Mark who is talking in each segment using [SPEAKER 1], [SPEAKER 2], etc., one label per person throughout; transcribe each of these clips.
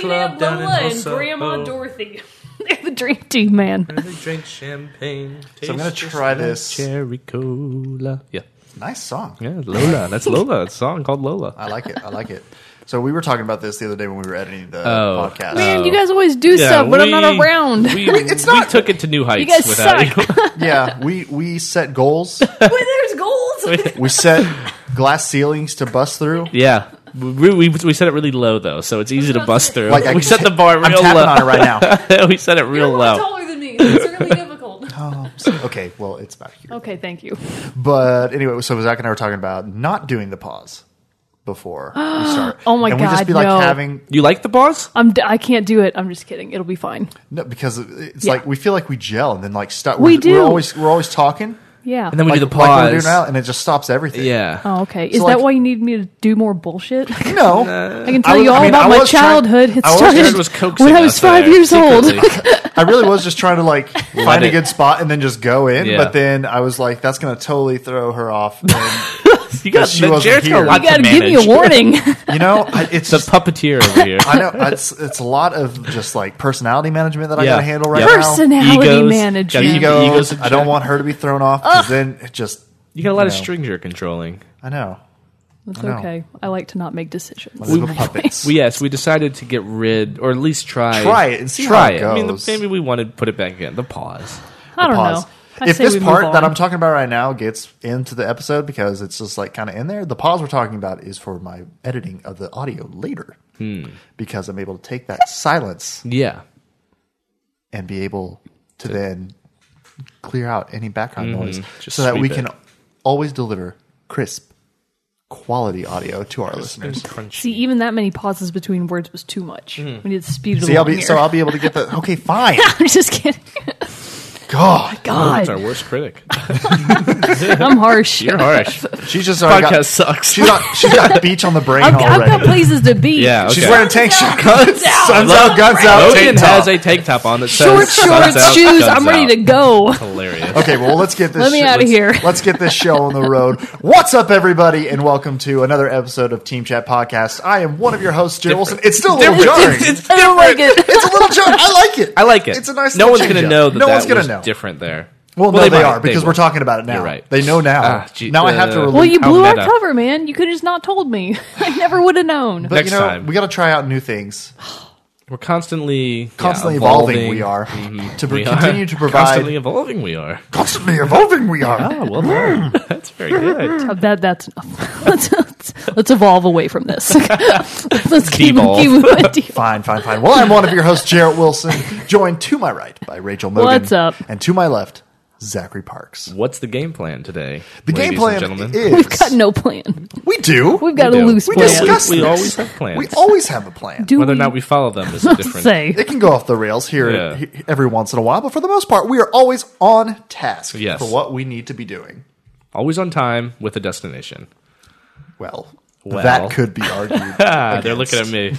[SPEAKER 1] club down in
[SPEAKER 2] Lola and
[SPEAKER 1] Oso.
[SPEAKER 3] Oh.
[SPEAKER 2] Grandma Dorothy. They're the dream team, man.
[SPEAKER 1] They drink champagne.
[SPEAKER 3] So I'm gonna
[SPEAKER 1] taste
[SPEAKER 3] try
[SPEAKER 1] just like
[SPEAKER 3] this.
[SPEAKER 1] cherry cola. Yeah,
[SPEAKER 3] Nice song.
[SPEAKER 1] yeah, Lola. That's Lola. It's a song called Lola.
[SPEAKER 3] I like it. I like it. So we were talking about this the other day when we were editing the
[SPEAKER 1] Oh.
[SPEAKER 3] podcast.
[SPEAKER 2] Man, you guys always do stuff, but I'm not around.
[SPEAKER 1] We,
[SPEAKER 3] It's
[SPEAKER 1] we
[SPEAKER 3] not-
[SPEAKER 1] took it to new heights.
[SPEAKER 2] guys
[SPEAKER 1] without
[SPEAKER 2] suck.
[SPEAKER 1] You.
[SPEAKER 3] yeah, we we set goals.
[SPEAKER 2] Wait, there's goals.
[SPEAKER 3] We set glass ceilings to bust through.
[SPEAKER 1] yeah, we, we we set it really low though, so it's easy to bust through.
[SPEAKER 3] Like I
[SPEAKER 1] we
[SPEAKER 3] can
[SPEAKER 1] set
[SPEAKER 3] ta-
[SPEAKER 1] the bar
[SPEAKER 3] I'm
[SPEAKER 1] real
[SPEAKER 3] tapping
[SPEAKER 1] low.
[SPEAKER 3] on it right
[SPEAKER 1] now. we set it real
[SPEAKER 2] You're a lot
[SPEAKER 1] low.
[SPEAKER 2] taller than me. It's really difficult.
[SPEAKER 3] Oh, okay, well it's about here.
[SPEAKER 2] Okay, thank you.
[SPEAKER 3] But anyway, so Zach and I were talking about not doing the pause before we start.
[SPEAKER 2] Oh my
[SPEAKER 3] and we just
[SPEAKER 2] God,
[SPEAKER 3] be like
[SPEAKER 2] no.
[SPEAKER 3] having
[SPEAKER 1] You like the pause?
[SPEAKER 2] I'm d- I can't do it. I'm just kidding. It'll be fine.
[SPEAKER 3] no, because it's
[SPEAKER 2] Yeah.
[SPEAKER 3] like we feel like we gel and then like stop.
[SPEAKER 2] We do.
[SPEAKER 3] We're always we're always talking.
[SPEAKER 2] Yeah.
[SPEAKER 1] And then we
[SPEAKER 3] like,
[SPEAKER 1] do the
[SPEAKER 3] like
[SPEAKER 1] pause.
[SPEAKER 3] we're doing now, and it just stops everything.
[SPEAKER 1] yeah.
[SPEAKER 2] oh, okay. Is
[SPEAKER 3] So,
[SPEAKER 2] that
[SPEAKER 3] like-
[SPEAKER 2] why you need me to do more bullshit? I
[SPEAKER 3] No,
[SPEAKER 2] can tell
[SPEAKER 3] was-
[SPEAKER 2] you
[SPEAKER 3] I
[SPEAKER 2] all
[SPEAKER 3] mean, I
[SPEAKER 2] about my
[SPEAKER 3] was trying-
[SPEAKER 2] childhood. it
[SPEAKER 3] I was
[SPEAKER 2] started
[SPEAKER 3] trying-
[SPEAKER 1] Jared was coaxing
[SPEAKER 2] when I
[SPEAKER 1] us
[SPEAKER 2] was five
[SPEAKER 1] there
[SPEAKER 2] years old.
[SPEAKER 1] secretly.
[SPEAKER 3] I really was just trying to like find
[SPEAKER 1] it.
[SPEAKER 3] a good spot and then just go in.
[SPEAKER 1] Yeah.
[SPEAKER 3] But then I was like, that's going to totally throw her off. And,
[SPEAKER 1] you got
[SPEAKER 3] She wasn't
[SPEAKER 1] Jared's got a
[SPEAKER 3] here.
[SPEAKER 1] lot
[SPEAKER 2] you gotta
[SPEAKER 1] to
[SPEAKER 2] give me a
[SPEAKER 1] manage.
[SPEAKER 2] warning.
[SPEAKER 3] you know, I, it's
[SPEAKER 1] The
[SPEAKER 3] just,
[SPEAKER 1] puppeteer over here.
[SPEAKER 3] I know it's it's a lot of just like personality management that I
[SPEAKER 1] Yeah.
[SPEAKER 3] got to handle right
[SPEAKER 1] Yeah.
[SPEAKER 3] now.
[SPEAKER 2] Personality
[SPEAKER 1] Egos,
[SPEAKER 2] management.
[SPEAKER 1] gotta-
[SPEAKER 3] Ego,
[SPEAKER 1] Egos in
[SPEAKER 3] I don't
[SPEAKER 1] check.
[SPEAKER 3] want her to be thrown off because then it just
[SPEAKER 1] You got a lot of
[SPEAKER 3] No.
[SPEAKER 1] strings you're controlling.
[SPEAKER 3] I know.
[SPEAKER 2] It's
[SPEAKER 3] I know.
[SPEAKER 2] okay. I like to not make decisions.
[SPEAKER 3] Little puppets.
[SPEAKER 1] We yes, we decided to get rid or at least try
[SPEAKER 3] Try it and see how
[SPEAKER 1] try
[SPEAKER 3] it
[SPEAKER 1] I mean, the,
[SPEAKER 3] goes.
[SPEAKER 1] maybe we want to put it back in the pause.
[SPEAKER 2] I don't
[SPEAKER 3] pause.
[SPEAKER 2] know. I
[SPEAKER 3] if
[SPEAKER 2] say
[SPEAKER 3] this
[SPEAKER 2] we move
[SPEAKER 3] part that
[SPEAKER 2] on.
[SPEAKER 3] I'm talking about right now gets into the episode because it's just like kind of in there, the pause we're talking about is for my editing of the audio later
[SPEAKER 1] Hmm.
[SPEAKER 3] because I'm able to take that silence
[SPEAKER 1] Yeah,
[SPEAKER 3] and be able to Mm-hmm. then clear out any background noise
[SPEAKER 1] Just
[SPEAKER 3] so that we
[SPEAKER 1] sweep
[SPEAKER 3] can
[SPEAKER 1] it.
[SPEAKER 3] always deliver crisp quality audio to our listeners.
[SPEAKER 2] See, even that many pauses between words was too much. We need to speed it
[SPEAKER 3] See, I'll
[SPEAKER 2] along
[SPEAKER 3] be
[SPEAKER 2] here.
[SPEAKER 3] so I'll be able to get the okay, fine.
[SPEAKER 2] I'm just kidding.
[SPEAKER 3] God,
[SPEAKER 1] That's
[SPEAKER 2] God,
[SPEAKER 1] our worst critic.
[SPEAKER 2] I'm harsh.
[SPEAKER 1] You're harsh.
[SPEAKER 3] she's just already
[SPEAKER 1] Podcast
[SPEAKER 3] got,
[SPEAKER 1] sucks.
[SPEAKER 3] she's got she's got beach on the brain
[SPEAKER 2] I've, I've
[SPEAKER 3] already.
[SPEAKER 2] got places to be.
[SPEAKER 1] yeah, okay.
[SPEAKER 3] She's wearing a tank
[SPEAKER 2] Guns
[SPEAKER 3] shirt.
[SPEAKER 2] out.
[SPEAKER 3] Guns out, guns out,
[SPEAKER 1] Logan
[SPEAKER 3] tank top.
[SPEAKER 1] has a tank top on that says
[SPEAKER 2] Short
[SPEAKER 1] "Suns
[SPEAKER 2] shorts,
[SPEAKER 1] out,
[SPEAKER 2] shoes.
[SPEAKER 1] guns
[SPEAKER 2] I'm ready
[SPEAKER 1] out."
[SPEAKER 2] to go.
[SPEAKER 1] Hilarious.
[SPEAKER 3] Okay, well, let's get this.
[SPEAKER 2] Let me
[SPEAKER 3] sh-
[SPEAKER 2] outta
[SPEAKER 3] let's-
[SPEAKER 2] here.
[SPEAKER 3] Let's get this show on the road. What's up, everybody, and welcome to another episode of Team Chat Podcast. I am one of your hosts, Jared Wilson. It's still a little jarring.
[SPEAKER 1] It's- it's
[SPEAKER 2] I don't like it.
[SPEAKER 3] It's a little jarring. I like it.
[SPEAKER 1] I like it.
[SPEAKER 3] It's a nice.
[SPEAKER 1] No
[SPEAKER 3] little
[SPEAKER 1] one's
[SPEAKER 3] change
[SPEAKER 1] gonna
[SPEAKER 3] up.
[SPEAKER 1] know that
[SPEAKER 3] no
[SPEAKER 1] that
[SPEAKER 3] one's gonna
[SPEAKER 1] was
[SPEAKER 3] know.
[SPEAKER 1] different there.
[SPEAKER 3] Well, no, they,
[SPEAKER 1] might.
[SPEAKER 3] are because
[SPEAKER 1] will.
[SPEAKER 3] we're talking about it now.
[SPEAKER 1] You're right.
[SPEAKER 3] They know now.
[SPEAKER 1] Ah, gee,
[SPEAKER 3] now I have to
[SPEAKER 1] uh,
[SPEAKER 3] release.
[SPEAKER 2] Well, you
[SPEAKER 1] How
[SPEAKER 2] blew
[SPEAKER 1] meta.
[SPEAKER 2] our cover, man. You could have just not told me. I never would have known.
[SPEAKER 3] but
[SPEAKER 1] next
[SPEAKER 3] you know,
[SPEAKER 1] time.
[SPEAKER 3] we got to try out new things.
[SPEAKER 1] We're constantly yeah,
[SPEAKER 3] Constantly evolving, we are to
[SPEAKER 1] Mm-hmm. We are.
[SPEAKER 3] continue to provide.
[SPEAKER 1] Constantly evolving, we are.
[SPEAKER 3] constantly evolving, we are.
[SPEAKER 1] Oh, well done. That's very good.
[SPEAKER 2] Uh, that that's enough. let's, let's, let's evolve away from this. let's keep, keep
[SPEAKER 1] Devolve.
[SPEAKER 2] moving. De-
[SPEAKER 3] Fine, fine, fine. Well, I'm one of your hosts, Jarrett Wilson, joined to my right by Rachel Mogan.
[SPEAKER 2] What's up?
[SPEAKER 3] And to my left, Zachary Parks.
[SPEAKER 1] What's the game plan today?
[SPEAKER 3] The
[SPEAKER 1] ladies
[SPEAKER 3] game plan
[SPEAKER 1] and gentlemen?
[SPEAKER 3] is
[SPEAKER 2] We've got no plan.
[SPEAKER 3] we do.
[SPEAKER 2] We've got
[SPEAKER 1] We
[SPEAKER 2] a
[SPEAKER 1] do.
[SPEAKER 2] loose
[SPEAKER 3] we
[SPEAKER 2] plan.
[SPEAKER 3] discuss.
[SPEAKER 1] We- we
[SPEAKER 3] this.
[SPEAKER 1] always have plans.
[SPEAKER 3] We always have a plan.
[SPEAKER 2] Do
[SPEAKER 1] Whether or
[SPEAKER 2] we
[SPEAKER 1] not we follow them is a different.
[SPEAKER 2] say?
[SPEAKER 3] It can go off the rails here
[SPEAKER 1] Yeah.
[SPEAKER 3] he- every once in a while, but for the most part, we are always on task
[SPEAKER 1] Yes.
[SPEAKER 3] for what we need to be doing.
[SPEAKER 1] Always on time with a destination.
[SPEAKER 3] Well,
[SPEAKER 1] Well.
[SPEAKER 3] that could be argued.
[SPEAKER 1] Ah, they're looking at me.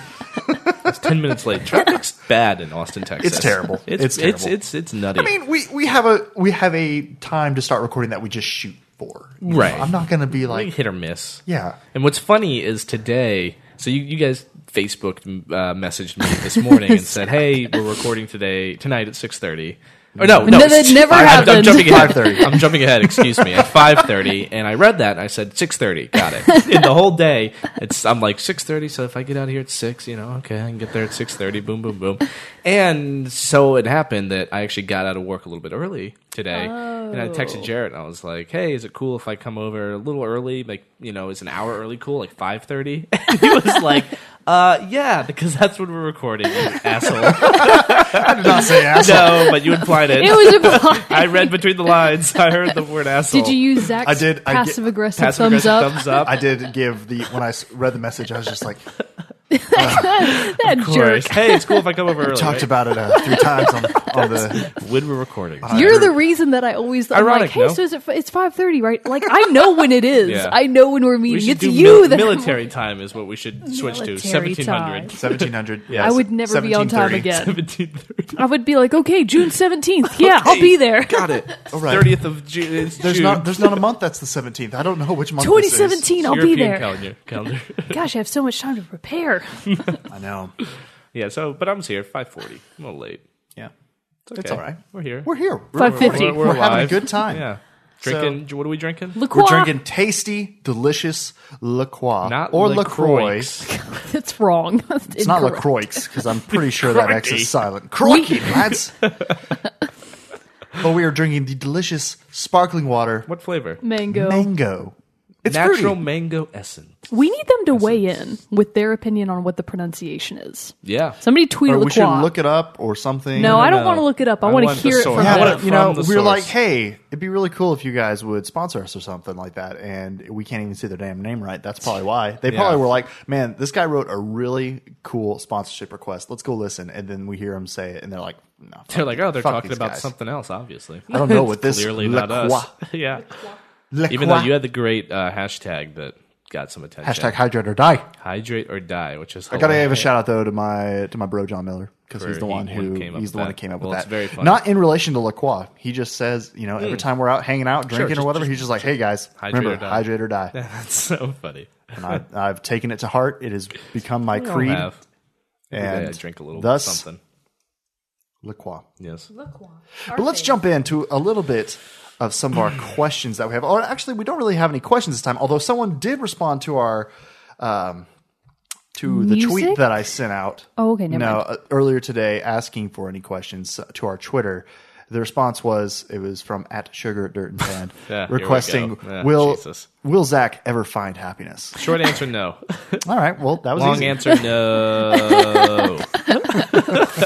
[SPEAKER 1] It's ten minutes late. Traffic's bad in Austin, Texas.
[SPEAKER 3] It's terrible.
[SPEAKER 1] It's
[SPEAKER 3] It's
[SPEAKER 1] it's
[SPEAKER 3] terrible.
[SPEAKER 1] it's, it's nutty.
[SPEAKER 3] I mean, we, we have a we have a time to start recording that we just shoot for. You know,
[SPEAKER 1] Right.
[SPEAKER 3] I'm not going to be
[SPEAKER 1] Like
[SPEAKER 3] like,
[SPEAKER 1] hit or miss.
[SPEAKER 3] yeah.
[SPEAKER 1] And what's funny is today, so you, you guys Facebook uh, messaged me this morning and said, "Hey, we're recording today tonight at 6.30. Or no, no,
[SPEAKER 2] No,
[SPEAKER 1] it's-
[SPEAKER 2] that never
[SPEAKER 1] I'm- I'm,
[SPEAKER 2] happened.
[SPEAKER 1] jumping ahead.
[SPEAKER 3] 5:30.
[SPEAKER 1] I'm jumping ahead. Excuse me, at five thirty, and I read that and I said six thirty. Got it. And the whole day, it's I'm like six thirty. So if I get out of here at six, you know, okay, I can get there at six thirty. Boom, boom, boom. And so it happened that I actually got out of work a little bit early today, and I texted Jarrett and I was like, "Hey, is it cool if I come over a little early? Like, you know, is an hour early cool? Like five 30? He was like. Uh, yeah, because that's when we're recording, you asshole.
[SPEAKER 3] I did not say asshole.
[SPEAKER 1] No, but you implied it.
[SPEAKER 2] It was a
[SPEAKER 1] I read between the lines. I heard the word asshole.
[SPEAKER 2] Did you use Zach's
[SPEAKER 3] I did- I get-
[SPEAKER 2] passive aggressive
[SPEAKER 1] passive
[SPEAKER 2] thumbs
[SPEAKER 1] aggressive
[SPEAKER 2] up?
[SPEAKER 1] thumbs up?
[SPEAKER 3] I did give the when I s- read the message, I was just like
[SPEAKER 2] That
[SPEAKER 1] Of
[SPEAKER 2] jerk.
[SPEAKER 1] course. Hey, it's cool if I come over early.
[SPEAKER 3] talked about it uh, three times on, on the.
[SPEAKER 1] right? when we're recording.
[SPEAKER 2] You're the reason that I always. I'm
[SPEAKER 1] Ironic,
[SPEAKER 2] like, hey,
[SPEAKER 1] no?
[SPEAKER 2] so is it, f- it's five thirty, right? Like I know when it is.
[SPEAKER 1] Yeah.
[SPEAKER 2] I know when we're
[SPEAKER 1] we
[SPEAKER 2] meeting.
[SPEAKER 1] should
[SPEAKER 2] it's
[SPEAKER 1] do
[SPEAKER 2] you
[SPEAKER 1] mil-
[SPEAKER 2] that I'm-
[SPEAKER 1] military time is what we should switch to.
[SPEAKER 2] Military
[SPEAKER 1] Seventeen
[SPEAKER 2] time.
[SPEAKER 1] hundred.
[SPEAKER 3] 1700. Yeah,
[SPEAKER 2] I would never be on time again.
[SPEAKER 1] Seventeen thirty.
[SPEAKER 2] I would be like, okay, June seventeenth. Yeah, I'll be there.
[SPEAKER 1] Got it.
[SPEAKER 3] All right.
[SPEAKER 1] Thirtieth of June. It's
[SPEAKER 3] There's
[SPEAKER 1] June.
[SPEAKER 3] not there's not a month that's the 17th. I don't know which month.
[SPEAKER 2] Twenty
[SPEAKER 3] this is.
[SPEAKER 2] seventeen. I'll
[SPEAKER 1] European
[SPEAKER 2] be there.
[SPEAKER 1] Calendar. calendar.
[SPEAKER 2] Gosh, I have so much time to prepare.
[SPEAKER 3] I know.
[SPEAKER 1] Yeah, so but I'm here, five forty. I'm a little late.
[SPEAKER 3] Yeah.
[SPEAKER 1] It's, okay.
[SPEAKER 3] It's all right.
[SPEAKER 1] We're here.
[SPEAKER 3] We're here.
[SPEAKER 2] Five fifty.
[SPEAKER 3] We're,
[SPEAKER 1] We're,
[SPEAKER 3] we're,
[SPEAKER 1] we're
[SPEAKER 3] having a
[SPEAKER 1] alive.
[SPEAKER 3] good time.
[SPEAKER 1] Yeah.
[SPEAKER 3] So-
[SPEAKER 1] Drinking. what are we drinking?
[SPEAKER 2] LaCroix.
[SPEAKER 3] We're drinking tasty, delicious La Croix
[SPEAKER 1] Not
[SPEAKER 3] or La Croix.
[SPEAKER 1] LaCroix.
[SPEAKER 2] It's wrong. It's,
[SPEAKER 3] It's not La Croix because I'm pretty sure that X
[SPEAKER 1] Crikey.
[SPEAKER 3] is silent. Croiky, lads. but we are drinking the delicious sparkling water
[SPEAKER 1] What flavor?
[SPEAKER 2] Mango.
[SPEAKER 3] mango. It's
[SPEAKER 1] Natural
[SPEAKER 3] fruity.
[SPEAKER 1] mango essence.
[SPEAKER 2] We need them to weigh in with their opinion on what the pronunciation is.
[SPEAKER 1] Yeah.
[SPEAKER 2] Somebody tweet
[SPEAKER 3] Or we should
[SPEAKER 2] LaCroix.
[SPEAKER 3] look it up or something.
[SPEAKER 2] no, I don't
[SPEAKER 1] no.
[SPEAKER 2] want to look it up. I,
[SPEAKER 1] I
[SPEAKER 2] want to
[SPEAKER 1] want the
[SPEAKER 2] hear it
[SPEAKER 1] source.
[SPEAKER 2] from
[SPEAKER 1] I
[SPEAKER 3] Yeah,
[SPEAKER 1] want it
[SPEAKER 2] them.
[SPEAKER 3] you know,
[SPEAKER 1] from
[SPEAKER 3] we
[SPEAKER 1] the
[SPEAKER 3] were
[SPEAKER 1] source.
[SPEAKER 3] like, hey, it'd be really cool if you guys would sponsor us or something like that. And we can't even see their damn name right. That's probably why. They probably were like, man, this guy wrote a really cool sponsorship request. Let's go listen. And then we hear him say it, and they're like, no. fuck
[SPEAKER 1] They're like, oh, they're
[SPEAKER 3] fuck
[SPEAKER 1] talking
[SPEAKER 3] these
[SPEAKER 1] about
[SPEAKER 3] guys.
[SPEAKER 1] something else, obviously.
[SPEAKER 3] I don't know
[SPEAKER 1] It's
[SPEAKER 3] what this
[SPEAKER 1] clearly
[SPEAKER 3] La
[SPEAKER 1] not us. yeah. Even though
[SPEAKER 3] LaCroix.
[SPEAKER 1] you had the great uh, hashtag that got some attention.
[SPEAKER 3] Hashtag hydrate or die.
[SPEAKER 1] hydrate or die, which is
[SPEAKER 3] I gotta give a
[SPEAKER 1] hilarious.
[SPEAKER 3] shout out though to my to my bro John Miller because he's
[SPEAKER 1] For
[SPEAKER 3] the
[SPEAKER 1] Oh, he-
[SPEAKER 3] one
[SPEAKER 1] he
[SPEAKER 3] who
[SPEAKER 1] came up
[SPEAKER 3] he's
[SPEAKER 1] with
[SPEAKER 3] the one
[SPEAKER 1] that.
[SPEAKER 3] that came up
[SPEAKER 1] Well,
[SPEAKER 3] with
[SPEAKER 1] it's
[SPEAKER 3] that.
[SPEAKER 1] very funny. Hmm.
[SPEAKER 3] Not in relation to LaCroix. He just says, you know, every time we're out hanging out, drinking
[SPEAKER 1] just-
[SPEAKER 3] or whatever, he's just like, "Hey guys,
[SPEAKER 1] Hydrate
[SPEAKER 3] remember
[SPEAKER 1] or die."
[SPEAKER 3] hydrate or die."
[SPEAKER 1] That's so funny.
[SPEAKER 3] and I, I've taken it to heart. It has become my
[SPEAKER 1] I
[SPEAKER 3] creed.
[SPEAKER 1] have. Every day
[SPEAKER 3] And
[SPEAKER 1] I drink a little
[SPEAKER 3] thus,
[SPEAKER 1] something.
[SPEAKER 3] LaCroix.
[SPEAKER 1] Yes.
[SPEAKER 3] But let's jump into a little bit of some of our questions that we have. Or actually, we don't really have any questions this time. Although someone did respond to our um, to the tweet
[SPEAKER 2] Music?
[SPEAKER 3] that I sent out.
[SPEAKER 2] Oh, okay, never
[SPEAKER 3] no,
[SPEAKER 2] mind.
[SPEAKER 3] uh, earlier today, asking for any questions uh, to our Twitter. The response was it was from at sugar dirt and sand
[SPEAKER 1] Yeah, here we
[SPEAKER 3] requesting
[SPEAKER 1] go. Yeah,
[SPEAKER 3] will
[SPEAKER 1] Jesus.
[SPEAKER 3] will Zach ever find happiness?
[SPEAKER 1] Short answer, no.
[SPEAKER 3] All right, well that was
[SPEAKER 1] Long
[SPEAKER 3] easy.
[SPEAKER 1] answer, no.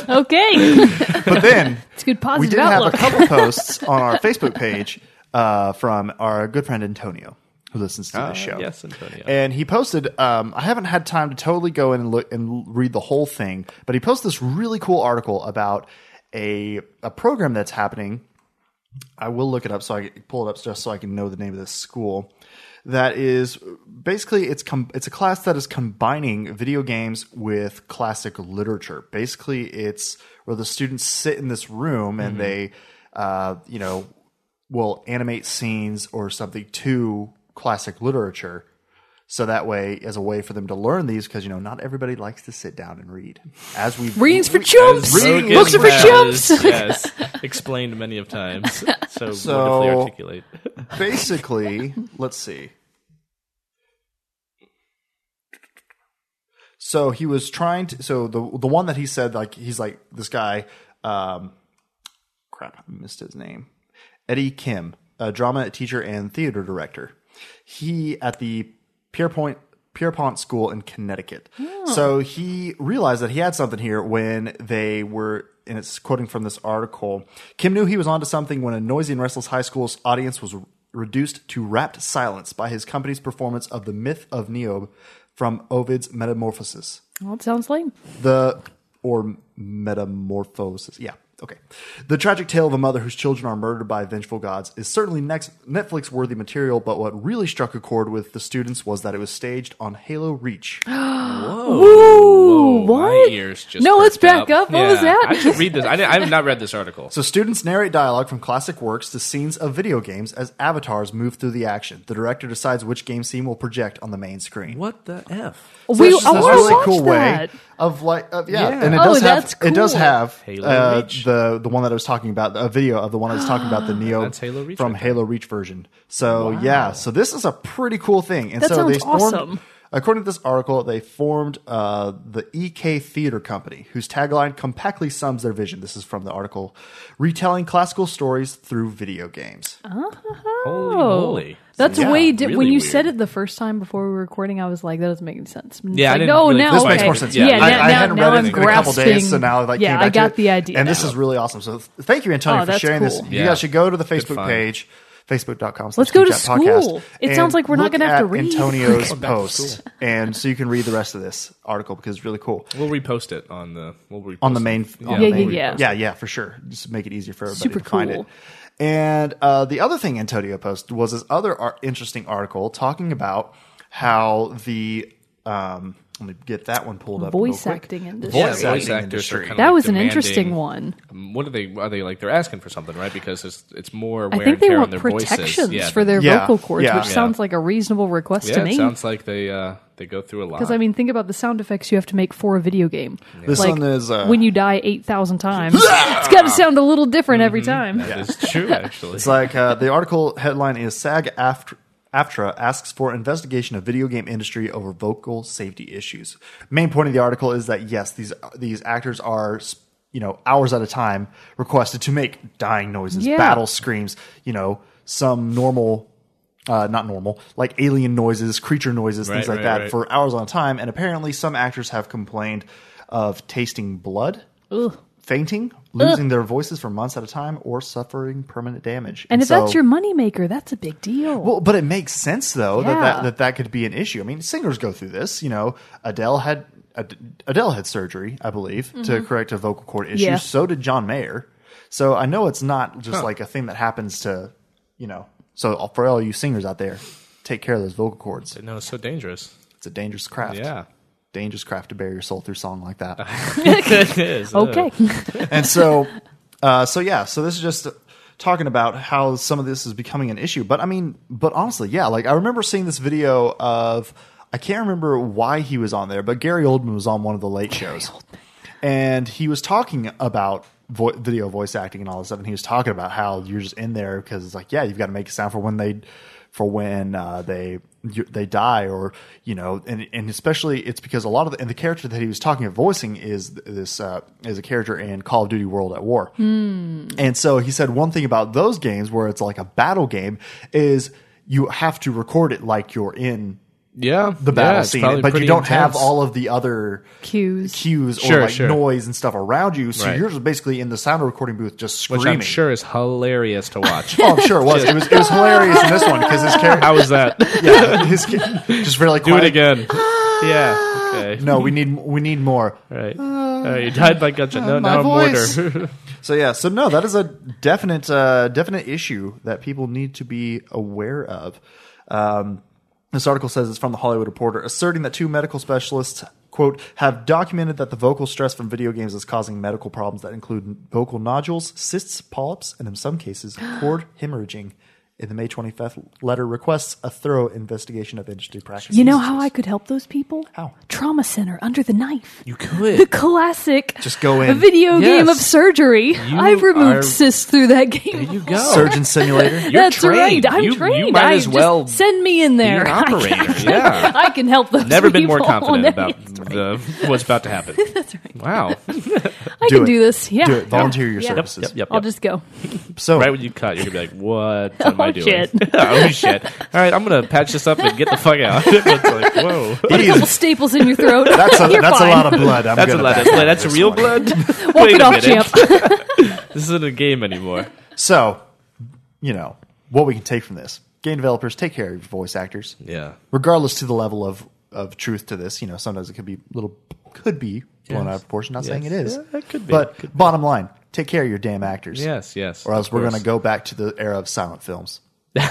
[SPEAKER 2] Okay.
[SPEAKER 3] But then
[SPEAKER 2] it's good
[SPEAKER 3] we
[SPEAKER 2] positive
[SPEAKER 3] did have
[SPEAKER 2] outlook.
[SPEAKER 3] a couple posts on our Facebook page uh, from our good friend Antonio, who listens to
[SPEAKER 1] Uh,
[SPEAKER 3] this show.
[SPEAKER 1] yes, Antonio.
[SPEAKER 3] And he posted. Um, I haven't had time to totally go in and look and read the whole thing, but he posted this really cool article about a a program that's happening. I will look it up so I can pull it up just so I can know the name of this school. That is basically it's com- it's a class that is combining video games with classic literature. Basically, it's where the students sit in this room and they, uh, you know, will animate scenes or something to classic literature. So that way, as a way for them to learn these, because you know, not everybody likes to sit down and read. As we
[SPEAKER 2] Readings for
[SPEAKER 3] we-
[SPEAKER 2] chumps.
[SPEAKER 3] Reading
[SPEAKER 1] Rogan
[SPEAKER 2] Books are for
[SPEAKER 1] has,
[SPEAKER 2] chumps.
[SPEAKER 1] yes, explained many of times. So,
[SPEAKER 3] So-
[SPEAKER 1] wonderfully articulate.
[SPEAKER 3] basically, let's see. So he was trying to. So the the one that he said like he's like this guy. Um, crap, I missed his name. Eddie Kim, a drama teacher and theater director. He at the Pierpont Pierpont School in Connecticut. So he realized that he had something here when they were and it's quoting from this article. Kim knew he was onto something when a noisy and restless high school's audience was reduced to rapt silence by his company's performance of the myth of Niobe from Ovid's Metamorphosis
[SPEAKER 2] Well, it sounds lame.
[SPEAKER 3] the or metamorphosis. Yeah. Okay. The tragic tale of a mother whose children are murdered by vengeful gods is certainly next Netflix worthy material, but what really struck a chord with the students was that it was staged on Halo Reach.
[SPEAKER 2] Ooh,
[SPEAKER 1] Oh, my
[SPEAKER 2] what?
[SPEAKER 1] ears just
[SPEAKER 2] no, let's
[SPEAKER 1] perked
[SPEAKER 2] back up. What was
[SPEAKER 1] Yeah,
[SPEAKER 2] that?
[SPEAKER 1] I should read this. I, didn't- I have not read this article.
[SPEAKER 3] So students narrate dialogue from classic works to scenes of video games as avatars move through the action. The director decides which game scene will project on the main screen.
[SPEAKER 1] What the f?
[SPEAKER 3] So
[SPEAKER 2] we,
[SPEAKER 3] it's just
[SPEAKER 2] I
[SPEAKER 3] this
[SPEAKER 2] want to
[SPEAKER 3] really
[SPEAKER 2] watch
[SPEAKER 3] cool
[SPEAKER 2] that.
[SPEAKER 3] way of like of, yeah.
[SPEAKER 1] Yeah.
[SPEAKER 3] and it
[SPEAKER 2] Oh,
[SPEAKER 3] does have
[SPEAKER 2] that's
[SPEAKER 3] it does
[SPEAKER 2] cool.
[SPEAKER 3] have
[SPEAKER 1] Halo
[SPEAKER 3] uh,
[SPEAKER 1] Reach.
[SPEAKER 3] the the one that I was talking about a video of the one I was talking about the Neo
[SPEAKER 1] That's Halo Reach
[SPEAKER 3] from
[SPEAKER 1] right there.
[SPEAKER 3] Halo Reach version. So yeah, so this is a pretty cool thing. And
[SPEAKER 2] That
[SPEAKER 3] so they
[SPEAKER 2] sounds
[SPEAKER 3] formed,
[SPEAKER 2] awesome.
[SPEAKER 3] According to this article, they formed uh, the EK Theater Company, whose tagline compactly sums their vision. This is from the article, retelling classical stories through video games.
[SPEAKER 1] Holy
[SPEAKER 2] Oh,
[SPEAKER 1] moly!
[SPEAKER 2] That's
[SPEAKER 3] Yeah,
[SPEAKER 2] way di- when
[SPEAKER 1] really
[SPEAKER 2] you said
[SPEAKER 1] weird.
[SPEAKER 2] it the first time before we were recording. I was like, that doesn't make any sense. And it's
[SPEAKER 1] Yeah, I
[SPEAKER 2] like,
[SPEAKER 1] didn't
[SPEAKER 2] no,
[SPEAKER 1] really-
[SPEAKER 2] now
[SPEAKER 1] This
[SPEAKER 2] okay.
[SPEAKER 3] makes more sense.
[SPEAKER 2] Yeah,
[SPEAKER 3] Yeah, I,
[SPEAKER 2] now,
[SPEAKER 3] I hadn't
[SPEAKER 2] now
[SPEAKER 3] read
[SPEAKER 2] I'm
[SPEAKER 3] it in a couple
[SPEAKER 2] grasping.
[SPEAKER 3] days, so now like
[SPEAKER 2] yeah,
[SPEAKER 3] came back
[SPEAKER 2] I got
[SPEAKER 3] to it.
[SPEAKER 2] the idea.
[SPEAKER 3] And this
[SPEAKER 2] now.
[SPEAKER 3] is really awesome. So th- thank you, Antonio,
[SPEAKER 2] Oh,
[SPEAKER 3] for
[SPEAKER 2] that's
[SPEAKER 3] sharing this.
[SPEAKER 2] cool.
[SPEAKER 3] You
[SPEAKER 1] Yeah.
[SPEAKER 3] guys should go to the
[SPEAKER 1] Good
[SPEAKER 3] Facebook
[SPEAKER 1] fun.
[SPEAKER 3] page, facebook.com.
[SPEAKER 2] Let's go to school. It sounds like we're not gonna have to read.
[SPEAKER 3] Antonio's
[SPEAKER 1] Going back to
[SPEAKER 3] post,
[SPEAKER 1] school.
[SPEAKER 3] and so you can read the rest of this article because it's really cool
[SPEAKER 1] We'll repost it on the. We'll repost
[SPEAKER 3] on the
[SPEAKER 1] it.
[SPEAKER 3] main.
[SPEAKER 1] Yeah,
[SPEAKER 3] on the
[SPEAKER 2] Yeah,
[SPEAKER 3] main-
[SPEAKER 2] yeah, yeah.
[SPEAKER 3] yeah, yeah, for sure. Just make it easier for everybody
[SPEAKER 2] Super
[SPEAKER 3] to find
[SPEAKER 2] cool.
[SPEAKER 3] it. And uh, the other thing Antonio posted was this other ar- interesting article talking about how the um, let me get that one pulled up.
[SPEAKER 2] Voice
[SPEAKER 3] real quick.
[SPEAKER 2] acting industry.
[SPEAKER 1] Yeah,
[SPEAKER 3] Voice
[SPEAKER 1] voice
[SPEAKER 3] acting
[SPEAKER 1] actors are
[SPEAKER 3] industry.
[SPEAKER 1] kinda
[SPEAKER 2] that
[SPEAKER 1] like
[SPEAKER 2] was an
[SPEAKER 1] demanding-
[SPEAKER 2] interesting one.
[SPEAKER 1] What are they? Are they like they're asking for something, right? Because it's it's more. Wear
[SPEAKER 2] I think
[SPEAKER 1] and
[SPEAKER 2] they
[SPEAKER 1] tear on
[SPEAKER 2] want
[SPEAKER 1] their
[SPEAKER 2] protections
[SPEAKER 1] voices. Yeah,
[SPEAKER 2] for their
[SPEAKER 3] Yeah.
[SPEAKER 2] vocal cords,
[SPEAKER 3] Yeah.
[SPEAKER 2] which
[SPEAKER 3] Yeah.
[SPEAKER 2] sounds like a reasonable request
[SPEAKER 1] Yeah,
[SPEAKER 2] to
[SPEAKER 1] it
[SPEAKER 2] me.
[SPEAKER 1] sounds like they uh, they go through a lot.
[SPEAKER 2] Because I mean, think about the sound effects you have to make for a video game.
[SPEAKER 3] This
[SPEAKER 2] like
[SPEAKER 3] one is, uh,
[SPEAKER 2] when you die eight thousand times, it's got to sound a little different every
[SPEAKER 1] Mm-hmm.
[SPEAKER 2] time.
[SPEAKER 1] it's true actually.
[SPEAKER 3] It's like uh, the article headline is SAG after. AFTRA asks for investigation of video game industry over vocal safety issues. Main point of the article is that yes, these these actors are you know hours at a time requested to make dying noises,
[SPEAKER 2] Yeah.
[SPEAKER 3] battle screams, you know some normal, uh, not normal like alien noises, creature noises, things
[SPEAKER 1] Right,
[SPEAKER 3] like
[SPEAKER 1] right,
[SPEAKER 3] that
[SPEAKER 1] right.
[SPEAKER 3] for hours on time. And apparently, some actors have complained of tasting blood, fainting, losing their voices for months at a time, or suffering permanent damage.
[SPEAKER 2] And if
[SPEAKER 3] so-
[SPEAKER 2] that's your moneymaker, that's a big deal.
[SPEAKER 3] well, but it makes sense though that,
[SPEAKER 2] Yeah.
[SPEAKER 3] that that that could be an issue. I mean, singers go through this. You know, Adele had Ad- Adele had surgery, I believe, to correct a vocal cord issue.
[SPEAKER 2] Mm-hmm. Yeah.
[SPEAKER 3] So did John Mayer. So I know it's not just like a thing that happens to you know. So for all you singers out there, take care of those vocal cords.
[SPEAKER 1] no, it's so dangerous.
[SPEAKER 3] It's a dangerous craft.
[SPEAKER 1] Yeah.
[SPEAKER 3] dangerous craft to bury your soul through song like that.
[SPEAKER 1] it is. ugh.
[SPEAKER 2] okay,
[SPEAKER 3] and so, uh, so yeah, so this is just talking about how some of this is becoming an issue. But I mean, but honestly, yeah, like I remember seeing this video of I can't remember why he was on there, but Gary Oldman was on one of the late shows, and he was talking about. Vo- video voice acting and all this stuff, and he was talking about how you're just in there because it's like, yeah, you've got to make a sound for when they, for when uh, they you, they die, or you know, and and especially it's because a lot of the, and the character that he was talking of voicing is this uh, is a character in Call of Duty World at War, and so he said one thing about those games where it's like a battle game is you have to record it like you're in
[SPEAKER 1] Yeah,
[SPEAKER 3] the battle scene, but you don't have all of the other
[SPEAKER 2] cues.
[SPEAKER 3] cues or
[SPEAKER 1] Sure,
[SPEAKER 3] like
[SPEAKER 1] sure.
[SPEAKER 3] noise and stuff around you. So
[SPEAKER 1] Right.
[SPEAKER 3] you're just basically in the sound recording booth just
[SPEAKER 1] which
[SPEAKER 3] screaming.
[SPEAKER 1] I'm sure is hilarious to watch.
[SPEAKER 3] Oh, I'm sure it was. it was. It was hilarious in this one because his character,
[SPEAKER 1] How is that?
[SPEAKER 3] yeah, his ca- just really
[SPEAKER 1] Do
[SPEAKER 3] quiet.
[SPEAKER 1] it again. yeah. Okay.
[SPEAKER 3] No, we need we need more.
[SPEAKER 1] All right. All right. You died by gunshot. No,
[SPEAKER 3] Uh, my
[SPEAKER 1] now I'm
[SPEAKER 3] voice.
[SPEAKER 1] order.
[SPEAKER 3] So yeah, so no, that is a definite uh, definite issue that people need to be aware of. Um, this article says it's from the Hollywood Reporter, asserting that two medical specialists quote have documented that the vocal stress from video games is causing medical problems that include vocal nodules, cysts, polyps, and in some cases cord hemorrhaging. In the May 25th letter, requests a thorough investigation of industry practices.
[SPEAKER 2] You know how I could help those people?
[SPEAKER 3] How?
[SPEAKER 2] Trauma center under the knife.
[SPEAKER 1] you
[SPEAKER 2] The
[SPEAKER 1] could.
[SPEAKER 2] classic
[SPEAKER 3] Just go in.
[SPEAKER 2] video
[SPEAKER 1] Yes.
[SPEAKER 2] game of surgery. I've removed
[SPEAKER 1] are-
[SPEAKER 2] cysts through that game.
[SPEAKER 1] There you go.
[SPEAKER 3] surgeon simulator?
[SPEAKER 1] You're
[SPEAKER 2] That's
[SPEAKER 1] trained.
[SPEAKER 2] right. I'm
[SPEAKER 1] You- you
[SPEAKER 2] trained.
[SPEAKER 1] might
[SPEAKER 2] I
[SPEAKER 1] as
[SPEAKER 2] just-
[SPEAKER 1] well
[SPEAKER 2] send me in there.
[SPEAKER 1] an
[SPEAKER 2] I can-
[SPEAKER 1] operator,
[SPEAKER 2] I can,
[SPEAKER 1] yeah.
[SPEAKER 2] I can help those.
[SPEAKER 1] Never been more
[SPEAKER 2] people.
[SPEAKER 1] confident
[SPEAKER 2] That's
[SPEAKER 1] about
[SPEAKER 2] right.
[SPEAKER 1] the, what's about to happen. That's right. Wow.
[SPEAKER 2] I
[SPEAKER 3] Do
[SPEAKER 2] can
[SPEAKER 3] it.
[SPEAKER 2] do this. Yeah.
[SPEAKER 3] Do it. Volunteer your
[SPEAKER 2] Yeah. Yep,
[SPEAKER 3] services.
[SPEAKER 1] Yep. Yep.
[SPEAKER 2] I'll
[SPEAKER 1] yep.
[SPEAKER 2] just go.
[SPEAKER 3] So
[SPEAKER 1] Right when you cut, you're gonna be like, "What am
[SPEAKER 2] Oh,
[SPEAKER 1] I doing?
[SPEAKER 2] shit.
[SPEAKER 1] oh shit! All right, I'm gonna patch this up and get the fuck out." it's like, whoa,
[SPEAKER 2] Put a couple staples in your throat.
[SPEAKER 3] that's a,
[SPEAKER 2] You're
[SPEAKER 3] that's
[SPEAKER 2] fine.
[SPEAKER 3] a lot of blood. I'm
[SPEAKER 1] that's a
[SPEAKER 3] gonna
[SPEAKER 1] lot
[SPEAKER 3] back
[SPEAKER 1] of blood.
[SPEAKER 3] out
[SPEAKER 1] That's
[SPEAKER 3] this
[SPEAKER 1] real
[SPEAKER 3] one.
[SPEAKER 1] blood.
[SPEAKER 2] Walk
[SPEAKER 1] Wait
[SPEAKER 2] it
[SPEAKER 1] a minute.
[SPEAKER 2] off, champ.
[SPEAKER 1] This isn't a game anymore.
[SPEAKER 3] So, you know, what we can take from this game developers take care of your voice actors,
[SPEAKER 1] Yeah.
[SPEAKER 3] regardless to the level of, of truth to this. You know, sometimes it could be little, could be blown out of proportion. Not saying it is.
[SPEAKER 1] Yeah, it could be.
[SPEAKER 3] But bottom line, take care of your damn actors.
[SPEAKER 1] Yes. Yes.
[SPEAKER 3] Or else
[SPEAKER 1] of
[SPEAKER 3] we're
[SPEAKER 1] course.
[SPEAKER 3] going to go back to the era of silent films,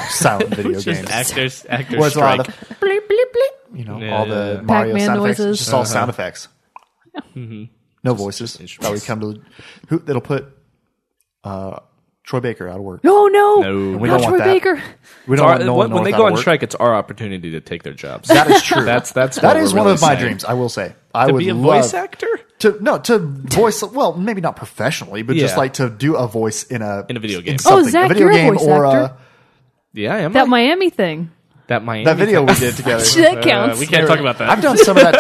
[SPEAKER 3] silent video
[SPEAKER 1] It's just
[SPEAKER 3] games.
[SPEAKER 1] actors. Actors
[SPEAKER 3] Where it's a lot
[SPEAKER 1] strike.
[SPEAKER 3] of, bleep, bleep, bleep, you know,
[SPEAKER 1] Yeah,
[SPEAKER 3] all
[SPEAKER 1] yeah,
[SPEAKER 3] the
[SPEAKER 1] yeah. Uh-huh.
[SPEAKER 3] Mario
[SPEAKER 2] Pac-Man
[SPEAKER 3] sound effects.
[SPEAKER 2] noises.
[SPEAKER 3] It's just all sound effects.
[SPEAKER 1] Mm-hmm.
[SPEAKER 3] No voices. that we
[SPEAKER 1] instruments.
[SPEAKER 3] come to, who, that'll put uh, Troy Baker out of work.
[SPEAKER 2] No, no.
[SPEAKER 1] No.
[SPEAKER 3] We
[SPEAKER 2] Not
[SPEAKER 3] don't want
[SPEAKER 2] Troy
[SPEAKER 3] that.
[SPEAKER 2] Baker.
[SPEAKER 3] We
[SPEAKER 1] It's
[SPEAKER 3] don't
[SPEAKER 1] our-
[SPEAKER 3] want no one
[SPEAKER 1] when,
[SPEAKER 3] to
[SPEAKER 1] when
[SPEAKER 3] know
[SPEAKER 1] they
[SPEAKER 3] without
[SPEAKER 1] go on
[SPEAKER 3] work.
[SPEAKER 1] strike, it's our opportunity to take their jobs.
[SPEAKER 3] That is true.
[SPEAKER 1] That's that's
[SPEAKER 3] that
[SPEAKER 1] what
[SPEAKER 3] is
[SPEAKER 1] we're
[SPEAKER 3] one
[SPEAKER 1] really
[SPEAKER 3] of my
[SPEAKER 1] saying.
[SPEAKER 3] dreams. I will say, I
[SPEAKER 1] To
[SPEAKER 3] would
[SPEAKER 1] be a
[SPEAKER 3] love
[SPEAKER 1] voice actor
[SPEAKER 3] to no to voice. Well, maybe not professionally, but just
[SPEAKER 1] Yeah.
[SPEAKER 3] like to do a voice in a
[SPEAKER 1] in a video game.
[SPEAKER 3] something,
[SPEAKER 2] Oh, Zach,
[SPEAKER 3] a video
[SPEAKER 2] you're a
[SPEAKER 3] game
[SPEAKER 2] voice
[SPEAKER 3] or
[SPEAKER 2] actor.
[SPEAKER 1] yeah, I am.
[SPEAKER 2] That Miami thing.
[SPEAKER 1] that Miami.
[SPEAKER 3] a that video we did together.
[SPEAKER 2] That counts.
[SPEAKER 1] we can't talk about that.
[SPEAKER 3] I've done some of that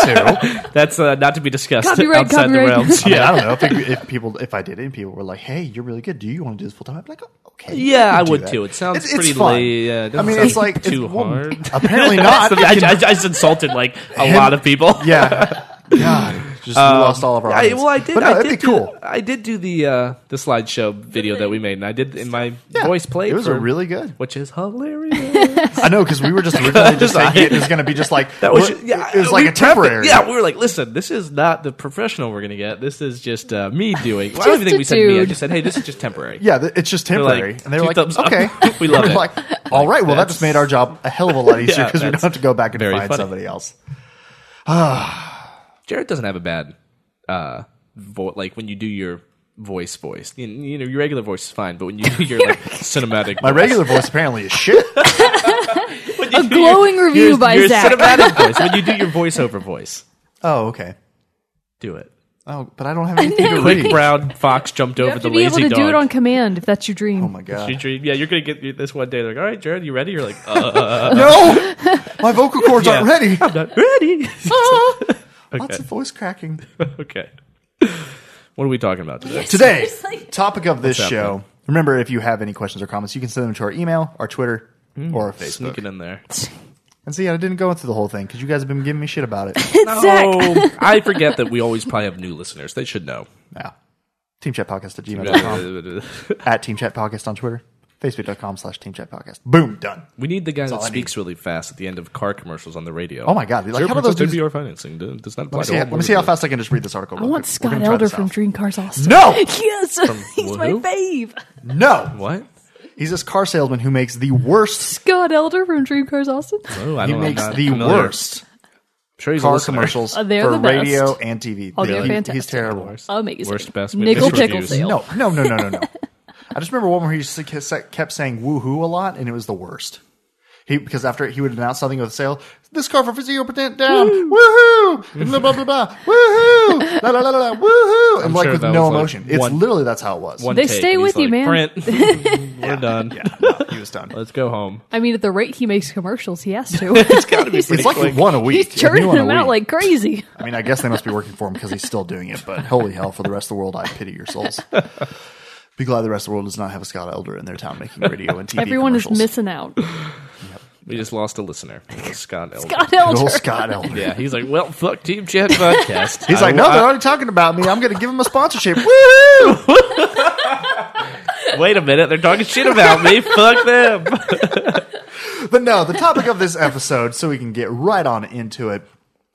[SPEAKER 3] too.
[SPEAKER 1] That's uh, not to be discussed
[SPEAKER 2] Copyright,
[SPEAKER 1] outside the
[SPEAKER 2] copyright.
[SPEAKER 1] realms.
[SPEAKER 3] I, mean, I don't know if, it, if people if I did it and people were like, "Hey, you're really good. Do you want to do this full time?" I'd be like, oh, "Okay."
[SPEAKER 1] Yeah,
[SPEAKER 3] can
[SPEAKER 1] I
[SPEAKER 3] do
[SPEAKER 1] would
[SPEAKER 3] that."
[SPEAKER 1] too. It sounds
[SPEAKER 3] It's- it's
[SPEAKER 1] pretty
[SPEAKER 3] fun.
[SPEAKER 1] lay- uh, it
[SPEAKER 3] I mean,
[SPEAKER 1] doesn't
[SPEAKER 3] it's
[SPEAKER 1] sound
[SPEAKER 3] like
[SPEAKER 1] too
[SPEAKER 3] well,
[SPEAKER 1] hard.
[SPEAKER 3] apparently not.
[SPEAKER 1] So I, I, I just insulted like a lot of people.
[SPEAKER 3] yeah, God, just lost all of our.
[SPEAKER 1] I,
[SPEAKER 3] audience.
[SPEAKER 1] well, I did.
[SPEAKER 3] But no,
[SPEAKER 1] I
[SPEAKER 3] it'd
[SPEAKER 1] did
[SPEAKER 3] be
[SPEAKER 1] do-
[SPEAKER 3] cool.
[SPEAKER 1] I did do the uh, the slideshow video that we made, and I did in my
[SPEAKER 3] Yeah.
[SPEAKER 1] voice play.
[SPEAKER 3] It was a
[SPEAKER 1] for-
[SPEAKER 3] really good.
[SPEAKER 1] which is hilarious.
[SPEAKER 3] I know because we were just originally just
[SPEAKER 1] Sorry.
[SPEAKER 3] thinking it was going to be just like
[SPEAKER 1] That was
[SPEAKER 3] we're-
[SPEAKER 1] yeah,
[SPEAKER 3] It was
[SPEAKER 1] we
[SPEAKER 3] like a
[SPEAKER 1] prepped
[SPEAKER 3] temporary.
[SPEAKER 1] it. Yeah, we were like, listen, this is not the professional we're gonna get. This is just uh, me doing. Well, I don't even
[SPEAKER 2] Just
[SPEAKER 1] think
[SPEAKER 2] a
[SPEAKER 1] we said me. I
[SPEAKER 2] dude.
[SPEAKER 1] just said, hey, this is just temporary.
[SPEAKER 3] Yeah, th- it's just
[SPEAKER 1] like,
[SPEAKER 3] temporary. and they were
[SPEAKER 1] two
[SPEAKER 3] like,
[SPEAKER 1] thumbs up.
[SPEAKER 3] okay,
[SPEAKER 1] We love
[SPEAKER 3] We're
[SPEAKER 1] it.
[SPEAKER 3] Like, all right, well, that
[SPEAKER 1] that's-
[SPEAKER 3] just made our job a hell of a lot easier
[SPEAKER 1] Yeah,
[SPEAKER 3] because we don't
[SPEAKER 1] that's
[SPEAKER 3] have to go back and
[SPEAKER 1] very
[SPEAKER 3] find
[SPEAKER 1] funny.
[SPEAKER 3] somebody else.
[SPEAKER 1] Jared doesn't have a bad uh vo- like when you do your voice voice. You, you know, your regular voice is fine, but when you do your like cinematic
[SPEAKER 3] My regular voice apparently is shit.
[SPEAKER 1] when
[SPEAKER 2] a glowing review
[SPEAKER 1] your,
[SPEAKER 2] by
[SPEAKER 1] your
[SPEAKER 2] Zach.
[SPEAKER 1] cinematic voice. When you do your voiceover voice,
[SPEAKER 3] Oh, okay.
[SPEAKER 1] do it.
[SPEAKER 3] Oh, but I don't have anything to
[SPEAKER 2] know.
[SPEAKER 1] Quick
[SPEAKER 3] read.
[SPEAKER 1] brown fox jumped
[SPEAKER 2] You
[SPEAKER 1] over
[SPEAKER 2] have to
[SPEAKER 1] the
[SPEAKER 2] be able
[SPEAKER 1] lazy
[SPEAKER 2] to
[SPEAKER 1] dog.
[SPEAKER 2] do it on command if that's your dream.
[SPEAKER 3] Oh my
[SPEAKER 1] You
[SPEAKER 3] god.
[SPEAKER 1] dream- yeah, you're gonna get this one day. They're like, all right, Jared, you ready? You're like, uh,
[SPEAKER 3] No, my vocal cords
[SPEAKER 1] yeah.
[SPEAKER 3] aren't ready.
[SPEAKER 1] I'm not ready.
[SPEAKER 3] Lots of voice cracking.
[SPEAKER 1] okay. What are we talking about today?
[SPEAKER 3] Today,
[SPEAKER 2] Seriously?
[SPEAKER 3] topic of this
[SPEAKER 1] What's
[SPEAKER 3] show.
[SPEAKER 1] happening?
[SPEAKER 3] Remember, if you have any questions or comments, you can send them to our email, our Twitter,
[SPEAKER 1] Hmm.
[SPEAKER 3] or our Facebook.
[SPEAKER 1] Sneaking in there.
[SPEAKER 3] And see, I didn't go into the whole thing because you guys have been giving me shit about it.
[SPEAKER 1] No, I forget that we always probably have new listeners. They should know.
[SPEAKER 3] Yeah. Teamchatpodcast at gmail.com.
[SPEAKER 2] Uh-huh.
[SPEAKER 1] we
[SPEAKER 3] at teamchatpodcast on Twitter. Facebook.com slash teamchatpodcast. Boom, done.
[SPEAKER 1] need the guy that
[SPEAKER 3] all I
[SPEAKER 1] speaks really fast at the end of car commercials on the radio.
[SPEAKER 3] Oh my God, like,
[SPEAKER 1] Zero
[SPEAKER 3] how do
[SPEAKER 1] percent
[SPEAKER 3] those dudes-
[SPEAKER 1] APR financing d- does not apply to
[SPEAKER 3] Let me, see,
[SPEAKER 1] all
[SPEAKER 3] let me see how
[SPEAKER 1] mortgages.
[SPEAKER 3] fast I can just read this article.
[SPEAKER 2] I want Scott Elder from Dream Cars Austin.
[SPEAKER 3] No!
[SPEAKER 2] yes, he's my
[SPEAKER 1] who?
[SPEAKER 2] fave.
[SPEAKER 3] No!
[SPEAKER 1] What?
[SPEAKER 3] He's this car salesman who makes the worst.
[SPEAKER 2] Scott Elder from Dream Cars Austin.
[SPEAKER 1] Oh, I don't
[SPEAKER 3] He
[SPEAKER 1] know, I'm
[SPEAKER 3] makes
[SPEAKER 1] not
[SPEAKER 3] the
[SPEAKER 1] familiar.
[SPEAKER 3] worst
[SPEAKER 1] I'm sure he's a
[SPEAKER 3] car
[SPEAKER 1] listener.
[SPEAKER 3] commercials
[SPEAKER 2] Uh,
[SPEAKER 3] for
[SPEAKER 2] they're the best.
[SPEAKER 3] radio and TV.
[SPEAKER 2] Oh, they're
[SPEAKER 3] He- He's
[SPEAKER 2] fantastic.
[SPEAKER 3] terrible.
[SPEAKER 2] Amazing.
[SPEAKER 1] Worst best
[SPEAKER 2] Nickel
[SPEAKER 1] mixed
[SPEAKER 2] pickle
[SPEAKER 1] reviews.
[SPEAKER 2] sale.
[SPEAKER 3] No, no, no, no, no, no. I just remember one where he just ke- kept saying "woohoo" a lot, and it was the worst. He because after he would announce something with a sale, this car for zero percent down, woohoo, and blah blah blah blah, woohoo, la la la la, la, woohoo, and like
[SPEAKER 1] sure
[SPEAKER 3] with
[SPEAKER 1] that
[SPEAKER 3] no
[SPEAKER 1] was like
[SPEAKER 3] emotion. it's
[SPEAKER 1] one-
[SPEAKER 3] literally that's how it was.
[SPEAKER 1] One
[SPEAKER 2] They
[SPEAKER 1] take,
[SPEAKER 2] stay
[SPEAKER 1] and he's
[SPEAKER 2] with you, man.
[SPEAKER 1] like, Print. We're done.
[SPEAKER 3] yeah, no, he was done.
[SPEAKER 1] Let's go home.
[SPEAKER 2] I mean, at the rate he makes commercials, he has to. it's gotta be
[SPEAKER 3] It's like one a week.
[SPEAKER 2] He's
[SPEAKER 3] Yeah, new
[SPEAKER 2] churning
[SPEAKER 3] one a
[SPEAKER 2] them out
[SPEAKER 3] week.
[SPEAKER 2] like crazy.
[SPEAKER 3] I mean, I guess they must be working for him because he's still doing it. But holy hell, for the rest of the world, I pity your souls. Be glad the rest of the world does not have a Scott Elder in their town making radio and TV.
[SPEAKER 2] Everyone is
[SPEAKER 3] commercials.
[SPEAKER 2] missing out.
[SPEAKER 1] We just lost a listener, Scott Elder.
[SPEAKER 2] Scott
[SPEAKER 3] Good
[SPEAKER 2] Elder.
[SPEAKER 3] old Scott Elder.
[SPEAKER 1] Yeah, he's like, well, fuck Team Chat podcast.
[SPEAKER 3] He's
[SPEAKER 1] I-
[SPEAKER 3] like, no,
[SPEAKER 1] I-
[SPEAKER 3] they're already talking about me. I'm going to give them a sponsorship. Woohoo!
[SPEAKER 1] wait a minute, they're talking shit about me. fuck them.
[SPEAKER 3] But no, the topic of this episode, so we can get right on into it.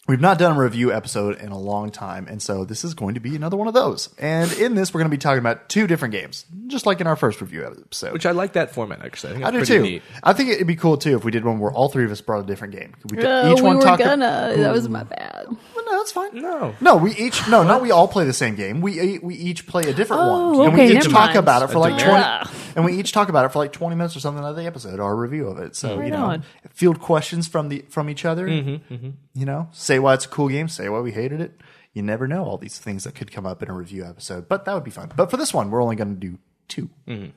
[SPEAKER 3] We've not done a review episode in a long time, and so this is going to be another one of those. And in this, we're going to be talking about two different games, just like in our first review episode.
[SPEAKER 1] Which I like that format actually. I, think
[SPEAKER 3] I do
[SPEAKER 1] that's
[SPEAKER 3] too.
[SPEAKER 1] pretty neat.
[SPEAKER 3] I think it'd be cool too if we did one where all three of us brought a different game. We did-
[SPEAKER 2] Uh, we were
[SPEAKER 3] talk-
[SPEAKER 2] gonna. That was my bad.
[SPEAKER 3] Well, no, that's fine.
[SPEAKER 1] No.
[SPEAKER 3] no, we each no, not we all play the same game. We we each play a different
[SPEAKER 2] Oh,
[SPEAKER 3] one, and
[SPEAKER 2] okay,
[SPEAKER 3] we each
[SPEAKER 2] never
[SPEAKER 3] talk
[SPEAKER 2] mind.
[SPEAKER 3] about it for
[SPEAKER 1] I
[SPEAKER 3] like
[SPEAKER 1] do.
[SPEAKER 3] twenty,
[SPEAKER 2] Yeah.
[SPEAKER 3] and we each talk about it for like twenty minutes or something out of the episode or a review of it. So you
[SPEAKER 2] Right
[SPEAKER 3] know,
[SPEAKER 2] on.
[SPEAKER 3] field questions from the from each other.
[SPEAKER 1] Mm-hmm,
[SPEAKER 3] You know, say why it's a cool game, say why we hated it. You never know all these things that could come up in a review episode, but that would be fun. But for this one, we're only going to do two.
[SPEAKER 1] Mm-hmm.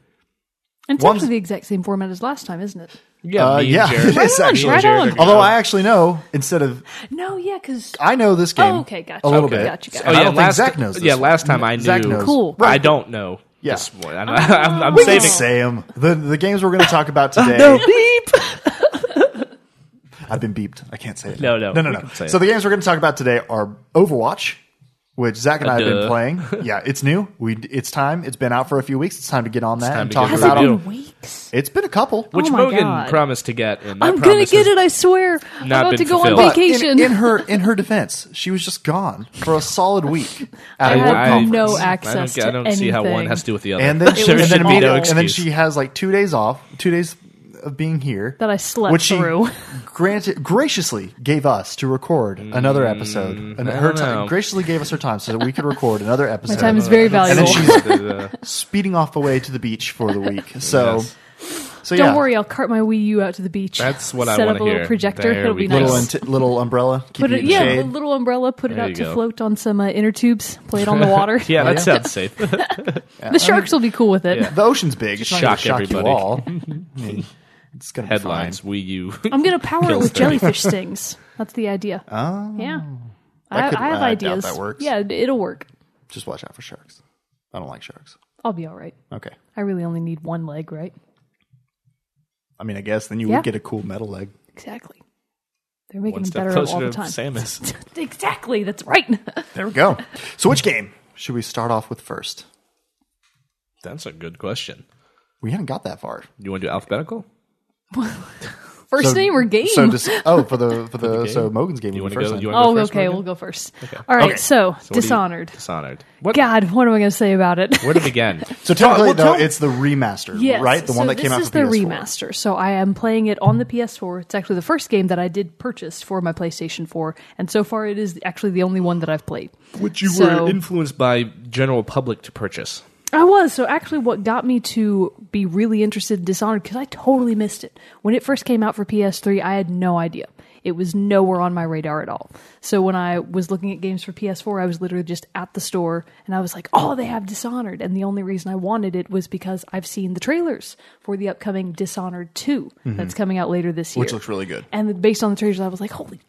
[SPEAKER 2] And it's
[SPEAKER 3] One's-
[SPEAKER 2] actually the exact same format as last time, isn't it?
[SPEAKER 1] Yeah,
[SPEAKER 3] Uh,
[SPEAKER 1] me and
[SPEAKER 3] yeah,
[SPEAKER 1] Jared-
[SPEAKER 3] it is
[SPEAKER 1] me and
[SPEAKER 3] actually.
[SPEAKER 2] Right
[SPEAKER 1] Jared are
[SPEAKER 2] on.
[SPEAKER 1] gonna-
[SPEAKER 3] Although I actually know instead of
[SPEAKER 2] No, yeah, because
[SPEAKER 3] I know this game.
[SPEAKER 2] Oh, okay, gotcha.
[SPEAKER 3] A little
[SPEAKER 2] Okay.
[SPEAKER 3] bit.
[SPEAKER 2] Gotcha, gotcha.
[SPEAKER 1] Oh,
[SPEAKER 3] And I
[SPEAKER 1] yeah,
[SPEAKER 3] don't
[SPEAKER 1] last,
[SPEAKER 3] think Zach knows. This
[SPEAKER 1] yeah,
[SPEAKER 3] one.
[SPEAKER 1] last time I knew.
[SPEAKER 3] Zach knows.
[SPEAKER 2] Cool. Oh
[SPEAKER 1] I don't know.
[SPEAKER 3] Yeah.
[SPEAKER 1] This one. I'm, I'm, I'm
[SPEAKER 2] We can
[SPEAKER 1] saving.
[SPEAKER 2] say-
[SPEAKER 3] Sam, the the games we're going to talk about
[SPEAKER 2] Oh,
[SPEAKER 3] today.
[SPEAKER 2] beep.
[SPEAKER 3] I've been beeped. I can't say it.
[SPEAKER 1] No, no,
[SPEAKER 3] no, no,
[SPEAKER 1] we
[SPEAKER 3] no.
[SPEAKER 1] can say
[SPEAKER 3] So
[SPEAKER 1] it.
[SPEAKER 3] the games we're going to talk about today are Overwatch, which Zach and I have been
[SPEAKER 1] Duh.
[SPEAKER 3] playing. Yeah, it's new. We it's time. It's been out for a few weeks. It's time to get on that
[SPEAKER 1] time
[SPEAKER 3] and
[SPEAKER 1] to
[SPEAKER 3] talk
[SPEAKER 1] get
[SPEAKER 3] about
[SPEAKER 1] a
[SPEAKER 3] it.
[SPEAKER 1] review.
[SPEAKER 2] In weeks.
[SPEAKER 3] It's been a couple.
[SPEAKER 1] Which
[SPEAKER 2] Oh my
[SPEAKER 1] Mogan
[SPEAKER 2] God.
[SPEAKER 1] promised to get, and that
[SPEAKER 2] I'm gonna
[SPEAKER 1] promise
[SPEAKER 2] get
[SPEAKER 1] is-
[SPEAKER 2] it. I swear. I'm
[SPEAKER 1] not
[SPEAKER 2] about to
[SPEAKER 1] been
[SPEAKER 2] go on
[SPEAKER 1] fulfilled.
[SPEAKER 3] But in-
[SPEAKER 2] vacation.
[SPEAKER 3] in, her in her defense, she was just gone for a solid week at
[SPEAKER 2] I
[SPEAKER 3] a work
[SPEAKER 2] had
[SPEAKER 3] conference.
[SPEAKER 2] no
[SPEAKER 1] I don't,
[SPEAKER 2] access
[SPEAKER 1] get- I don't
[SPEAKER 2] to
[SPEAKER 1] see how one
[SPEAKER 2] anything.
[SPEAKER 1] has to do with the other.
[SPEAKER 3] and then she,
[SPEAKER 1] there
[SPEAKER 3] and, then
[SPEAKER 1] should be
[SPEAKER 3] all-
[SPEAKER 1] no
[SPEAKER 3] and then
[SPEAKER 1] excuse.
[SPEAKER 3] she has like two days off, two days of being here
[SPEAKER 2] That I slept
[SPEAKER 3] which she
[SPEAKER 2] through.
[SPEAKER 3] granted, graciously gave us to record another episode, and
[SPEAKER 1] Mm, I
[SPEAKER 3] her
[SPEAKER 1] don't
[SPEAKER 3] time
[SPEAKER 1] know.
[SPEAKER 3] graciously gave us her time so that we could record another episode.
[SPEAKER 2] time is very
[SPEAKER 3] And then
[SPEAKER 2] valuable.
[SPEAKER 3] she's
[SPEAKER 1] Uh,
[SPEAKER 3] speeding off away to the beach for the week. So,
[SPEAKER 1] Yes.
[SPEAKER 3] so yeah,
[SPEAKER 2] Don't worry, I'll cart my Wii U out to the beach.
[SPEAKER 1] That's what I
[SPEAKER 2] Set
[SPEAKER 1] wanna
[SPEAKER 2] up a little
[SPEAKER 1] hear.
[SPEAKER 2] projector.
[SPEAKER 1] There
[SPEAKER 2] That'll
[SPEAKER 1] we
[SPEAKER 2] be
[SPEAKER 1] go.
[SPEAKER 2] nice.
[SPEAKER 3] Little int- little umbrella, keep
[SPEAKER 2] Put it,
[SPEAKER 3] it in
[SPEAKER 2] yeah,
[SPEAKER 3] the
[SPEAKER 2] a
[SPEAKER 3] shade.
[SPEAKER 2] little umbrella. Put it
[SPEAKER 1] There
[SPEAKER 2] out
[SPEAKER 1] you
[SPEAKER 2] to
[SPEAKER 1] go.
[SPEAKER 2] float on some uh, inner tubes. Play it on the water.
[SPEAKER 1] yeah, that
[SPEAKER 3] yeah.
[SPEAKER 1] sounds safe.
[SPEAKER 2] The sharks will be cool with it.
[SPEAKER 1] Yeah.
[SPEAKER 3] The ocean's big. It's not gonna
[SPEAKER 1] Shock
[SPEAKER 3] shock
[SPEAKER 1] everybody.
[SPEAKER 3] you all. I mean, it's gonna
[SPEAKER 1] Headlines:
[SPEAKER 3] Be
[SPEAKER 1] We you.
[SPEAKER 2] I'm gonna power it
[SPEAKER 1] Kills
[SPEAKER 2] with
[SPEAKER 1] thirty.
[SPEAKER 2] jellyfish stings. That's the idea.
[SPEAKER 3] fine. Oh,
[SPEAKER 2] yeah,
[SPEAKER 3] That
[SPEAKER 2] I,
[SPEAKER 3] could-
[SPEAKER 2] I have
[SPEAKER 3] I doubt
[SPEAKER 2] ideas.
[SPEAKER 3] that works.
[SPEAKER 2] Yeah, it- it'll work.
[SPEAKER 3] just watch out for sharks. I don't like sharks.
[SPEAKER 2] I'll be all right.
[SPEAKER 3] Okay.
[SPEAKER 2] I really only need one leg, right?
[SPEAKER 3] I mean, I guess then you
[SPEAKER 2] Yeah.
[SPEAKER 3] would get a cool metal leg.
[SPEAKER 2] Exactly. They're making
[SPEAKER 1] One
[SPEAKER 2] them
[SPEAKER 1] step
[SPEAKER 2] better all
[SPEAKER 1] closer
[SPEAKER 2] the
[SPEAKER 1] to
[SPEAKER 2] time.
[SPEAKER 1] Samus.
[SPEAKER 2] exactly. That's right.
[SPEAKER 3] There we go. So, which game should we start off with first?
[SPEAKER 1] That's a good question.
[SPEAKER 3] We haven't got that far.
[SPEAKER 1] You want to do alphabetical?
[SPEAKER 2] First
[SPEAKER 3] So-
[SPEAKER 2] name or game?
[SPEAKER 3] So dis- oh, for the for the so Mogan's game.
[SPEAKER 1] You want
[SPEAKER 3] would be
[SPEAKER 1] to
[SPEAKER 3] first
[SPEAKER 1] go?
[SPEAKER 3] then.
[SPEAKER 1] You want to
[SPEAKER 2] oh,
[SPEAKER 1] go first,
[SPEAKER 2] okay.
[SPEAKER 1] Mogan?
[SPEAKER 2] We'll go first. All right.
[SPEAKER 3] Okay.
[SPEAKER 2] So,
[SPEAKER 1] So what do you-
[SPEAKER 2] Dishonored.
[SPEAKER 1] Dishonored. What?
[SPEAKER 2] God, what am I going to say about it?
[SPEAKER 1] Where to begin?
[SPEAKER 3] so technically,
[SPEAKER 1] Well,
[SPEAKER 3] no,
[SPEAKER 1] tell-
[SPEAKER 3] it's the remaster,
[SPEAKER 2] Yes.
[SPEAKER 3] right? The one
[SPEAKER 2] so
[SPEAKER 3] that came
[SPEAKER 2] this
[SPEAKER 3] out
[SPEAKER 2] is
[SPEAKER 3] for
[SPEAKER 2] the
[SPEAKER 3] PS4.
[SPEAKER 2] remaster. So I am playing it on the PS4. It's actually the first game that I did purchase for my PlayStation 4, and so far it is actually the only one that I've played.
[SPEAKER 1] Which you
[SPEAKER 2] So-
[SPEAKER 1] were influenced by general public to purchase.
[SPEAKER 2] I was. So actually what got me to be really interested in Dishonored cuz I totally missed it. When it first came out for PS3, I had no idea. It was nowhere on my radar at all. So when I was looking at games for PS4, I was literally just at the store and I was like, "Oh, they have Dishonored." And the only reason I wanted it was because I've seen the trailers for the upcoming Dishonored 2 that's coming out later this year.
[SPEAKER 3] Mm-hmm. Which looks really good.
[SPEAKER 2] And based on the trailers, I was like, holy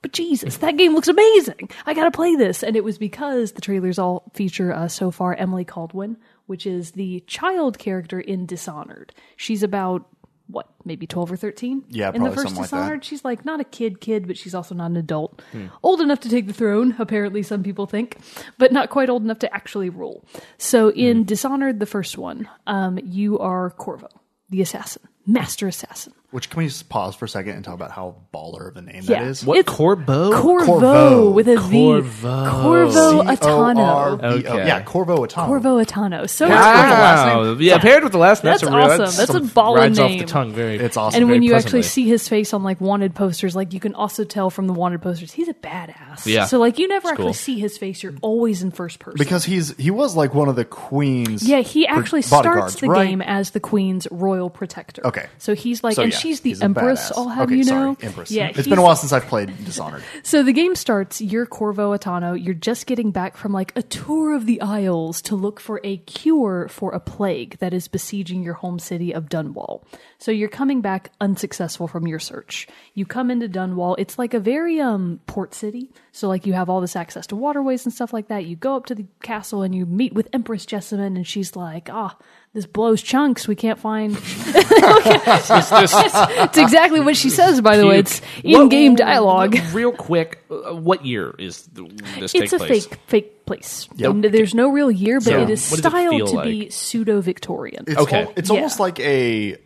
[SPEAKER 2] but Jesus, that game looks amazing. I got to play this. And it was because the trailers all feature uh, so far Emily Caldwin, which is the child character in Dishonored. She's about, what, maybe 12 or 13?
[SPEAKER 3] Yeah,
[SPEAKER 2] In the
[SPEAKER 3] probably
[SPEAKER 2] first
[SPEAKER 3] something like that. Hmm.
[SPEAKER 2] Dishonored, she's like not a kid kid, but she's also not an adult. Old enough to take the throne, apparently some people think, but not quite old enough to actually rule. So
[SPEAKER 3] Hmm.
[SPEAKER 2] in Dishonored, the first one, um, you are Corvo, the assassin, master assassin.
[SPEAKER 3] Which can we just pause for a second and talk about how baller of a name
[SPEAKER 2] Yeah.
[SPEAKER 3] that is?
[SPEAKER 1] What
[SPEAKER 2] It's-
[SPEAKER 1] Corbo?
[SPEAKER 2] Corvo,
[SPEAKER 3] Corvo.
[SPEAKER 2] with a V.
[SPEAKER 1] Corvo.
[SPEAKER 2] Corvo Atano.
[SPEAKER 3] C-O-R-V-O.
[SPEAKER 1] Okay.
[SPEAKER 3] Yeah, Corvo Atano.
[SPEAKER 2] Corvo Atano. So
[SPEAKER 3] Wow. with the last
[SPEAKER 1] Wow.
[SPEAKER 3] name.
[SPEAKER 1] Yeah, paired with the last name.
[SPEAKER 2] That's
[SPEAKER 1] a real-
[SPEAKER 2] awesome. That's a baller
[SPEAKER 1] rides off
[SPEAKER 2] name.
[SPEAKER 1] the tongue very.
[SPEAKER 3] It's awesome.
[SPEAKER 2] and
[SPEAKER 1] very
[SPEAKER 2] when you
[SPEAKER 1] pleasantly.
[SPEAKER 2] actually see his face on like wanted posters, like you can also tell from the wanted posters, he's a badass.
[SPEAKER 1] Yeah.
[SPEAKER 2] So like you never
[SPEAKER 1] It's
[SPEAKER 2] actually
[SPEAKER 1] cool.
[SPEAKER 2] see his face. You're always in first person.
[SPEAKER 3] because he's he was like one of the queen's
[SPEAKER 2] yeah, he actually starts
[SPEAKER 3] bodyguards,
[SPEAKER 2] the
[SPEAKER 3] right?
[SPEAKER 2] game as the queen's royal protector.
[SPEAKER 3] Okay.
[SPEAKER 2] So he's like,
[SPEAKER 3] So,
[SPEAKER 2] and
[SPEAKER 3] yeah,
[SPEAKER 2] she's the
[SPEAKER 3] he's a
[SPEAKER 2] empress.
[SPEAKER 3] badass.
[SPEAKER 2] I'll have
[SPEAKER 3] okay,
[SPEAKER 2] you
[SPEAKER 3] sorry,
[SPEAKER 2] know.
[SPEAKER 3] Empress.
[SPEAKER 2] Yeah.
[SPEAKER 3] it's been a
[SPEAKER 2] he's-
[SPEAKER 3] while since I've played Dishonored.
[SPEAKER 2] So the game starts. You're Corvo Atano. You're just getting back from like a tour of the Isles to look for a cure for a plague that is besieging your home city of Dunwall. So you're coming back unsuccessful from your search. You come into Dunwall. It's like a very um port city. So like you have all this access to waterways and stuff like that. You go up to the castle and you meet with Empress Jessamine, and she's like, "Ah, this blows chunks. We can't find." it's exactly what she says. By the way, it's
[SPEAKER 1] What-
[SPEAKER 2] in-game dialogue.
[SPEAKER 1] Real quick, uh, what year is th- this
[SPEAKER 2] it's
[SPEAKER 1] take
[SPEAKER 2] a
[SPEAKER 1] place?
[SPEAKER 2] fake fake place.
[SPEAKER 3] Yep.
[SPEAKER 2] And there's no real year, but
[SPEAKER 1] So,
[SPEAKER 2] it is
[SPEAKER 1] what does it
[SPEAKER 2] styled
[SPEAKER 1] feel
[SPEAKER 2] to be pseudo Victorian.
[SPEAKER 3] It's
[SPEAKER 1] Okay.
[SPEAKER 3] al- it's
[SPEAKER 2] Yeah.
[SPEAKER 3] almost like a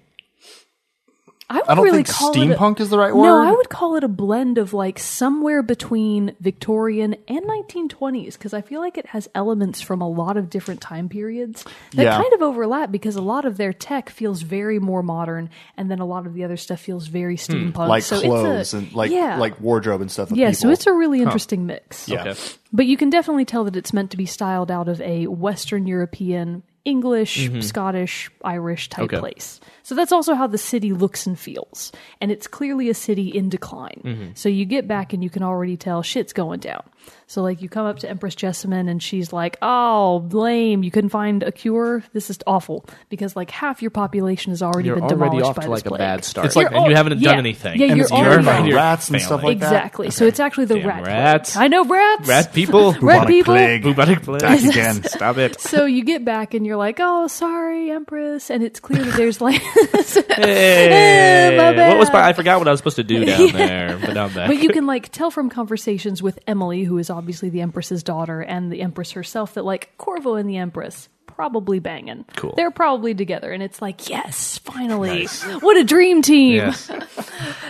[SPEAKER 2] I would
[SPEAKER 3] I don't
[SPEAKER 2] really
[SPEAKER 3] think
[SPEAKER 2] call
[SPEAKER 3] steampunk
[SPEAKER 2] it a,
[SPEAKER 3] is the right
[SPEAKER 2] No,
[SPEAKER 3] word.
[SPEAKER 2] I would call it a blend of like somewhere between Victorian and 1920s because I feel like it has elements from a lot of different time periods that
[SPEAKER 3] Yeah.
[SPEAKER 2] kind of overlap because a lot of their tech feels very more modern, and then a lot of the other stuff feels very steampunk.
[SPEAKER 3] Hmm. like
[SPEAKER 2] so
[SPEAKER 3] clothes
[SPEAKER 2] it's a,
[SPEAKER 3] and like
[SPEAKER 2] yeah.
[SPEAKER 3] like wardrobe and stuff. of
[SPEAKER 2] yeah. So
[SPEAKER 3] people.
[SPEAKER 2] it's a really interesting mix.
[SPEAKER 3] yeah.
[SPEAKER 1] Okay.
[SPEAKER 2] But you can definitely tell that it's meant to be styled out of a Western European, English, Scottish, Irish type
[SPEAKER 1] Mm-hmm. Okay.
[SPEAKER 2] place. So that's also how the city looks and feels. And it's clearly a city in decline.
[SPEAKER 1] Mm-hmm.
[SPEAKER 2] So you get back and you can already tell shit's going down. So, like, you come up to Empress Jessamine and she's like, oh, lame. You couldn't find a cure. This is awful. Because, like, half your population has already
[SPEAKER 1] You're
[SPEAKER 2] been
[SPEAKER 1] already
[SPEAKER 2] demolished
[SPEAKER 1] off
[SPEAKER 2] by
[SPEAKER 1] to
[SPEAKER 2] this
[SPEAKER 1] like a
[SPEAKER 2] plague.
[SPEAKER 1] bad start.
[SPEAKER 3] It's like-
[SPEAKER 1] and you
[SPEAKER 2] oh,
[SPEAKER 1] haven't
[SPEAKER 2] yeah.
[SPEAKER 1] done anything.
[SPEAKER 2] Yeah,
[SPEAKER 1] and
[SPEAKER 2] you're
[SPEAKER 1] it's
[SPEAKER 2] all
[SPEAKER 1] your
[SPEAKER 2] in
[SPEAKER 1] fault.
[SPEAKER 2] there.
[SPEAKER 3] Rats and stuff
[SPEAKER 1] Failing.
[SPEAKER 3] like that.
[SPEAKER 2] Exactly. So it's actually the
[SPEAKER 1] Damn
[SPEAKER 2] rat. plague.
[SPEAKER 1] rats.
[SPEAKER 2] I know rats.
[SPEAKER 1] Rat people.
[SPEAKER 2] Rat people.
[SPEAKER 3] plague.
[SPEAKER 1] Bubonic plague.
[SPEAKER 3] Back again.
[SPEAKER 1] Stop it.
[SPEAKER 2] So you get back and you're like, oh, sorry, Empress. And it's clear that there's like,
[SPEAKER 1] Hey,
[SPEAKER 2] my bad.
[SPEAKER 1] what was my, I forgot what I was supposed to do down there, but I'm back.
[SPEAKER 2] but you can like tell from conversations with Emily, who is obviously the Empress's daughter and the Empress herself, that like Corvo and the Empress probably banging.
[SPEAKER 1] Cool.
[SPEAKER 2] They're probably together. And it's like, yes, finally. What a dream team.
[SPEAKER 1] yes.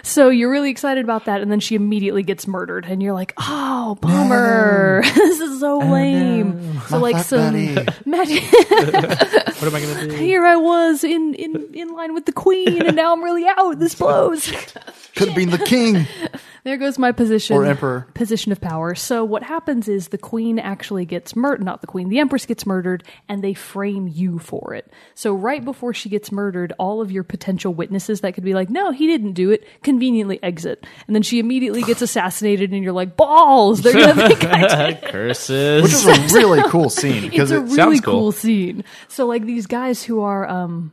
[SPEAKER 2] So you're really excited about that. And then she immediately gets murdered. And you're like, oh, bummer. this is
[SPEAKER 1] Oh,
[SPEAKER 2] so lame. So like
[SPEAKER 3] fuck
[SPEAKER 2] some
[SPEAKER 3] buddy.
[SPEAKER 2] magic.
[SPEAKER 1] What am I going to do?
[SPEAKER 2] here I was in, in, in line with the queen, and now I'm really out. This blows.
[SPEAKER 3] Could have been the king.
[SPEAKER 2] there goes my position
[SPEAKER 3] Or emperor.
[SPEAKER 2] position of power. So what happens is the queen actually gets murdered. Not the queen, the empress gets murdered, and they frame you for it. So right before she gets murdered, all of your potential witnesses that could be like, "No, he didn't do it," conveniently exit, and then she immediately gets assassinated, and you're like, "Balls!" They're gonna think I did it."
[SPEAKER 1] Curses.
[SPEAKER 3] Which is a really cool scene because
[SPEAKER 2] It's a
[SPEAKER 3] it,
[SPEAKER 2] really
[SPEAKER 1] sounds cool.
[SPEAKER 2] cool. scene. So like these guys who are um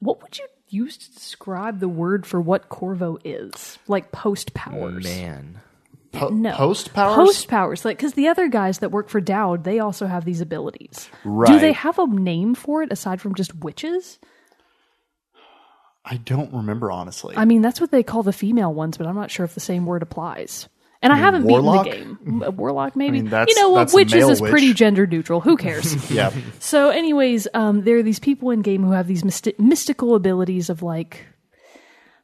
[SPEAKER 2] what would you use to describe the word for what Corvo is? Like post powers.
[SPEAKER 1] Man.
[SPEAKER 3] po-
[SPEAKER 2] No.
[SPEAKER 3] post powers.
[SPEAKER 2] Post powers. Like cuz the other guys that work for Dowd, they also have these abilities. Do
[SPEAKER 3] Right.
[SPEAKER 2] they have a name for it aside from just witches?
[SPEAKER 3] I don't remember honestly.
[SPEAKER 2] I mean, that's what they call the female ones, but I'm not sure if the same word applies. And I haven't
[SPEAKER 3] warlock?
[SPEAKER 2] beaten the game. A Warlock, maybe.
[SPEAKER 3] that's-
[SPEAKER 2] you know what?
[SPEAKER 3] that's a
[SPEAKER 2] Witches
[SPEAKER 3] male
[SPEAKER 2] is pretty
[SPEAKER 3] witch.
[SPEAKER 2] gender neutral. Who cares?
[SPEAKER 3] yeah.
[SPEAKER 2] So, anyways, um, there are these people in game who have these mysti- mystical abilities of like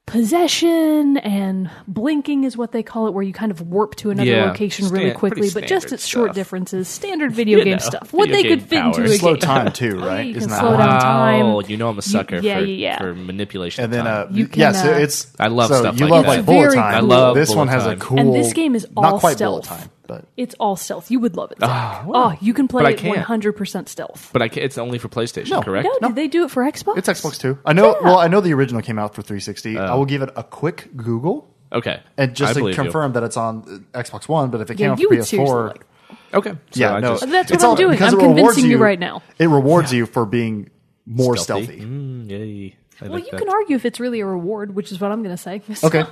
[SPEAKER 2] possession and blinking is what they call it, where you kind of warp to another
[SPEAKER 1] Yeah.
[SPEAKER 2] location really
[SPEAKER 1] Stan-
[SPEAKER 2] quickly,
[SPEAKER 1] pretty
[SPEAKER 2] but just
[SPEAKER 1] standard
[SPEAKER 2] at short
[SPEAKER 1] stuff.
[SPEAKER 2] differences, standard video
[SPEAKER 1] You
[SPEAKER 2] game
[SPEAKER 1] know,
[SPEAKER 2] stuff, what
[SPEAKER 1] video
[SPEAKER 2] they
[SPEAKER 1] game
[SPEAKER 2] could fit into
[SPEAKER 1] powers.
[SPEAKER 2] a
[SPEAKER 3] Slow
[SPEAKER 2] game.
[SPEAKER 3] time too,
[SPEAKER 2] Oh,
[SPEAKER 3] right?
[SPEAKER 2] you
[SPEAKER 3] Isn't
[SPEAKER 2] can
[SPEAKER 3] that
[SPEAKER 2] slow
[SPEAKER 3] how-
[SPEAKER 2] down time.
[SPEAKER 1] Oh, you know I'm a sucker
[SPEAKER 2] yeah,
[SPEAKER 1] for,
[SPEAKER 2] yeah, yeah.
[SPEAKER 1] for manipulation.
[SPEAKER 3] And then
[SPEAKER 1] time.
[SPEAKER 3] uh,
[SPEAKER 2] You
[SPEAKER 3] yes, yeah,
[SPEAKER 2] can,
[SPEAKER 3] so
[SPEAKER 2] uh,
[SPEAKER 3] it's
[SPEAKER 1] I love
[SPEAKER 3] so
[SPEAKER 1] stuff
[SPEAKER 3] you
[SPEAKER 1] like
[SPEAKER 3] love
[SPEAKER 1] that.
[SPEAKER 3] like
[SPEAKER 2] It's
[SPEAKER 3] bullet
[SPEAKER 2] very
[SPEAKER 3] time.
[SPEAKER 2] I
[SPEAKER 1] love
[SPEAKER 3] this
[SPEAKER 1] bullet
[SPEAKER 3] one has a
[SPEAKER 1] time.
[SPEAKER 3] cool
[SPEAKER 2] And this game is all
[SPEAKER 3] not quite bullet
[SPEAKER 2] stealth.
[SPEAKER 3] time. but
[SPEAKER 2] It's all stealth. You would love it. Zach.
[SPEAKER 1] wow.
[SPEAKER 2] Oh, you can play
[SPEAKER 1] Ah, But I
[SPEAKER 2] it
[SPEAKER 1] can't.
[SPEAKER 2] 100% stealth.
[SPEAKER 1] But I ca it's only for PlayStation,
[SPEAKER 3] No.
[SPEAKER 1] correct?
[SPEAKER 2] No, did they do it for Xbox?
[SPEAKER 3] it's Xbox Two. I know. Well, I know the original came out for 360. I
[SPEAKER 1] Oh.
[SPEAKER 3] will give it a quick Google
[SPEAKER 1] Okay.
[SPEAKER 3] and just to
[SPEAKER 1] believe you.
[SPEAKER 3] confirm that it's on uh, Xbox One. But if it came
[SPEAKER 2] Yeah,
[SPEAKER 3] out
[SPEAKER 2] you
[SPEAKER 3] for
[SPEAKER 2] would seriously
[SPEAKER 3] PS4,
[SPEAKER 2] like
[SPEAKER 1] Okay. So
[SPEAKER 3] yeah,
[SPEAKER 1] I
[SPEAKER 3] no,
[SPEAKER 1] just-
[SPEAKER 2] That's what
[SPEAKER 3] it's
[SPEAKER 2] I'm
[SPEAKER 3] all-
[SPEAKER 2] doing.
[SPEAKER 3] because
[SPEAKER 2] I'm
[SPEAKER 3] it rewards
[SPEAKER 2] convincing you right now.
[SPEAKER 3] It rewards you for being more stealthy.
[SPEAKER 1] Mm, yay. I
[SPEAKER 2] Well,
[SPEAKER 1] like
[SPEAKER 2] you
[SPEAKER 1] that.
[SPEAKER 2] can argue if it's really a reward, which is what I'm going to say.
[SPEAKER 3] Okay,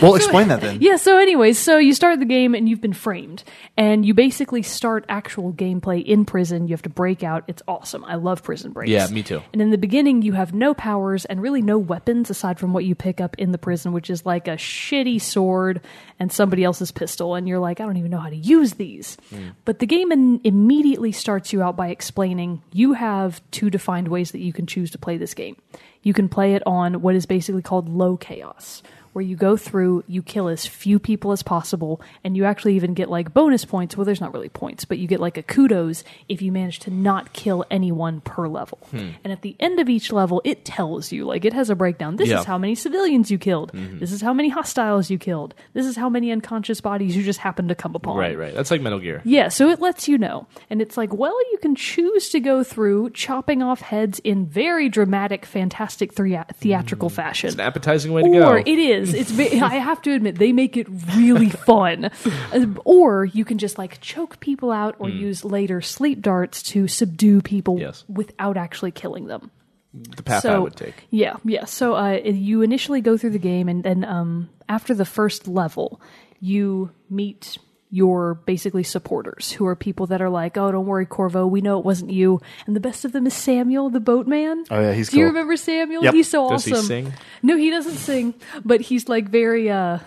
[SPEAKER 3] well, explain that then.
[SPEAKER 2] Yeah, so anyways, so you start the game and you've been framed. And you basically start actual gameplay in prison. You have to break out. It's awesome. I love prison breaks.
[SPEAKER 1] Yeah, me too.
[SPEAKER 2] And in the beginning, you have no powers and really no weapons aside from what you pick up in the prison, which is like a shitty sword and somebody else's pistol. And you're like, I don't even know how to use these.
[SPEAKER 1] Hmm.
[SPEAKER 2] But the game in- immediately starts you out by explaining you have two defined ways that you can choose to play this game. You can play it on what is basically called low chaos, where you go through, you kill as few people as possible, and you actually even get like bonus points. Well, there's not really points, but you get like a kudos if you manage to not kill anyone per level.
[SPEAKER 1] Hmm.
[SPEAKER 2] And at the end of each level, it tells you like it has a breakdown. This
[SPEAKER 1] Yeah. Mm-hmm.
[SPEAKER 2] is how many civilians you killed. This is how many hostiles you killed. This is how many unconscious bodies you just happened to come upon.
[SPEAKER 1] Right, right. That's like Metal Gear.
[SPEAKER 2] Yeah, so it lets you know. And it's like, well, you can choose to go through chopping off heads in very dramatic, fantastic thea- theatrical fashion
[SPEAKER 1] An appetizing way to Mm. go.
[SPEAKER 2] or it is it's ve- i have to admit they make it really fun Uh, or you can just like choke people out or use later sleep darts to subdue people
[SPEAKER 1] Mm. Yes.
[SPEAKER 2] without actually killing them
[SPEAKER 1] the path I would take.
[SPEAKER 2] yeah, yeah. So uh, you initially go through the game, and then um, after the first level, you meet your basically supporters, who are people that are like, "Oh, don't worry, Corvo, we know it wasn't you." And the best of them is Samuel, the boatman.
[SPEAKER 3] Oh, yeah, he's
[SPEAKER 2] Do you
[SPEAKER 3] cool.
[SPEAKER 2] remember Samuel?
[SPEAKER 3] Yep.
[SPEAKER 2] He's so
[SPEAKER 1] Does he
[SPEAKER 2] awesome.
[SPEAKER 1] sing?
[SPEAKER 2] No, he doesn't sing, but he's like very. Uh,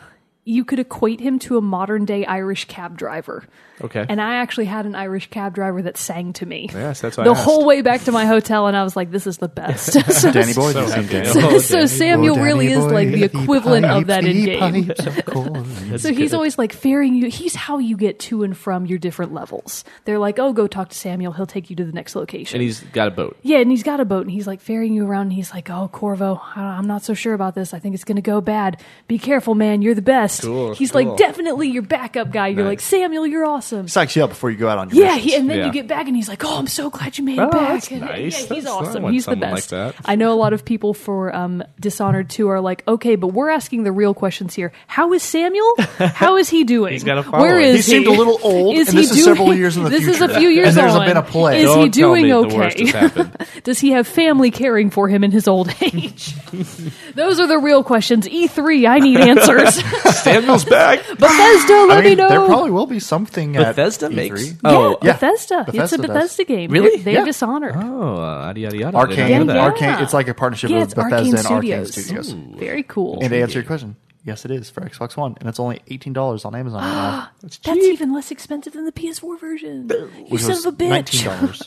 [SPEAKER 2] you could equate him to a modern day Irish cab driver.
[SPEAKER 1] Okay.
[SPEAKER 2] And I actually had an Irish cab driver that sang to me.
[SPEAKER 1] Yes, that's why I
[SPEAKER 2] The
[SPEAKER 1] asked.
[SPEAKER 2] whole way back to my hotel, and I was like, "this is the best. So-
[SPEAKER 3] Danny Boy,
[SPEAKER 1] So
[SPEAKER 3] you seen
[SPEAKER 1] happy.
[SPEAKER 3] Danny?
[SPEAKER 1] So-
[SPEAKER 3] Boy?
[SPEAKER 1] Oh,
[SPEAKER 2] so
[SPEAKER 1] Danny
[SPEAKER 2] Samuel
[SPEAKER 3] Danny
[SPEAKER 2] really is
[SPEAKER 3] Boy,
[SPEAKER 2] like the
[SPEAKER 3] he
[SPEAKER 2] equivalent of
[SPEAKER 3] pipes,
[SPEAKER 2] that in
[SPEAKER 3] he
[SPEAKER 2] game.
[SPEAKER 3] pipes of corn.
[SPEAKER 2] So he's always like ferrying you. He's how you get to and from your different levels. They're like, oh, go talk to Samuel. He'll take you to the next location.
[SPEAKER 1] And he's got a boat.
[SPEAKER 2] yeah, and he's got a boat and he's like ferrying you around and he's like, oh, Corvo, I- I'm not so sure about this. I think it's going to go bad. Be careful, man. You're the best.
[SPEAKER 1] Cool,
[SPEAKER 2] he's
[SPEAKER 1] cool.
[SPEAKER 2] like, definitely your backup guy. You're
[SPEAKER 1] Nice.
[SPEAKER 2] like, Samuel, you're awesome.
[SPEAKER 3] Psychs you up before you go out on your
[SPEAKER 2] Yeah,
[SPEAKER 3] missions.
[SPEAKER 2] he, and then
[SPEAKER 1] Yeah.
[SPEAKER 2] you get back, and he's like, "Oh, I'm so glad you made
[SPEAKER 1] Oh,
[SPEAKER 2] it back."
[SPEAKER 1] that's
[SPEAKER 2] And-
[SPEAKER 1] nice.
[SPEAKER 2] Yeah, he's
[SPEAKER 1] That's- I
[SPEAKER 2] awesome.
[SPEAKER 1] want
[SPEAKER 2] He's the
[SPEAKER 1] someone like
[SPEAKER 2] best.
[SPEAKER 1] that.
[SPEAKER 2] I know a lot of people for um, Dishonored 2 are like, "Okay, but we're asking the real questions here. How is Samuel? How is he doing?
[SPEAKER 1] He's got a
[SPEAKER 2] Where
[SPEAKER 1] follower.
[SPEAKER 2] is
[SPEAKER 1] He
[SPEAKER 2] he?
[SPEAKER 3] seemed a little old,
[SPEAKER 2] Is
[SPEAKER 3] and
[SPEAKER 2] he
[SPEAKER 3] this
[SPEAKER 2] doing,
[SPEAKER 3] is several years in the
[SPEAKER 2] this
[SPEAKER 3] future.
[SPEAKER 2] is a few years
[SPEAKER 3] And there's
[SPEAKER 2] on.
[SPEAKER 3] been a play.
[SPEAKER 2] Is he
[SPEAKER 1] Don't tell
[SPEAKER 2] doing
[SPEAKER 1] me
[SPEAKER 2] okay?
[SPEAKER 1] The worst has happened.
[SPEAKER 2] Does he have family caring for him in his old age? Those are the real questions. E3, I need answers.
[SPEAKER 1] Samuel's back.
[SPEAKER 2] Bethesda, let
[SPEAKER 3] I
[SPEAKER 2] me
[SPEAKER 3] mean,
[SPEAKER 2] know.
[SPEAKER 3] there probably will be something at E
[SPEAKER 1] Bethesda
[SPEAKER 3] E3.
[SPEAKER 1] makes.
[SPEAKER 2] Yeah,
[SPEAKER 1] Oh,
[SPEAKER 3] yeah.
[SPEAKER 2] Bethesda. It's
[SPEAKER 3] Bethesda
[SPEAKER 2] a
[SPEAKER 3] does.
[SPEAKER 2] Bethesda game.
[SPEAKER 1] Really?
[SPEAKER 2] They're, they're
[SPEAKER 3] Yeah.
[SPEAKER 2] Dishonored.
[SPEAKER 1] oh, uh, yada yada yada. I did not
[SPEAKER 3] Arcane,
[SPEAKER 1] know
[SPEAKER 2] Yeah.
[SPEAKER 1] that. Hmm,
[SPEAKER 3] Arcane. It's like a partnership
[SPEAKER 2] Yeah, it's
[SPEAKER 3] with Bethesda
[SPEAKER 2] Arcane
[SPEAKER 3] and Arcane
[SPEAKER 2] Studios.
[SPEAKER 3] Studios.
[SPEAKER 2] Very cool.
[SPEAKER 3] And to answer your question, yes, it is for Xbox One, and it's only eighteen dollars on Amazon. right now,
[SPEAKER 2] That's even less expensive than the PS4 version. you
[SPEAKER 3] which
[SPEAKER 2] son
[SPEAKER 3] was
[SPEAKER 2] of a
[SPEAKER 3] Nineteen
[SPEAKER 2] bitch.
[SPEAKER 3] dollars.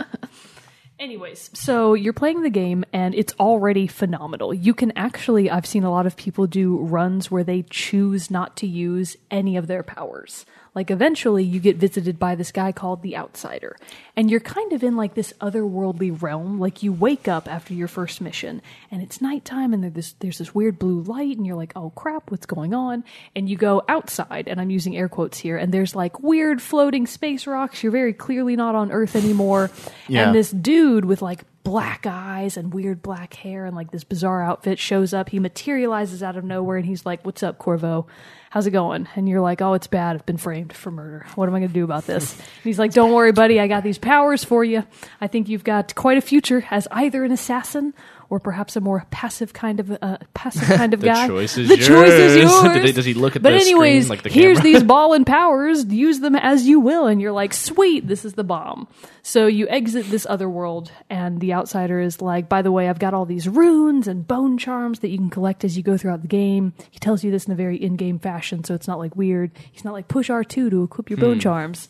[SPEAKER 2] Anyways, so you're playing the game and it's already phenomenal. You can actually, I've seen a lot of people do runs where they choose not to use any of their powers. Like eventually you get visited by this guy called the Outsider. And you're kind of in like this otherworldly realm. Like you wake up after your first mission and it's nighttime and there's this, there's this weird blue light and you're like, oh crap, what's going on? And you go outside and I'm using air quotes here and there's like weird floating space rocks. You're very clearly not on Earth anymore.
[SPEAKER 3] Yeah.
[SPEAKER 2] And this dude with like black eyes and weird black hair and like this bizarre outfit shows up. He materializes out of nowhere and he's like, What's up, Corvo? How's it going? And you're like, Oh, it's bad. I've been framed for murder. What am I going to do about this? And he's like, Don't worry, buddy. I got these powers for you. I think you've got quite a future as either an assassin. Or perhaps a more passive kind of uh, passive kind of
[SPEAKER 1] The
[SPEAKER 2] guy.
[SPEAKER 1] choice is
[SPEAKER 2] the choice is
[SPEAKER 1] yours.
[SPEAKER 2] yours.
[SPEAKER 1] Did he- does he look at
[SPEAKER 2] but
[SPEAKER 1] the screen,
[SPEAKER 2] anyways,
[SPEAKER 1] like the
[SPEAKER 2] here's
[SPEAKER 1] camera?
[SPEAKER 2] these ball and powers, use them as you will. And you're like, sweet, this is the bomb. So you exit this other world, and the outsider is like, by the way, I've got all these runes and bone charms that you can collect as you go throughout the game. He tells you this in a very in game fashion, so it's not like weird. He's not like, push R2 to equip your bone charms.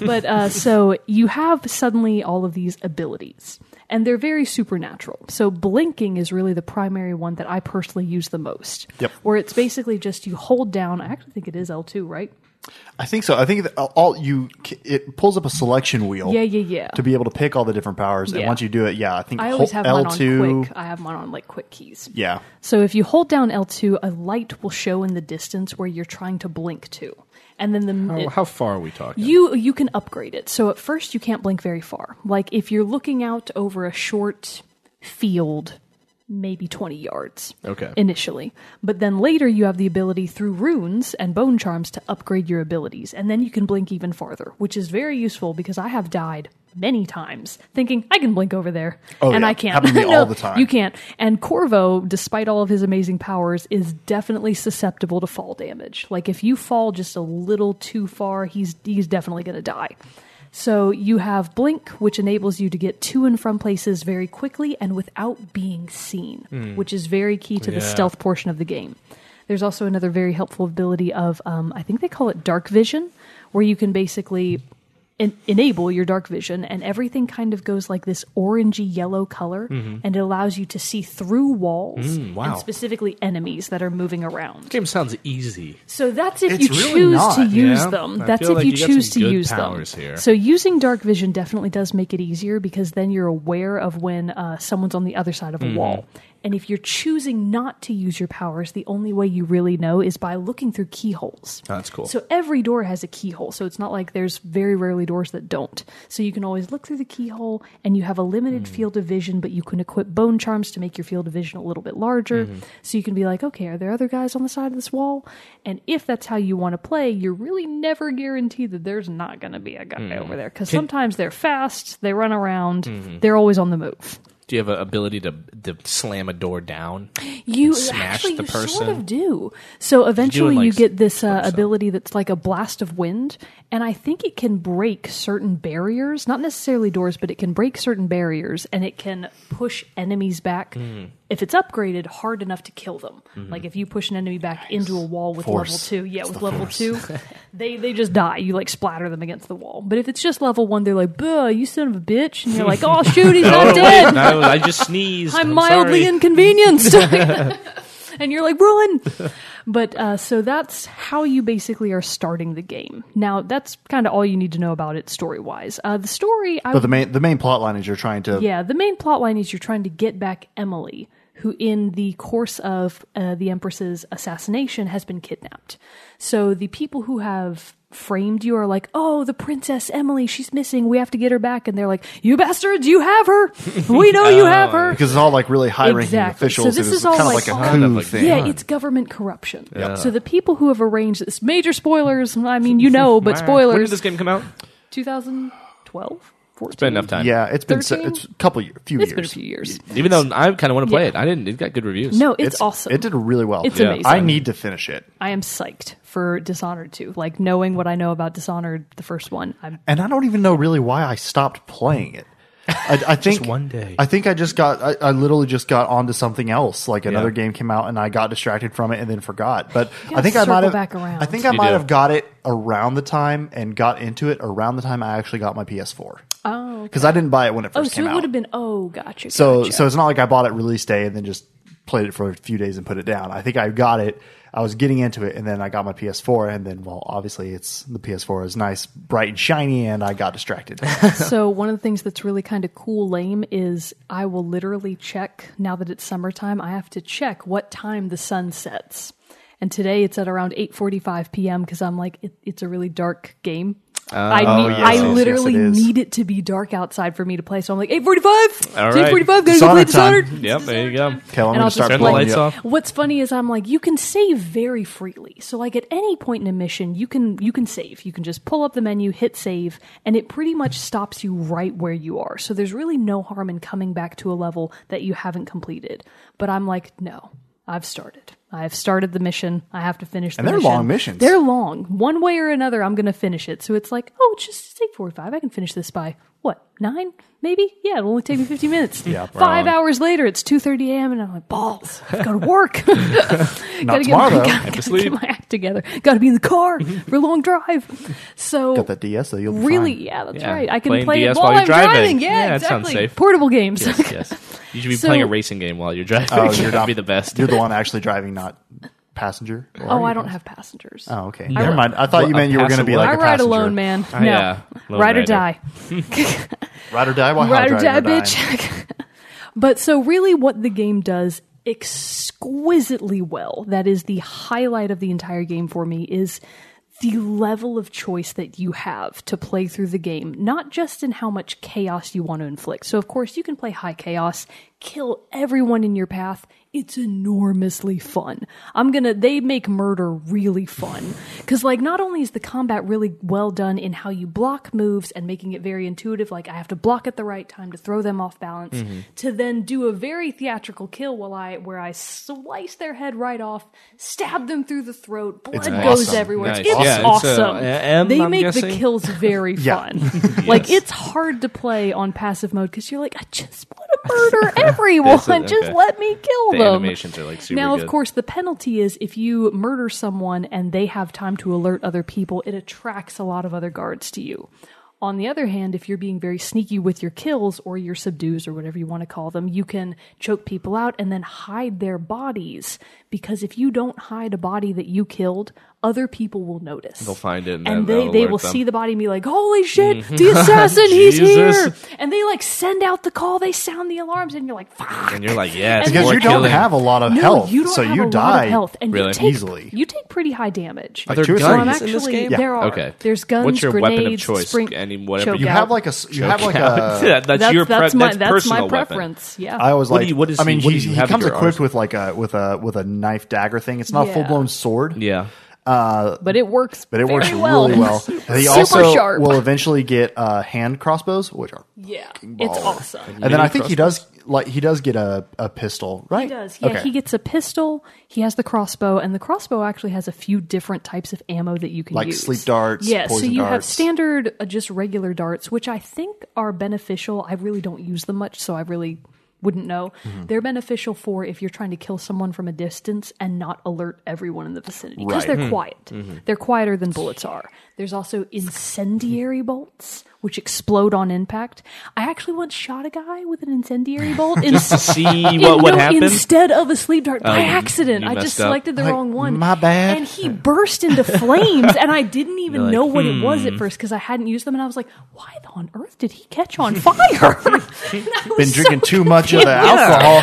[SPEAKER 2] but uh, so you have suddenly all of these abilities, and they're very supernatural. So blinking is really the primary one that I personally use the most.
[SPEAKER 3] Yep.
[SPEAKER 2] Where it's basically just you hold down. I actually think it is L two, right?
[SPEAKER 3] I think so. I think that all you it pulls up a selection wheel.
[SPEAKER 2] Yeah, yeah, yeah.
[SPEAKER 3] To be able to pick all the different powers, and
[SPEAKER 2] Yeah.
[SPEAKER 3] once you do it, yeah, I think
[SPEAKER 2] I always have mine
[SPEAKER 3] L two.
[SPEAKER 2] on quick. I have mine on like quick keys.
[SPEAKER 3] Yeah,
[SPEAKER 2] So if you hold down L2, a light will show in the distance where you're trying to blink to. And then the
[SPEAKER 3] Oh,
[SPEAKER 1] How, how far are we talking?
[SPEAKER 2] you you can upgrade it. So at first you can't blink very far. Like if you're looking out over a short field, maybe 20 yards.
[SPEAKER 1] Okay.
[SPEAKER 2] Initially. But then later you have the ability through runes and bone charms to upgrade your abilities and then you can blink even farther, which is very useful because I have died many times thinking I can blink over there
[SPEAKER 3] Oh,
[SPEAKER 2] and
[SPEAKER 3] yeah.
[SPEAKER 2] I can't.
[SPEAKER 3] Happened to me
[SPEAKER 2] No,
[SPEAKER 3] all the time.
[SPEAKER 2] You can't. And Corvo, despite all of his amazing powers, is definitely susceptible to fall damage. Like if you fall just a little too far, he's he's definitely going to die. So you have blink, which enables you to get to and from places very quickly and without being seen,
[SPEAKER 3] Hmm.
[SPEAKER 2] which is very key to the
[SPEAKER 1] Yeah.
[SPEAKER 2] stealth portion of the game. There's also another very helpful ability of um, I think they call it dark vision, where you can basically en- enable your dark vision and everything kind of goes like this orangey yellow color and it allows you to see through walls
[SPEAKER 1] Mm-hmm. Mm, wow.
[SPEAKER 2] and specifically enemies that are moving around
[SPEAKER 1] Game sounds easy.
[SPEAKER 2] so that's if
[SPEAKER 3] It's
[SPEAKER 2] you
[SPEAKER 3] really
[SPEAKER 2] choose
[SPEAKER 3] not,
[SPEAKER 2] to use
[SPEAKER 1] yeah.
[SPEAKER 2] them
[SPEAKER 1] I
[SPEAKER 2] that's
[SPEAKER 1] feel
[SPEAKER 2] if
[SPEAKER 1] like
[SPEAKER 2] you,
[SPEAKER 1] you got
[SPEAKER 2] choose to
[SPEAKER 1] some good
[SPEAKER 2] use them
[SPEAKER 1] powers here.
[SPEAKER 2] so using dark vision definitely does make it easier because then you're aware of when uh, someone's on the other side of a
[SPEAKER 1] Mm-hmm.
[SPEAKER 2] wall and if you're choosing not to use your powers the only way you really know is by looking through keyholes
[SPEAKER 1] That's cool.
[SPEAKER 2] so every door has a keyhole. So it's not like there's very rarely doors that don't. So you can always look through the keyhole and you have a limited field of vision, but you can equip bone charms to make your field of vision a little bit larger. So you can be like, okay, are there other guys on the side of this wall? And if that's how you want to play, you're really never guaranteed that there's not going to be a guy over there. Because sometimes they're fast, they run around, they're always on the move.
[SPEAKER 1] Do you have an ability to to slam a door down?
[SPEAKER 2] you
[SPEAKER 1] smash
[SPEAKER 2] actually
[SPEAKER 1] the
[SPEAKER 2] you sort
[SPEAKER 1] person.
[SPEAKER 2] of do. So eventually
[SPEAKER 1] like,
[SPEAKER 2] you get this uh,
[SPEAKER 1] so.
[SPEAKER 2] ability that's like a blast of wind, and I think it can break certain barriers, not necessarily doors, but it can break certain barriers, and it can push enemies back.
[SPEAKER 1] Hmm.
[SPEAKER 2] If it's upgraded hard enough to kill them, like if you push an enemy back into a wall with level
[SPEAKER 3] Force.
[SPEAKER 2] two, yeah, with level two, they they just die. You like splatter them against the wall. But if it's just level one, they're like, "Buh, you son of a bitch," and you're like, "Oh shoot, he's not dead."
[SPEAKER 1] No, I just sneezed.
[SPEAKER 2] I'm mildly
[SPEAKER 1] sorry.
[SPEAKER 2] inconvenienced. and you're like, run. But uh, so that's how you basically are starting the game. Now, that's kind of all you need to know about it story wise. Uh, the story, I
[SPEAKER 3] but the main the main plot line is you're trying to
[SPEAKER 2] yeah, the main plot line is you're trying to get back Emily, who in the course of uh, the Empress's assassination has been kidnapped. So the people who have framed you are like, oh, the Princess Emily, she's missing. We have to get her back. And they're like, you bastards, you have her. We know you have her.
[SPEAKER 3] because it's all like really high ranking
[SPEAKER 2] Exactly.
[SPEAKER 3] officials.
[SPEAKER 2] So this
[SPEAKER 3] it was
[SPEAKER 2] is all
[SPEAKER 3] kind
[SPEAKER 2] like-
[SPEAKER 3] of like a
[SPEAKER 2] Kind
[SPEAKER 1] of
[SPEAKER 3] coup
[SPEAKER 1] like-
[SPEAKER 3] thing.
[SPEAKER 2] Yeah, it's government corruption. So the people who have arranged this, major spoilers, I mean, you know, but
[SPEAKER 1] When did
[SPEAKER 2] spoilers,
[SPEAKER 1] this game come out?
[SPEAKER 2] 2012? 14?
[SPEAKER 1] It's been enough time.
[SPEAKER 3] Yeah, it's been se-
[SPEAKER 2] 13?
[SPEAKER 3] it's a couple years, few
[SPEAKER 2] It's
[SPEAKER 3] years.
[SPEAKER 2] been a few years.
[SPEAKER 1] Even though I kind of want to play
[SPEAKER 2] Yeah.
[SPEAKER 1] it, I didn't. It got good reviews.
[SPEAKER 2] No, it's, awesome.
[SPEAKER 3] It did really well.
[SPEAKER 2] It's Yeah. amazing.
[SPEAKER 3] I need to finish it,
[SPEAKER 2] I am psyched for Dishonored 2. Like, knowing what I know about Dishonored, the first one, I'm
[SPEAKER 3] and I don't even know really why I stopped playing it. I, I think
[SPEAKER 1] one day.
[SPEAKER 3] I think I just got. I, I literally just got onto something else. Like another
[SPEAKER 1] Yeah.
[SPEAKER 3] game came out, and I got distracted from it, and then forgot. But I
[SPEAKER 2] gotta
[SPEAKER 3] think I
[SPEAKER 2] circle
[SPEAKER 3] might have.
[SPEAKER 2] back around.
[SPEAKER 3] I think I
[SPEAKER 1] You
[SPEAKER 3] might
[SPEAKER 1] do.
[SPEAKER 3] have got it around the time and got into it around the time I actually got my PS4. Oh, because I didn't buy it when it
[SPEAKER 2] Oh,
[SPEAKER 3] first
[SPEAKER 2] so
[SPEAKER 3] came
[SPEAKER 2] it
[SPEAKER 3] out.
[SPEAKER 2] would have been. Oh, gotcha.
[SPEAKER 3] So
[SPEAKER 2] gotcha.
[SPEAKER 3] so it's not like I bought it release day and then just played it for a few days and put it down. I think I got it. I was getting into it and then I got my PS4 and then well obviously it's the PS4 is nice, bright and shiny and I got distracted.
[SPEAKER 2] so one of the things that's really kind of cool lame is I will literally check now that it's summertime I have to check what time the sun sets and today it's at around 8:45 p.m. cuz I'm like it, it's a really dark game I need,
[SPEAKER 3] yes,
[SPEAKER 2] I
[SPEAKER 3] yes, yes, it
[SPEAKER 2] literally
[SPEAKER 3] is.
[SPEAKER 2] need it to be dark outside for me to play so I'm like 8:45
[SPEAKER 1] All
[SPEAKER 2] It's
[SPEAKER 1] right.
[SPEAKER 2] 8:45 got to go play
[SPEAKER 3] Dishonored
[SPEAKER 2] Dishonored
[SPEAKER 3] time.
[SPEAKER 2] It's
[SPEAKER 1] Yep, there you
[SPEAKER 2] Dishonored
[SPEAKER 1] go.
[SPEAKER 2] time.
[SPEAKER 3] Okay, well,
[SPEAKER 2] And
[SPEAKER 3] I'm gonna
[SPEAKER 2] I'll just
[SPEAKER 3] start
[SPEAKER 1] Turn the
[SPEAKER 2] play.
[SPEAKER 3] blowing
[SPEAKER 1] lights
[SPEAKER 3] you up.
[SPEAKER 1] off.
[SPEAKER 2] What's funny is I'm like, you can save very freely. So like at any point in a mission, you can you can save. You can just pull up the menu, hit save, and it pretty much stops you right where you are. So there's really no harm in coming back to a level that you haven't completed. But I'm like, no, I've started. I've started the mission. I have to finish the
[SPEAKER 3] And they're
[SPEAKER 2] mission.
[SPEAKER 3] long missions.
[SPEAKER 2] They're long. One way or another, I'm going to finish it. So it's like, oh, it's just it's 845. I can finish this by what, nine? Maybe? Yeah, it'll only take me 15 minutes. yeah, Five
[SPEAKER 1] wrong.
[SPEAKER 2] hours later, it's 2.30 a.m. and I'm like, balls, I've got to work.
[SPEAKER 3] Not
[SPEAKER 2] Gotta get my-
[SPEAKER 3] tomorrow though.
[SPEAKER 2] gotta- gotta
[SPEAKER 1] sleep. Mm-hmm.
[SPEAKER 2] get my act together. Got to be in the car for a long drive. So
[SPEAKER 3] Got that DS though. You'll be
[SPEAKER 2] really,
[SPEAKER 3] fine.
[SPEAKER 2] yeah, that's
[SPEAKER 1] Yeah,
[SPEAKER 2] right. I can
[SPEAKER 1] playing
[SPEAKER 2] play
[SPEAKER 1] DS
[SPEAKER 2] it while,
[SPEAKER 1] while you're
[SPEAKER 2] I'm driving.
[SPEAKER 1] driving.
[SPEAKER 2] Yeah,
[SPEAKER 1] Yeah, that
[SPEAKER 2] exactly.
[SPEAKER 1] sounds safe.
[SPEAKER 2] Portable games.
[SPEAKER 1] Yes, yes. You should be
[SPEAKER 2] So-
[SPEAKER 1] playing a racing game while you're driving.
[SPEAKER 3] Oh,
[SPEAKER 1] That'd
[SPEAKER 3] you're not-
[SPEAKER 1] be the best.
[SPEAKER 3] You're the one actually driving, not passenger? Or
[SPEAKER 2] Oh, I don't have passengers.
[SPEAKER 3] Oh, okay. Never mind. I thought
[SPEAKER 1] Well,
[SPEAKER 3] you
[SPEAKER 1] a
[SPEAKER 3] meant you were going to be
[SPEAKER 1] passenger.
[SPEAKER 2] I
[SPEAKER 1] like
[SPEAKER 3] like a
[SPEAKER 2] ride
[SPEAKER 3] passenger.
[SPEAKER 2] alone, man.
[SPEAKER 1] Oh,
[SPEAKER 2] no,
[SPEAKER 1] yeah. Lone
[SPEAKER 2] ride or
[SPEAKER 1] rider.
[SPEAKER 2] die.
[SPEAKER 3] Ride or die. Well, how
[SPEAKER 2] ride or
[SPEAKER 3] ride
[SPEAKER 2] die, bitch. but so, really, what the game does exquisitely well, that is the highlight of the entire game for me, is the level of choice that you have to play through the game, not just in how much chaos you want to inflict. So, of course, you can play high chaos, kill everyone in your path. It's enormously fun. I'm gonna, they make murder really fun. Cause like, not only is the combat really well done in how you block moves and making it very intuitive, like I have to block at the right time to throw them off balance,
[SPEAKER 1] Mm-hmm.
[SPEAKER 2] to then do a very theatrical kill while I, where I slice their head right off, stab them through the throat, blood
[SPEAKER 3] It's
[SPEAKER 2] goes
[SPEAKER 3] awesome.
[SPEAKER 2] everywhere.
[SPEAKER 1] Nice.
[SPEAKER 2] It's
[SPEAKER 1] Yeah, it's, uh,
[SPEAKER 2] awesome.
[SPEAKER 1] M,
[SPEAKER 2] they
[SPEAKER 1] I'm
[SPEAKER 2] make the
[SPEAKER 1] guessing?
[SPEAKER 2] kills very
[SPEAKER 3] Yeah.
[SPEAKER 2] fun. Like it's hard to play on passive mode because you're like, I just want to murder everyone.
[SPEAKER 1] This is-
[SPEAKER 2] Just
[SPEAKER 1] okay.
[SPEAKER 2] let me kill
[SPEAKER 1] The
[SPEAKER 2] them.
[SPEAKER 1] animations are, like, super
[SPEAKER 2] Now, of
[SPEAKER 1] good.
[SPEAKER 2] course, the penalty is if you murder someone and they have time to alert other people, it attracts a lot of other guards to you. On the other hand, if you're being very sneaky with your kills or your subdues or whatever you want to call them, you can choke people out and then hide their bodies because if you don't hide a body that you killed, other people will notice.
[SPEAKER 1] They'll find it and then
[SPEAKER 2] and they,
[SPEAKER 1] they'll
[SPEAKER 2] they
[SPEAKER 1] alert
[SPEAKER 2] will
[SPEAKER 1] them.
[SPEAKER 2] see the body and be like, "Holy shit, the assassin! he's
[SPEAKER 1] Jesus.
[SPEAKER 2] here!" And they like send out the call, they sound the alarms, and you're like, "Fuck!"
[SPEAKER 1] and you're like, yeah, it's
[SPEAKER 2] And
[SPEAKER 3] Because
[SPEAKER 1] more
[SPEAKER 3] you don't
[SPEAKER 1] killing.
[SPEAKER 3] have a lot of
[SPEAKER 2] no,
[SPEAKER 3] health,
[SPEAKER 2] you don't
[SPEAKER 3] so
[SPEAKER 2] have
[SPEAKER 3] you
[SPEAKER 2] a
[SPEAKER 3] die
[SPEAKER 2] lot of health, and you
[SPEAKER 1] Really?
[SPEAKER 2] take,
[SPEAKER 3] Easily.
[SPEAKER 2] You take pretty high damage.
[SPEAKER 1] Are there
[SPEAKER 3] two or
[SPEAKER 2] so
[SPEAKER 3] three.
[SPEAKER 1] guns
[SPEAKER 2] I'm
[SPEAKER 3] Guns
[SPEAKER 1] in this
[SPEAKER 2] actually
[SPEAKER 1] game?
[SPEAKER 2] there are.
[SPEAKER 1] Okay.
[SPEAKER 2] There's guns.
[SPEAKER 1] What's your
[SPEAKER 2] grenades,
[SPEAKER 1] weapon of choice?
[SPEAKER 2] Spring,
[SPEAKER 1] Any- whatever
[SPEAKER 2] choke
[SPEAKER 1] you
[SPEAKER 3] You
[SPEAKER 2] out.
[SPEAKER 3] have like a s- you have like
[SPEAKER 1] Yeah,
[SPEAKER 3] a.
[SPEAKER 1] that's, your pre-
[SPEAKER 2] that's
[SPEAKER 1] that's,
[SPEAKER 2] my that's
[SPEAKER 1] personal
[SPEAKER 2] my
[SPEAKER 1] weapon.
[SPEAKER 2] preference. Yeah.
[SPEAKER 3] I was
[SPEAKER 1] What
[SPEAKER 3] like,
[SPEAKER 1] do you- what is
[SPEAKER 3] I
[SPEAKER 1] he-
[SPEAKER 3] mean,
[SPEAKER 1] what
[SPEAKER 3] he,
[SPEAKER 1] does he
[SPEAKER 3] he
[SPEAKER 1] have in
[SPEAKER 3] comes
[SPEAKER 1] your
[SPEAKER 3] equipped
[SPEAKER 1] arms?
[SPEAKER 3] with like a with a with a knife dagger thing. It's not
[SPEAKER 2] Yeah.
[SPEAKER 3] a full blown sword.
[SPEAKER 1] Yeah,
[SPEAKER 3] Uh,
[SPEAKER 2] but it works.
[SPEAKER 3] but it
[SPEAKER 2] very
[SPEAKER 3] works
[SPEAKER 2] well.
[SPEAKER 3] really well. They
[SPEAKER 2] Super
[SPEAKER 3] also
[SPEAKER 2] sharp.
[SPEAKER 3] will eventually get uh, hand crossbows, which are
[SPEAKER 2] yeah,
[SPEAKER 3] baller.
[SPEAKER 2] it's awesome.
[SPEAKER 3] And then I think he does like he does get a, a pistol, right?
[SPEAKER 2] He does. Yeah,
[SPEAKER 3] okay.
[SPEAKER 2] he gets a pistol. He has the crossbow, and the crossbow actually has a few different types of ammo that you can
[SPEAKER 3] Like
[SPEAKER 2] use.
[SPEAKER 3] sleep darts,
[SPEAKER 2] Yeah, so
[SPEAKER 3] poison
[SPEAKER 2] you have
[SPEAKER 3] darts.
[SPEAKER 2] standard, uh, just regular darts, which I think are beneficial. I really don't use them much, so I really wouldn't know.
[SPEAKER 3] Mm-hmm.
[SPEAKER 2] They're beneficial for if you're trying to kill someone from a distance and not alert everyone in the vicinity because
[SPEAKER 3] Right. Hmm. Mm-hmm.
[SPEAKER 2] they're quiet. They're quieter than bullets are. There's also incendiary bolts. Which explode on impact. I actually once shot a guy with an incendiary bolt in
[SPEAKER 1] see
[SPEAKER 2] in-
[SPEAKER 1] what would
[SPEAKER 2] no,
[SPEAKER 1] happen.
[SPEAKER 2] instead of a sleep dart by
[SPEAKER 1] you-
[SPEAKER 2] accident.
[SPEAKER 1] you
[SPEAKER 2] I just
[SPEAKER 1] messed up.
[SPEAKER 2] selected the
[SPEAKER 3] Like,
[SPEAKER 2] wrong one.
[SPEAKER 3] my bad.
[SPEAKER 2] And he burst into flames, and I didn't even
[SPEAKER 1] like, hmm.
[SPEAKER 2] know what it was at first because I hadn't used them, and I was like, "Why on earth did he catch on fire?"
[SPEAKER 3] Been drinking too much of the alcohol.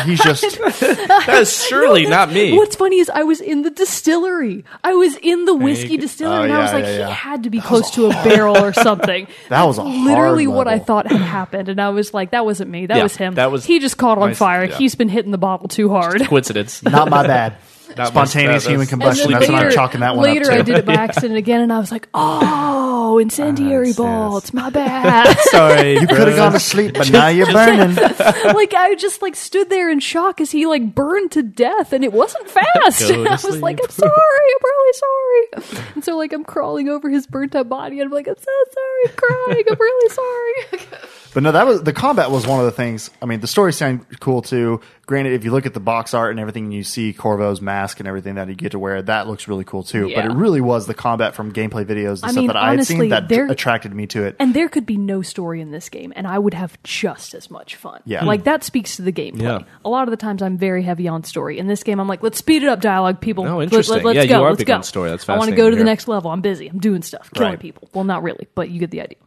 [SPEAKER 3] He's just
[SPEAKER 1] that's surely not me.
[SPEAKER 2] What's funny is I was in the distillery. I was in the whiskey distillery,
[SPEAKER 3] Oh,
[SPEAKER 2] and I
[SPEAKER 3] yeah,
[SPEAKER 2] was like,
[SPEAKER 3] yeah, yeah.
[SPEAKER 2] he had to be close to a barrel or something.
[SPEAKER 3] That was a
[SPEAKER 2] That's
[SPEAKER 3] hard
[SPEAKER 2] literally what I
[SPEAKER 3] level.
[SPEAKER 2] thought had happened, and I was like, that wasn't me. That
[SPEAKER 1] Yeah,
[SPEAKER 2] was him.
[SPEAKER 1] that was
[SPEAKER 2] he just caught on
[SPEAKER 1] my-
[SPEAKER 2] fire.
[SPEAKER 1] yeah.
[SPEAKER 2] He's been hitting the bottle too hard.
[SPEAKER 1] coincidence?
[SPEAKER 3] not my bad.
[SPEAKER 1] Not my-
[SPEAKER 3] Spontaneous
[SPEAKER 1] that-
[SPEAKER 3] human
[SPEAKER 1] that's-
[SPEAKER 2] And
[SPEAKER 3] combustion.
[SPEAKER 2] then
[SPEAKER 3] That's what I'm
[SPEAKER 2] later-
[SPEAKER 3] chalking that one
[SPEAKER 2] Later, I
[SPEAKER 3] up to.
[SPEAKER 2] did it by accident again, and I was like, "Oh, incendiary
[SPEAKER 1] yes, yes.
[SPEAKER 2] bolts! My bad."
[SPEAKER 1] Sorry, you
[SPEAKER 3] Could have gone to sleep, but now you're burning.
[SPEAKER 2] like I just like stood there in shock as he like burned to death, and it wasn't fast.
[SPEAKER 1] Go to
[SPEAKER 2] I was like,
[SPEAKER 1] sleep.
[SPEAKER 2] "I'm sorry, I'm really sorry." And so like I'm crawling over his burnt up body, and I'm like, "I'm so sorry," crying. I'm really sorry.
[SPEAKER 3] But no, that was the combat was one of the things. I mean, the story sounded cool too. Granted, if you look at the box art and everything, you see Corvo's mask and everything that you get to wear. That looks really cool too.
[SPEAKER 2] Yeah.
[SPEAKER 3] But it really was the combat from gameplay videos and
[SPEAKER 2] I
[SPEAKER 3] stuff
[SPEAKER 2] mean,
[SPEAKER 3] that I
[SPEAKER 2] honestly,
[SPEAKER 3] had seen that
[SPEAKER 2] there-
[SPEAKER 3] attracted me to it.
[SPEAKER 2] and there could be no story in this game, and I would have just as much fun.
[SPEAKER 3] Yeah.
[SPEAKER 2] like that speaks to the gameplay.
[SPEAKER 1] Yeah.
[SPEAKER 2] A lot of the times, I'm very heavy on story. In this game, I'm like, let's speed it up, dialogue, people.
[SPEAKER 1] Oh,
[SPEAKER 2] Let-
[SPEAKER 1] interesting.
[SPEAKER 2] Let, us
[SPEAKER 1] Yeah, you
[SPEAKER 2] go.
[SPEAKER 1] are
[SPEAKER 2] let's
[SPEAKER 1] big
[SPEAKER 2] go.
[SPEAKER 1] on story. That's
[SPEAKER 2] I want to
[SPEAKER 1] fascinating
[SPEAKER 2] go
[SPEAKER 1] to
[SPEAKER 2] to the
[SPEAKER 1] hear.
[SPEAKER 2] next level. I'm busy. I'm doing stuff, killing
[SPEAKER 3] Right.
[SPEAKER 2] people. Well, not really, but you get the idea.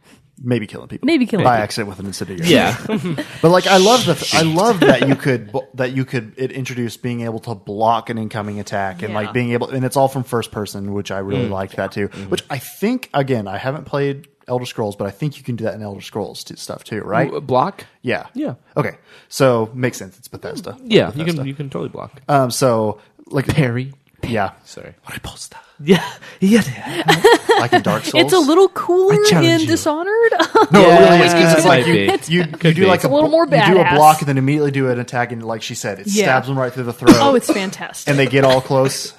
[SPEAKER 3] Maybe killing people.
[SPEAKER 2] Maybe killing
[SPEAKER 3] by
[SPEAKER 2] people.
[SPEAKER 3] accident with an incendiary.
[SPEAKER 1] Yeah,
[SPEAKER 3] But like I love the I love that you could that you could it introduced being able to block an incoming attack and
[SPEAKER 2] Yeah.
[SPEAKER 3] like being able and it's all from first person, which I really liked that too. Which I think again, I haven't played Elder Scrolls, but I think you can do that in Elder Scrolls t- stuff too, right?
[SPEAKER 1] block.
[SPEAKER 3] Yeah.
[SPEAKER 1] Yeah.
[SPEAKER 3] Okay. So makes sense. It's Bethesda.
[SPEAKER 1] Yeah, you
[SPEAKER 3] Bethesda.
[SPEAKER 1] can you can totally block.
[SPEAKER 3] Um. So like
[SPEAKER 1] Perry.
[SPEAKER 3] yeah.
[SPEAKER 1] Sorry.
[SPEAKER 3] Riposta.
[SPEAKER 1] Yeah, yeah.
[SPEAKER 3] Like in Dark Souls.
[SPEAKER 2] It's a little cooler
[SPEAKER 1] I challenge
[SPEAKER 2] in
[SPEAKER 1] you.
[SPEAKER 2] Dishonored.
[SPEAKER 3] No,
[SPEAKER 1] Yeah,
[SPEAKER 3] it really is 'cause
[SPEAKER 1] it
[SPEAKER 3] it's
[SPEAKER 1] might
[SPEAKER 3] like you,
[SPEAKER 1] be.
[SPEAKER 3] you, you
[SPEAKER 1] Could
[SPEAKER 3] do
[SPEAKER 1] be.
[SPEAKER 3] like
[SPEAKER 2] a
[SPEAKER 3] a,
[SPEAKER 2] little
[SPEAKER 3] bl-
[SPEAKER 2] more
[SPEAKER 3] You do a
[SPEAKER 2] badass.
[SPEAKER 3] block and then immediately do an attack and like she said, it
[SPEAKER 2] Yeah.
[SPEAKER 3] stabs them right through the throat.
[SPEAKER 2] oh, it's fantastic.
[SPEAKER 3] and they get all close.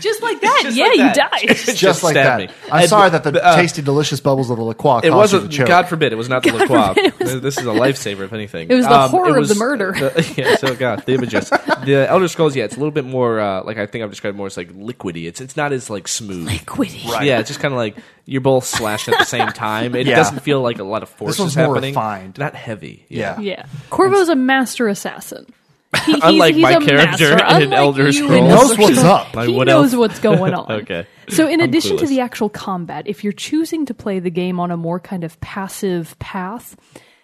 [SPEAKER 2] just like that.
[SPEAKER 1] Just
[SPEAKER 2] yeah,
[SPEAKER 1] like that.
[SPEAKER 2] you die.
[SPEAKER 3] just, like that.
[SPEAKER 1] stabbed me.
[SPEAKER 3] I'm
[SPEAKER 1] And,
[SPEAKER 3] sorry that the
[SPEAKER 1] uh,
[SPEAKER 3] tasty, delicious bubbles of the LaCroix
[SPEAKER 1] It
[SPEAKER 3] caused you
[SPEAKER 1] wasn't.
[SPEAKER 3] to choke.
[SPEAKER 1] God forbid, it was not the LaCroix. This is a lifesaver, if anything. Um, It
[SPEAKER 2] was the horror of the murder.
[SPEAKER 1] The, yeah, so God, the images. the Elder Scrolls, yeah, it's a little bit more. Uh, like I think I've described more as like liquidy. It's it's not as like smooth.
[SPEAKER 2] Liquidy.
[SPEAKER 1] Yeah, it's just kind of like you're both slashing at the same time. It
[SPEAKER 3] Yeah.
[SPEAKER 1] doesn't feel like a lot of force
[SPEAKER 3] one's
[SPEAKER 1] is
[SPEAKER 3] more
[SPEAKER 1] happening.
[SPEAKER 3] refined.
[SPEAKER 1] Not heavy.
[SPEAKER 3] Yeah.
[SPEAKER 2] Yeah, Corvo's a master assassin. He, he's,
[SPEAKER 1] Unlike
[SPEAKER 2] he's
[SPEAKER 1] my
[SPEAKER 2] a
[SPEAKER 1] character
[SPEAKER 2] master.
[SPEAKER 1] in
[SPEAKER 2] Unlike
[SPEAKER 1] Elder
[SPEAKER 2] you
[SPEAKER 1] Scrolls.
[SPEAKER 2] in
[SPEAKER 1] He
[SPEAKER 3] knows
[SPEAKER 2] Elder
[SPEAKER 3] what's
[SPEAKER 2] Scrolls.
[SPEAKER 3] up.
[SPEAKER 1] Like,
[SPEAKER 2] he
[SPEAKER 1] what
[SPEAKER 2] knows
[SPEAKER 1] else?
[SPEAKER 2] what's going on.
[SPEAKER 1] Okay.
[SPEAKER 2] So, in addition to
[SPEAKER 1] clueless.
[SPEAKER 2] the actual combat, if you're choosing to play the game on a more kind of passive path,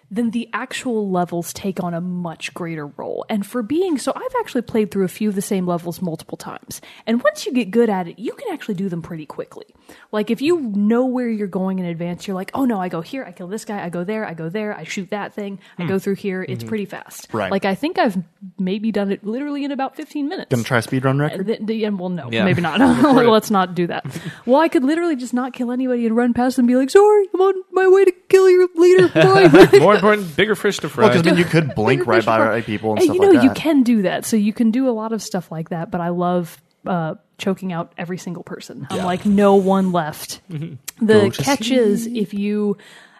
[SPEAKER 2] then the actual levels take on a much greater role. And for being so, I've actually played through a few of the same levels multiple times. And once you get good at it, you can actually do them pretty quickly. Like if you know where you're going in advance, you're like, oh no, I go here, I kill this guy, I go there, I go there, I shoot that thing,
[SPEAKER 1] Hmm.
[SPEAKER 2] I go through here.
[SPEAKER 1] Mm-hmm.
[SPEAKER 2] It's pretty fast.
[SPEAKER 3] Right.
[SPEAKER 2] Like I think I've maybe done it literally in about 15 minutes.
[SPEAKER 3] Gonna try speedrun record?
[SPEAKER 2] Uh, The, the, and well, no,
[SPEAKER 1] Yeah.
[SPEAKER 2] maybe not. Let's not do that. Well, I could literally just not kill anybody and run past them and be like, sorry, I'm on my way to kill your leader. Bye.
[SPEAKER 1] More important, bigger fish to fry.
[SPEAKER 3] Well, 'cause, I mean, you could blink right by right people and stuff
[SPEAKER 2] you know,
[SPEAKER 3] like that.
[SPEAKER 2] you can do that. So you can do a lot of stuff like that, but I love uh, choking out every single person. I'm like, no one left.
[SPEAKER 3] Mm-hmm.
[SPEAKER 2] The catch is if you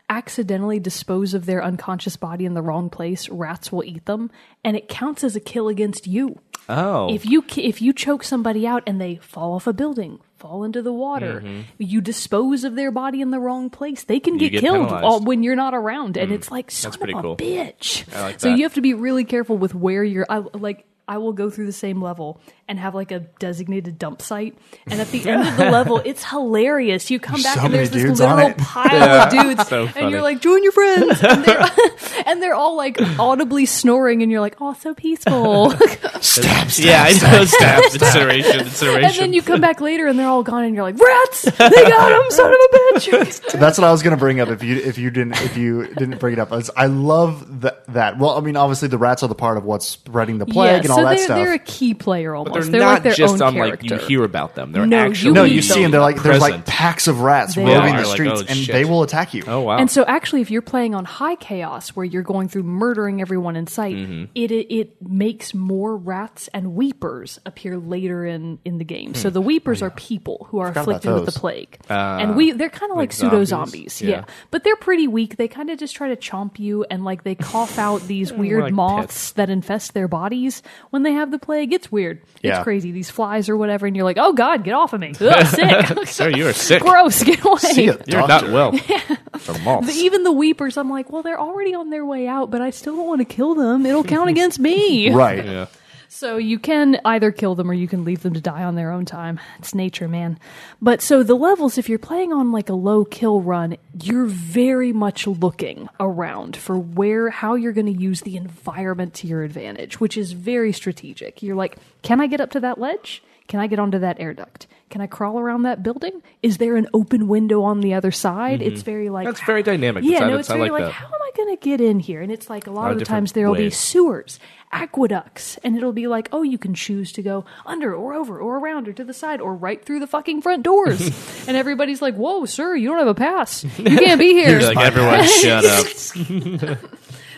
[SPEAKER 2] accidentally dispose of their unconscious body in the wrong place, rats will eat them, and it counts as a kill against you.
[SPEAKER 1] oh,
[SPEAKER 2] If you ki- if you choke somebody out and they fall off a building, fall into the water, you dispose of their body in the wrong place, they can get,
[SPEAKER 1] Mm-hmm. get
[SPEAKER 2] killed
[SPEAKER 1] penalized. Mm.
[SPEAKER 2] all, when you're not around, and it's like son of
[SPEAKER 1] pretty
[SPEAKER 2] a
[SPEAKER 1] cool.
[SPEAKER 2] bitch.
[SPEAKER 1] like
[SPEAKER 2] so
[SPEAKER 1] that.
[SPEAKER 2] you have to be really careful with where you're. I like. I will go through the same level and have like a designated dump site. And at the end of the level, it's hilarious. You come back
[SPEAKER 3] so
[SPEAKER 2] and
[SPEAKER 3] many
[SPEAKER 2] there's this
[SPEAKER 3] dudes on
[SPEAKER 2] literal
[SPEAKER 3] it.
[SPEAKER 2] pile of dudes.
[SPEAKER 1] So
[SPEAKER 2] and
[SPEAKER 1] funny.
[SPEAKER 2] you're like, join your friends. And they're, and they're all like audibly snoring. And you're like, oh, so peaceful.
[SPEAKER 3] Stab, stab,
[SPEAKER 1] yeah, I
[SPEAKER 3] stab.
[SPEAKER 1] know. Stab, incineration, incineration.
[SPEAKER 2] And then you come back later and they're all gone and you're like, rats! They got him, son of a bitch!
[SPEAKER 3] That's what I was going to bring up if you if you didn't if you didn't bring it up. Is I love that that. Well, I mean, obviously the rats are the part of what's spreading the plague and all
[SPEAKER 2] so
[SPEAKER 3] that
[SPEAKER 2] they're,
[SPEAKER 3] stuff.
[SPEAKER 2] they're a key player almost.
[SPEAKER 1] They're,
[SPEAKER 2] they're
[SPEAKER 1] not
[SPEAKER 2] like their
[SPEAKER 1] just
[SPEAKER 2] own
[SPEAKER 1] on
[SPEAKER 2] character.
[SPEAKER 1] like you hear about them. They're
[SPEAKER 2] No, you
[SPEAKER 1] actually
[SPEAKER 3] no,
[SPEAKER 2] need
[SPEAKER 3] you see them. They're like there's like
[SPEAKER 1] present.
[SPEAKER 3] packs of rats
[SPEAKER 2] They
[SPEAKER 3] roaming
[SPEAKER 2] are.
[SPEAKER 3] the
[SPEAKER 1] Like,
[SPEAKER 3] streets,
[SPEAKER 1] oh,
[SPEAKER 3] and
[SPEAKER 1] shit.
[SPEAKER 3] they will attack you.
[SPEAKER 1] oh wow.
[SPEAKER 2] And so, actually, if you're playing on high chaos, where you're going through murdering everyone in sight, it, it it makes more rats and weepers appear later in in the game. So the weepers are people who are
[SPEAKER 3] Forgot about
[SPEAKER 2] afflicted with the
[SPEAKER 3] those.
[SPEAKER 2] plague, and we they're kind of like, pseudo
[SPEAKER 1] zombies?
[SPEAKER 2] zombies,
[SPEAKER 1] Yeah.
[SPEAKER 2] yeah. But they're pretty weak. They kind of just try to chomp you, and like they cough out these weird
[SPEAKER 1] like
[SPEAKER 2] moths
[SPEAKER 1] pets.
[SPEAKER 2] that infest their bodies when they have the plague. It's weird.
[SPEAKER 3] Yeah.
[SPEAKER 2] It's crazy. These flies or whatever, and you're like, oh god, get off of me! Ugh, sick.
[SPEAKER 1] Sir, you are sick.
[SPEAKER 2] Gross. Get away.
[SPEAKER 3] See ya,
[SPEAKER 1] You're
[SPEAKER 3] doctor.
[SPEAKER 1] not well. From moths.
[SPEAKER 2] The- even the weepers, I'm like, well, they're already on their way out, but I still don't want to kill them. It'll count against me.
[SPEAKER 3] right.
[SPEAKER 1] yeah.
[SPEAKER 2] So you can either kill them or you can leave them to die on their own time. It's nature, man. But so the levels, if you're playing on like a low kill run, you're very much looking around for where, how you're going to use the environment to your advantage, which is very strategic. You're like, can I get up to that ledge? Can I get onto that air duct? Can I crawl around that building? Is there an open window on the other side? It's very like
[SPEAKER 1] Mm-hmm. That's very dynamic.
[SPEAKER 2] yeah,
[SPEAKER 1] It's-
[SPEAKER 2] no,
[SPEAKER 1] I-
[SPEAKER 2] it's
[SPEAKER 1] I
[SPEAKER 2] very
[SPEAKER 1] like
[SPEAKER 2] like,
[SPEAKER 1] that.
[SPEAKER 2] how am I going to get in here? And it's like a lot
[SPEAKER 1] of
[SPEAKER 2] of the
[SPEAKER 1] different
[SPEAKER 2] times there will be
[SPEAKER 1] ways.
[SPEAKER 2] sewers, aqueducts, and it'll be like, oh, you can choose to go under or over or around or to the side or right through the fucking front doors. and everybody's like, whoa, sir, you don't have a pass. You can't be here.
[SPEAKER 1] You're like everyone shut up.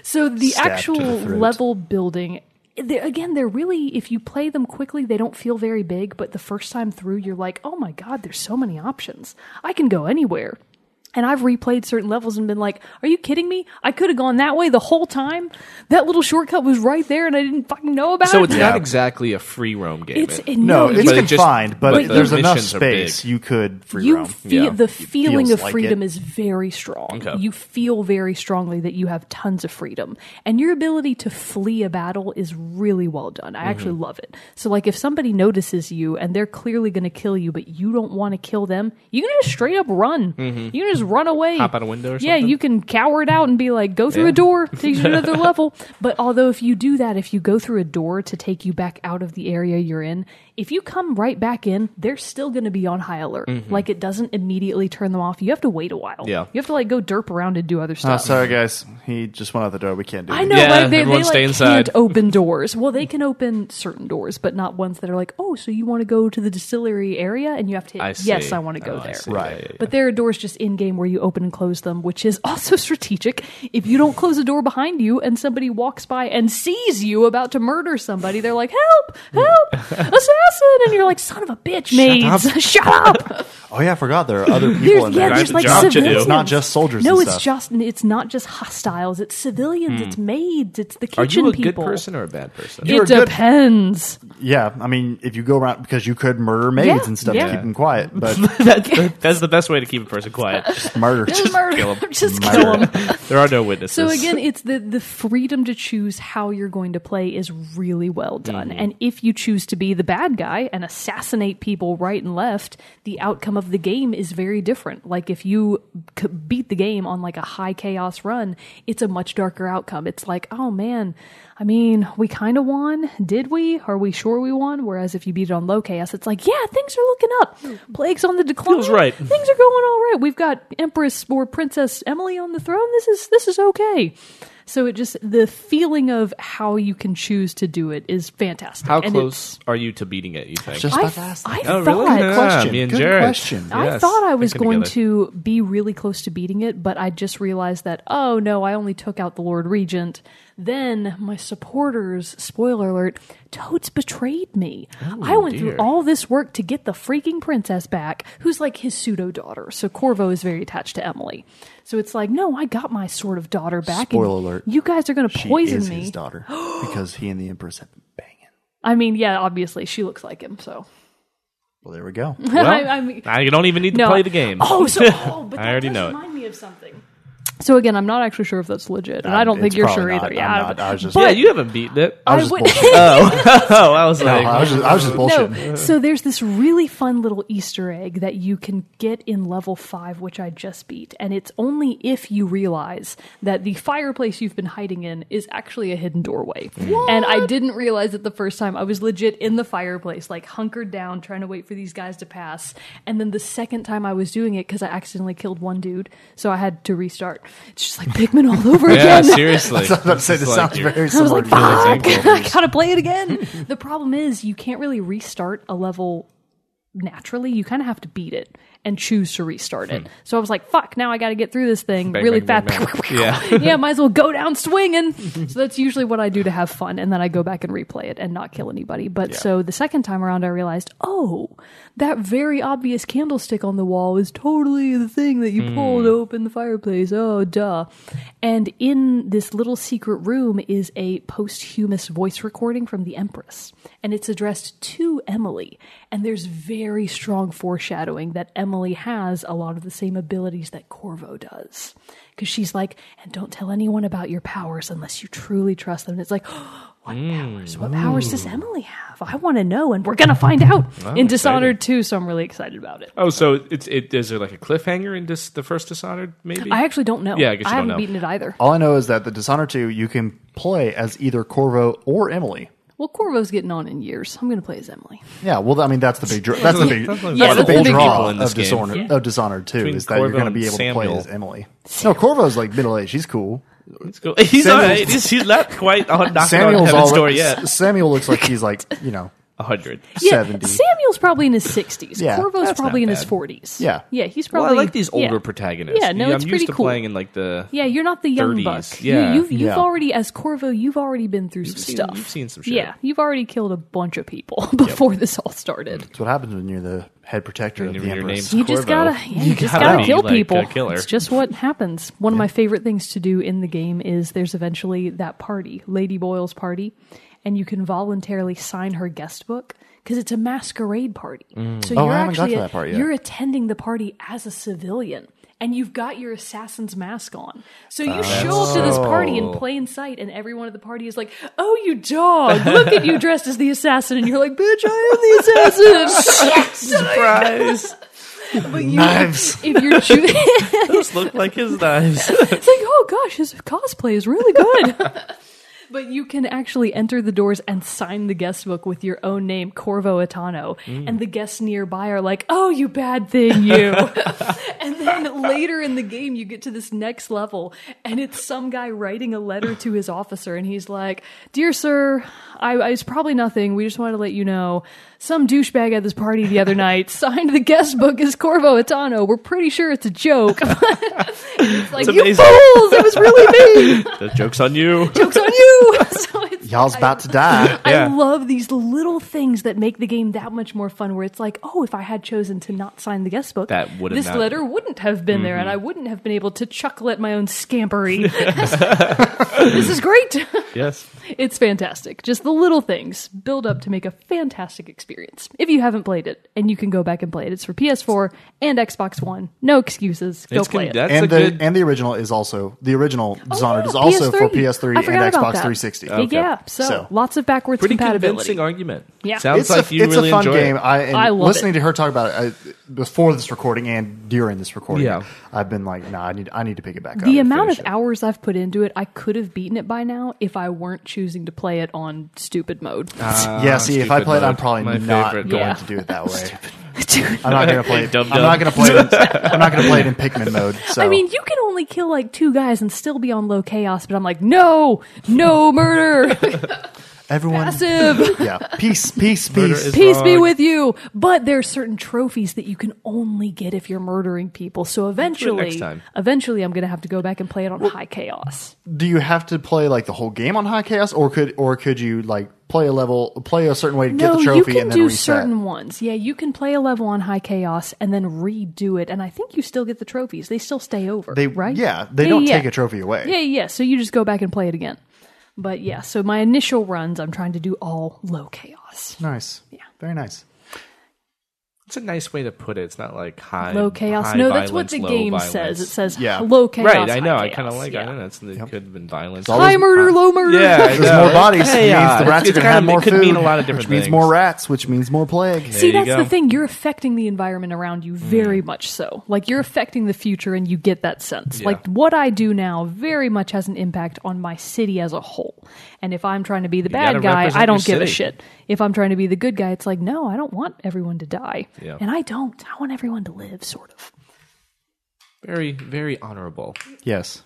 [SPEAKER 2] So the
[SPEAKER 3] Stabbed to the
[SPEAKER 2] actual
[SPEAKER 3] throat.
[SPEAKER 2] level building, they again, they're really, if you play them quickly, they don't feel very big, but the first time through, you're like, oh my God, there's so many options. I can go anywhere. And I've replayed certain levels and been like, are you kidding me? I could have gone that way the whole time. That little shortcut was right there and I didn't fucking know about
[SPEAKER 1] So
[SPEAKER 2] it.
[SPEAKER 1] it's
[SPEAKER 3] Yeah.
[SPEAKER 1] not exactly a free roam game. eh?
[SPEAKER 2] it's,
[SPEAKER 1] It-
[SPEAKER 3] No, it's
[SPEAKER 1] it
[SPEAKER 2] you-
[SPEAKER 1] just-
[SPEAKER 3] confined, but,
[SPEAKER 1] but the
[SPEAKER 3] there's enough
[SPEAKER 1] missions are big.
[SPEAKER 3] space you could free
[SPEAKER 2] you
[SPEAKER 3] roam.
[SPEAKER 2] feel
[SPEAKER 1] Yeah.
[SPEAKER 2] the feeling
[SPEAKER 3] feels
[SPEAKER 2] of
[SPEAKER 3] like
[SPEAKER 2] freedom
[SPEAKER 3] it.
[SPEAKER 2] is very strong.
[SPEAKER 1] Okay.
[SPEAKER 2] You feel very strongly that you have tons of freedom, and your ability to flee a battle is really well done. I actually
[SPEAKER 1] Mm-hmm.
[SPEAKER 2] love it. So, like, if somebody notices you and they're clearly going to kill you, but you don't want to kill them, you can just straight up run. You can just run away,
[SPEAKER 1] Mm-hmm. Hop out a window or
[SPEAKER 2] yeah,
[SPEAKER 1] something?
[SPEAKER 2] you can cower it out and be like, go through
[SPEAKER 1] Yeah.
[SPEAKER 2] a door, takes you to another level. But although if you do that, if you go through a door to take you back out of the area you're in, if you come right back in, they're still going to be on high alert. Like it doesn't immediately turn them off. You have to wait a while.
[SPEAKER 1] Mm-hmm. Yeah.
[SPEAKER 2] you have to like go derp around and do other
[SPEAKER 3] Oh,
[SPEAKER 2] stuff.
[SPEAKER 3] sorry, guys. He just went out the door. We can't do
[SPEAKER 2] I
[SPEAKER 3] it.
[SPEAKER 2] know,
[SPEAKER 1] Yeah,
[SPEAKER 2] like they,
[SPEAKER 1] everyone
[SPEAKER 2] they like
[SPEAKER 1] stay inside.
[SPEAKER 2] can't open doors. Well, they can open certain doors, but not ones that are like, oh, so you want to go to the distillery area, and you have to.
[SPEAKER 1] I see.
[SPEAKER 2] yes, I want to go
[SPEAKER 1] Oh, I
[SPEAKER 2] there.
[SPEAKER 1] see.
[SPEAKER 3] Right.
[SPEAKER 1] Yeah, yeah, yeah.
[SPEAKER 2] But there are doors just in game where you open and close them, which is also strategic. If you don't close a door behind you and somebody walks by and sees you about to murder somebody, they're like, "Help! Help! Assassin!" And you're like, "Son of a bitch, maids! Shut up!"
[SPEAKER 3] Oh yeah, I forgot there are other people
[SPEAKER 2] There's,
[SPEAKER 3] in
[SPEAKER 2] yeah,
[SPEAKER 3] there.
[SPEAKER 1] I have
[SPEAKER 2] there's
[SPEAKER 1] a
[SPEAKER 2] like
[SPEAKER 1] job to do.
[SPEAKER 2] civilians.
[SPEAKER 1] It's
[SPEAKER 3] not just soldiers
[SPEAKER 2] No,
[SPEAKER 3] and
[SPEAKER 2] it's
[SPEAKER 3] stuff.
[SPEAKER 2] just it's not just hostiles. It's civilians. It's maids. It's the kitchen
[SPEAKER 1] Hmm. Are you a
[SPEAKER 2] people.
[SPEAKER 1] good person or a bad person?
[SPEAKER 3] You're a
[SPEAKER 2] it
[SPEAKER 3] good-
[SPEAKER 2] depends.
[SPEAKER 3] Yeah, I mean, if you go around because you could murder maids
[SPEAKER 2] Yeah,
[SPEAKER 3] and stuff
[SPEAKER 2] yeah.
[SPEAKER 3] to keep them quiet, but
[SPEAKER 1] that's, that's the best way to keep a person quiet.
[SPEAKER 3] Just murder.
[SPEAKER 2] Just murder.
[SPEAKER 1] kill 'em.
[SPEAKER 2] Just kill 'em.
[SPEAKER 1] There are no witnesses.
[SPEAKER 2] So again, it's the the freedom to choose how you're going to play is really well done.
[SPEAKER 1] Mm-hmm.
[SPEAKER 2] And if you choose to be the bad guy and assassinate people right and left, the outcome of the game is very different. Like if you c- beat the game on like a high chaos run, it's a much darker outcome. It's like, oh man, I mean, we kind of won, did we? Are we sure we won? Whereas if you beat it on low chaos, it's like, yeah, things are looking up. Plague's on the decline.
[SPEAKER 1] Hmm. Feels right.
[SPEAKER 2] Things are going all right. We've got Empress or Princess Emily on the throne. This is this is okay. So it just the feeling of how you can choose to do it is fantastic.
[SPEAKER 1] how
[SPEAKER 2] And
[SPEAKER 1] close are you to beating it? You think?
[SPEAKER 3] Just
[SPEAKER 2] I,
[SPEAKER 3] about to ask
[SPEAKER 2] I
[SPEAKER 3] that.
[SPEAKER 1] oh, really?
[SPEAKER 2] thought
[SPEAKER 1] Yeah,
[SPEAKER 3] Question.
[SPEAKER 1] Me and
[SPEAKER 3] Good
[SPEAKER 1] Jared.
[SPEAKER 3] question.
[SPEAKER 2] I
[SPEAKER 1] Yes,
[SPEAKER 2] thought I was
[SPEAKER 1] thinking
[SPEAKER 2] going
[SPEAKER 1] together.
[SPEAKER 2] to be really close to beating it, but I just realized that, oh no, I only took out the Lord Regent. Then my supporters, spoiler alert, Toads betrayed me.
[SPEAKER 3] Oh,
[SPEAKER 2] I went
[SPEAKER 1] dear.
[SPEAKER 2] through all this work to get the freaking princess back, who's like his pseudo daughter. So Corvo is very attached to Emily. So it's like, no, I got my sort of daughter back. and
[SPEAKER 3] Spoiler alert.
[SPEAKER 2] You guys are going to
[SPEAKER 3] She
[SPEAKER 2] poison
[SPEAKER 3] is
[SPEAKER 2] me.
[SPEAKER 3] his daughter because he and the Empress have been banging.
[SPEAKER 2] I mean, yeah, obviously she looks like him. So
[SPEAKER 3] Well, there we go.
[SPEAKER 1] Well,
[SPEAKER 2] I, I mean,
[SPEAKER 1] I don't even need to
[SPEAKER 2] No.
[SPEAKER 1] play the game.
[SPEAKER 2] Oh, so oh, but
[SPEAKER 1] I
[SPEAKER 2] that
[SPEAKER 1] already
[SPEAKER 2] does
[SPEAKER 1] know it.
[SPEAKER 2] remind me of something. So again, I'm not actually sure if that's legit, and Um, I don't
[SPEAKER 3] It's
[SPEAKER 2] think you're
[SPEAKER 3] probably
[SPEAKER 2] sure
[SPEAKER 3] not.
[SPEAKER 2] either.
[SPEAKER 3] I'm
[SPEAKER 2] Yeah,
[SPEAKER 3] not.
[SPEAKER 2] but-
[SPEAKER 3] I was just,
[SPEAKER 1] yeah, you haven't beaten it.
[SPEAKER 3] I
[SPEAKER 2] I
[SPEAKER 3] was just
[SPEAKER 2] would-
[SPEAKER 3] bullshitting.
[SPEAKER 1] oh, I was like,
[SPEAKER 3] I was just, I was just bullshitting.
[SPEAKER 2] no. So there's this really fun little Easter egg that you can get in level five, which I just beat, and it's only if you realize that the fireplace you've been hiding in is actually a hidden doorway. And I didn't realize it the first time. I was legit in the fireplace, like hunkered down, trying to wait for these guys to pass. And then the second time I was doing it because I accidentally killed one dude, so I had to restart. It's just like Pikmin all over
[SPEAKER 1] yeah,
[SPEAKER 2] again.
[SPEAKER 1] seriously.
[SPEAKER 3] I was about to say,
[SPEAKER 1] It's
[SPEAKER 3] this
[SPEAKER 1] like
[SPEAKER 3] sounds
[SPEAKER 1] you're-
[SPEAKER 3] very
[SPEAKER 2] I was
[SPEAKER 3] similar
[SPEAKER 2] like,
[SPEAKER 3] to yours.
[SPEAKER 2] fuck, I gotta play it again. the problem is you can't really restart a level naturally. You kind of have to beat it and choose to restart it. So I was like, fuck, now I gotta get through this thing
[SPEAKER 1] Hmm. Bang,
[SPEAKER 2] really
[SPEAKER 1] bang,
[SPEAKER 2] fast.
[SPEAKER 1] bang, bang. Yeah.
[SPEAKER 2] yeah, might as well go down swinging. so that's usually what I do to have fun. And then I go back and replay it and not kill anybody. But so the second time around, I realized, oh, that very obvious candlestick on the wall is totally the thing that you pulled open the fireplace. Oh, duh. And in this little secret room is a posthumous voice recording from the Empress. And it's addressed to Emily. And there's very strong foreshadowing that Emily has a lot of the same abilities that Corvo does because she's like, and don't tell anyone about your powers unless you truly trust them. And it's like, "Oh, what
[SPEAKER 1] Mm,
[SPEAKER 2] powers? What powers does Emily have? I want to know, and we're gonna find out in Dishonored too. So I'm really excited about it.
[SPEAKER 1] Oh, so it's it is there like a cliffhanger in this the first Dishonored? Maybe
[SPEAKER 2] I actually don't know.
[SPEAKER 1] Yeah, I guess you don't
[SPEAKER 2] haven't
[SPEAKER 1] know.
[SPEAKER 2] beaten it either.
[SPEAKER 3] All I know is that the Dishonored 2, you can play as either Corvo or Emily.
[SPEAKER 2] Well, Corvo's getting on in years. I'm gonna play as Emily.
[SPEAKER 3] Yeah, well, I mean, that's the big dr- that's the big
[SPEAKER 1] That's like
[SPEAKER 2] Yeah,
[SPEAKER 3] that's the
[SPEAKER 2] that's the
[SPEAKER 3] big
[SPEAKER 2] big
[SPEAKER 3] draw
[SPEAKER 1] people in this
[SPEAKER 3] of
[SPEAKER 1] game.
[SPEAKER 3] Dishonored of Dishonored 2
[SPEAKER 1] Between
[SPEAKER 3] is that you're
[SPEAKER 1] Corvo
[SPEAKER 3] going to
[SPEAKER 1] and
[SPEAKER 3] be able to play
[SPEAKER 1] Samuel.
[SPEAKER 3] as Emily. No, Corvo's like middle aged. He's cool.
[SPEAKER 1] It's cool. He's all
[SPEAKER 3] Samuel's-
[SPEAKER 1] right. He's, he's not quite on knocking on
[SPEAKER 3] Samuel's
[SPEAKER 1] heaven's
[SPEAKER 3] all
[SPEAKER 1] door yet.
[SPEAKER 3] S- Samuel looks like he's like you know
[SPEAKER 1] A hundred.
[SPEAKER 3] seventy.
[SPEAKER 2] Yeah, Samuel's probably in his 60s.
[SPEAKER 3] Yeah,
[SPEAKER 2] Corvo's
[SPEAKER 1] that's not
[SPEAKER 2] probably in his
[SPEAKER 1] bad.
[SPEAKER 2] 40s.
[SPEAKER 3] Yeah.
[SPEAKER 2] yeah, he's
[SPEAKER 1] Well,
[SPEAKER 2] probably.
[SPEAKER 1] I like these older
[SPEAKER 2] yeah.
[SPEAKER 1] protagonists.
[SPEAKER 2] Yeah, no,
[SPEAKER 1] I'm
[SPEAKER 2] it's
[SPEAKER 1] used
[SPEAKER 2] pretty
[SPEAKER 1] to
[SPEAKER 2] cool.
[SPEAKER 1] playing in like the
[SPEAKER 2] Yeah, you're not the young
[SPEAKER 1] 30s.
[SPEAKER 2] buck.
[SPEAKER 1] Yeah.
[SPEAKER 2] you, you've you've
[SPEAKER 3] Yeah.
[SPEAKER 2] already as Corvo, you've already been through some
[SPEAKER 1] seen-
[SPEAKER 2] stuff.
[SPEAKER 1] you've seen some shit.
[SPEAKER 2] Yeah, you've already killed a bunch of people before this all started.
[SPEAKER 3] That's what happens when you're the head protector of the
[SPEAKER 1] Your name's
[SPEAKER 3] Empress.
[SPEAKER 2] You just
[SPEAKER 1] Corvo.
[SPEAKER 2] gotta, yeah, you, just
[SPEAKER 1] gotta
[SPEAKER 2] gotta,
[SPEAKER 1] be,
[SPEAKER 2] kill
[SPEAKER 1] like, a
[SPEAKER 2] people.
[SPEAKER 1] killer.
[SPEAKER 2] It's just what happens. One of my favorite things to do in the game is there's eventually that party, Lady Boyle's party, and you can voluntarily sign her guest book because it's a masquerade party. So
[SPEAKER 3] Oh, I
[SPEAKER 2] you're
[SPEAKER 3] haven't got
[SPEAKER 2] actually
[SPEAKER 3] to that part yet.
[SPEAKER 2] you're attending the party as a civilian. And you've got your assassin's mask on. So
[SPEAKER 3] Ah.
[SPEAKER 2] you show up to this party in plain sight, and everyone at the party is like, Oh, you dog, look at you dressed as the assassin. And you're like, Bitch, I am the assassin.
[SPEAKER 1] Surprise!
[SPEAKER 2] But you-
[SPEAKER 3] Knives.
[SPEAKER 2] If you're choosing, it's
[SPEAKER 1] Those look like his knives.
[SPEAKER 2] like, oh gosh, his cosplay is really good. but you can actually enter the doors and sign the guest book with your own name, Corvo Itano, and the guests nearby are like, oh, you bad thing, you. and then later in the game, you get to this next level, and it's some guy writing a letter to his officer, and he's like, "Dear sir, I, I it's probably nothing. We just wanted to let you know some douchebag at this party the other night signed the guest book as Corvo Itano. We're pretty sure it's a joke." And it's like, you
[SPEAKER 1] amazing.
[SPEAKER 2] fools! It was really me.
[SPEAKER 1] the joke's on you.
[SPEAKER 2] Jokes on you. so it's
[SPEAKER 3] Y'all's about to die.
[SPEAKER 1] Yeah.
[SPEAKER 2] I love these little things that make the game that much more fun. Where it's like, oh, if I had chosen to not sign the guest book,
[SPEAKER 1] That would have
[SPEAKER 2] this
[SPEAKER 1] not- Mm-hmm.
[SPEAKER 2] letter wouldn't have been there, and I wouldn't have been able to chuckle at my own scampery. this is great.
[SPEAKER 1] Yes.
[SPEAKER 2] It's fantastic. Just the little things build up to make a fantastic experience. If you haven't played it, and you can go back and play it, it's for PS4 and Xbox One. No excuses. Go
[SPEAKER 1] It's
[SPEAKER 2] play
[SPEAKER 1] con-
[SPEAKER 2] it.
[SPEAKER 1] that's a
[SPEAKER 3] and the
[SPEAKER 1] good.
[SPEAKER 3] and the original is also the original Dishonored
[SPEAKER 2] yeah,
[SPEAKER 3] is also for
[SPEAKER 2] I
[SPEAKER 3] PS3
[SPEAKER 2] forgot
[SPEAKER 3] and
[SPEAKER 2] about
[SPEAKER 3] Xbox
[SPEAKER 2] that.
[SPEAKER 3] 360.
[SPEAKER 2] Yeah, Yeah, so,
[SPEAKER 3] So.
[SPEAKER 2] lots of backwards
[SPEAKER 1] Pretty
[SPEAKER 2] compatibility.
[SPEAKER 1] convincing argument.
[SPEAKER 2] Yeah.
[SPEAKER 1] Sounds
[SPEAKER 3] it's
[SPEAKER 1] like
[SPEAKER 3] a,
[SPEAKER 1] you
[SPEAKER 3] it's
[SPEAKER 1] really
[SPEAKER 3] a fun
[SPEAKER 1] enjoy
[SPEAKER 3] game.
[SPEAKER 1] It.
[SPEAKER 3] I, and
[SPEAKER 2] I love
[SPEAKER 3] listening to her talk about it I, before this recording and during this recording.
[SPEAKER 1] Yeah.
[SPEAKER 3] I've been like, nah, I need I need to pick it back up.
[SPEAKER 2] the amount of
[SPEAKER 1] finish it.
[SPEAKER 2] hours I've put into it, I could have beaten it by now if I weren't choosing to play it on stupid mode.
[SPEAKER 1] Ah,
[SPEAKER 3] yeah, see, if I
[SPEAKER 1] stupid
[SPEAKER 3] play it, I'm
[SPEAKER 1] mode.
[SPEAKER 3] probably
[SPEAKER 1] My
[SPEAKER 3] not
[SPEAKER 1] favorite
[SPEAKER 3] going
[SPEAKER 2] mode.
[SPEAKER 3] to do it that way.
[SPEAKER 2] Dude,
[SPEAKER 3] I'm not gonna play it. I'm
[SPEAKER 1] Dum-dum.
[SPEAKER 3] not gonna play it. I'm not gonna play it in Pikmin mode. So
[SPEAKER 2] I mean, you can only kill like two guys and still be on low chaos, but I'm like, no, no murder,
[SPEAKER 3] everyone,
[SPEAKER 2] massive.
[SPEAKER 3] yeah, peace, peace,
[SPEAKER 1] Murder
[SPEAKER 3] peace.
[SPEAKER 1] is-
[SPEAKER 2] Peace be
[SPEAKER 1] Wrong.
[SPEAKER 2] with you. But there are certain trophies that you can only get if you're murdering people. So eventually,
[SPEAKER 1] next time.
[SPEAKER 2] eventually, I'm going to have to go back and play it on high chaos.
[SPEAKER 3] do you have to play like the whole game on high chaos, or could or could you like play a level, play a certain way to get
[SPEAKER 2] no,
[SPEAKER 3] the
[SPEAKER 2] you
[SPEAKER 3] trophy
[SPEAKER 2] can
[SPEAKER 3] and then
[SPEAKER 2] do
[SPEAKER 3] reset?
[SPEAKER 2] certain ones. Yeah, you can play a level on high chaos and then redo it, and I think you still get the trophies. They still stay over.
[SPEAKER 3] they
[SPEAKER 2] right?
[SPEAKER 3] yeah, they don't
[SPEAKER 2] yeah.
[SPEAKER 3] take a trophy away.
[SPEAKER 2] Yeah, yeah. So you just go back and play it again. But yeah, so my initial runs, I'm trying to do all low chaos.
[SPEAKER 3] Nice, yeah, very nice.
[SPEAKER 1] It's a nice way to put it. It's not like high
[SPEAKER 2] Low chaos.
[SPEAKER 1] high
[SPEAKER 2] no, that's what
[SPEAKER 1] violence,
[SPEAKER 2] the
[SPEAKER 1] low
[SPEAKER 2] game
[SPEAKER 1] violence.
[SPEAKER 2] says. It says
[SPEAKER 3] Yeah.
[SPEAKER 2] low chaos.
[SPEAKER 1] right. I know.
[SPEAKER 2] high
[SPEAKER 1] I kind of
[SPEAKER 2] chaos.
[SPEAKER 1] like.
[SPEAKER 2] Yeah.
[SPEAKER 1] I don't know. It's, it could have been violence.
[SPEAKER 3] all
[SPEAKER 2] High murder, low murder.
[SPEAKER 1] yeah, I
[SPEAKER 3] There's
[SPEAKER 1] know,
[SPEAKER 3] more
[SPEAKER 1] it-
[SPEAKER 3] bodies.
[SPEAKER 1] hey,
[SPEAKER 3] it means
[SPEAKER 1] yeah,
[SPEAKER 3] the rats are
[SPEAKER 1] it's
[SPEAKER 3] gonna
[SPEAKER 1] kind
[SPEAKER 3] have
[SPEAKER 1] of-
[SPEAKER 3] more
[SPEAKER 1] it could
[SPEAKER 3] food,
[SPEAKER 1] mean a lot of different
[SPEAKER 3] which means
[SPEAKER 1] things.
[SPEAKER 3] more rats, which means more
[SPEAKER 2] See,
[SPEAKER 3] plague.
[SPEAKER 1] There you
[SPEAKER 2] that's the
[SPEAKER 1] go. Mm.
[SPEAKER 2] thing. You're affecting the environment around you very much so. Like, you're affecting the future, and you get that sense.
[SPEAKER 1] Yeah.
[SPEAKER 2] Like, what I do now very much has an impact on my city as a whole. And if I'm trying to be the
[SPEAKER 1] gotta
[SPEAKER 2] bad guy,
[SPEAKER 1] represent
[SPEAKER 2] I don't
[SPEAKER 1] your
[SPEAKER 2] give a
[SPEAKER 1] city.
[SPEAKER 2] shit. If I'm trying to be the good guy, it's like, no, I don't want everyone to die.
[SPEAKER 1] Yeah.
[SPEAKER 2] And I don't. I want everyone to live, sort of.
[SPEAKER 1] Very, very honorable.
[SPEAKER 3] Yes,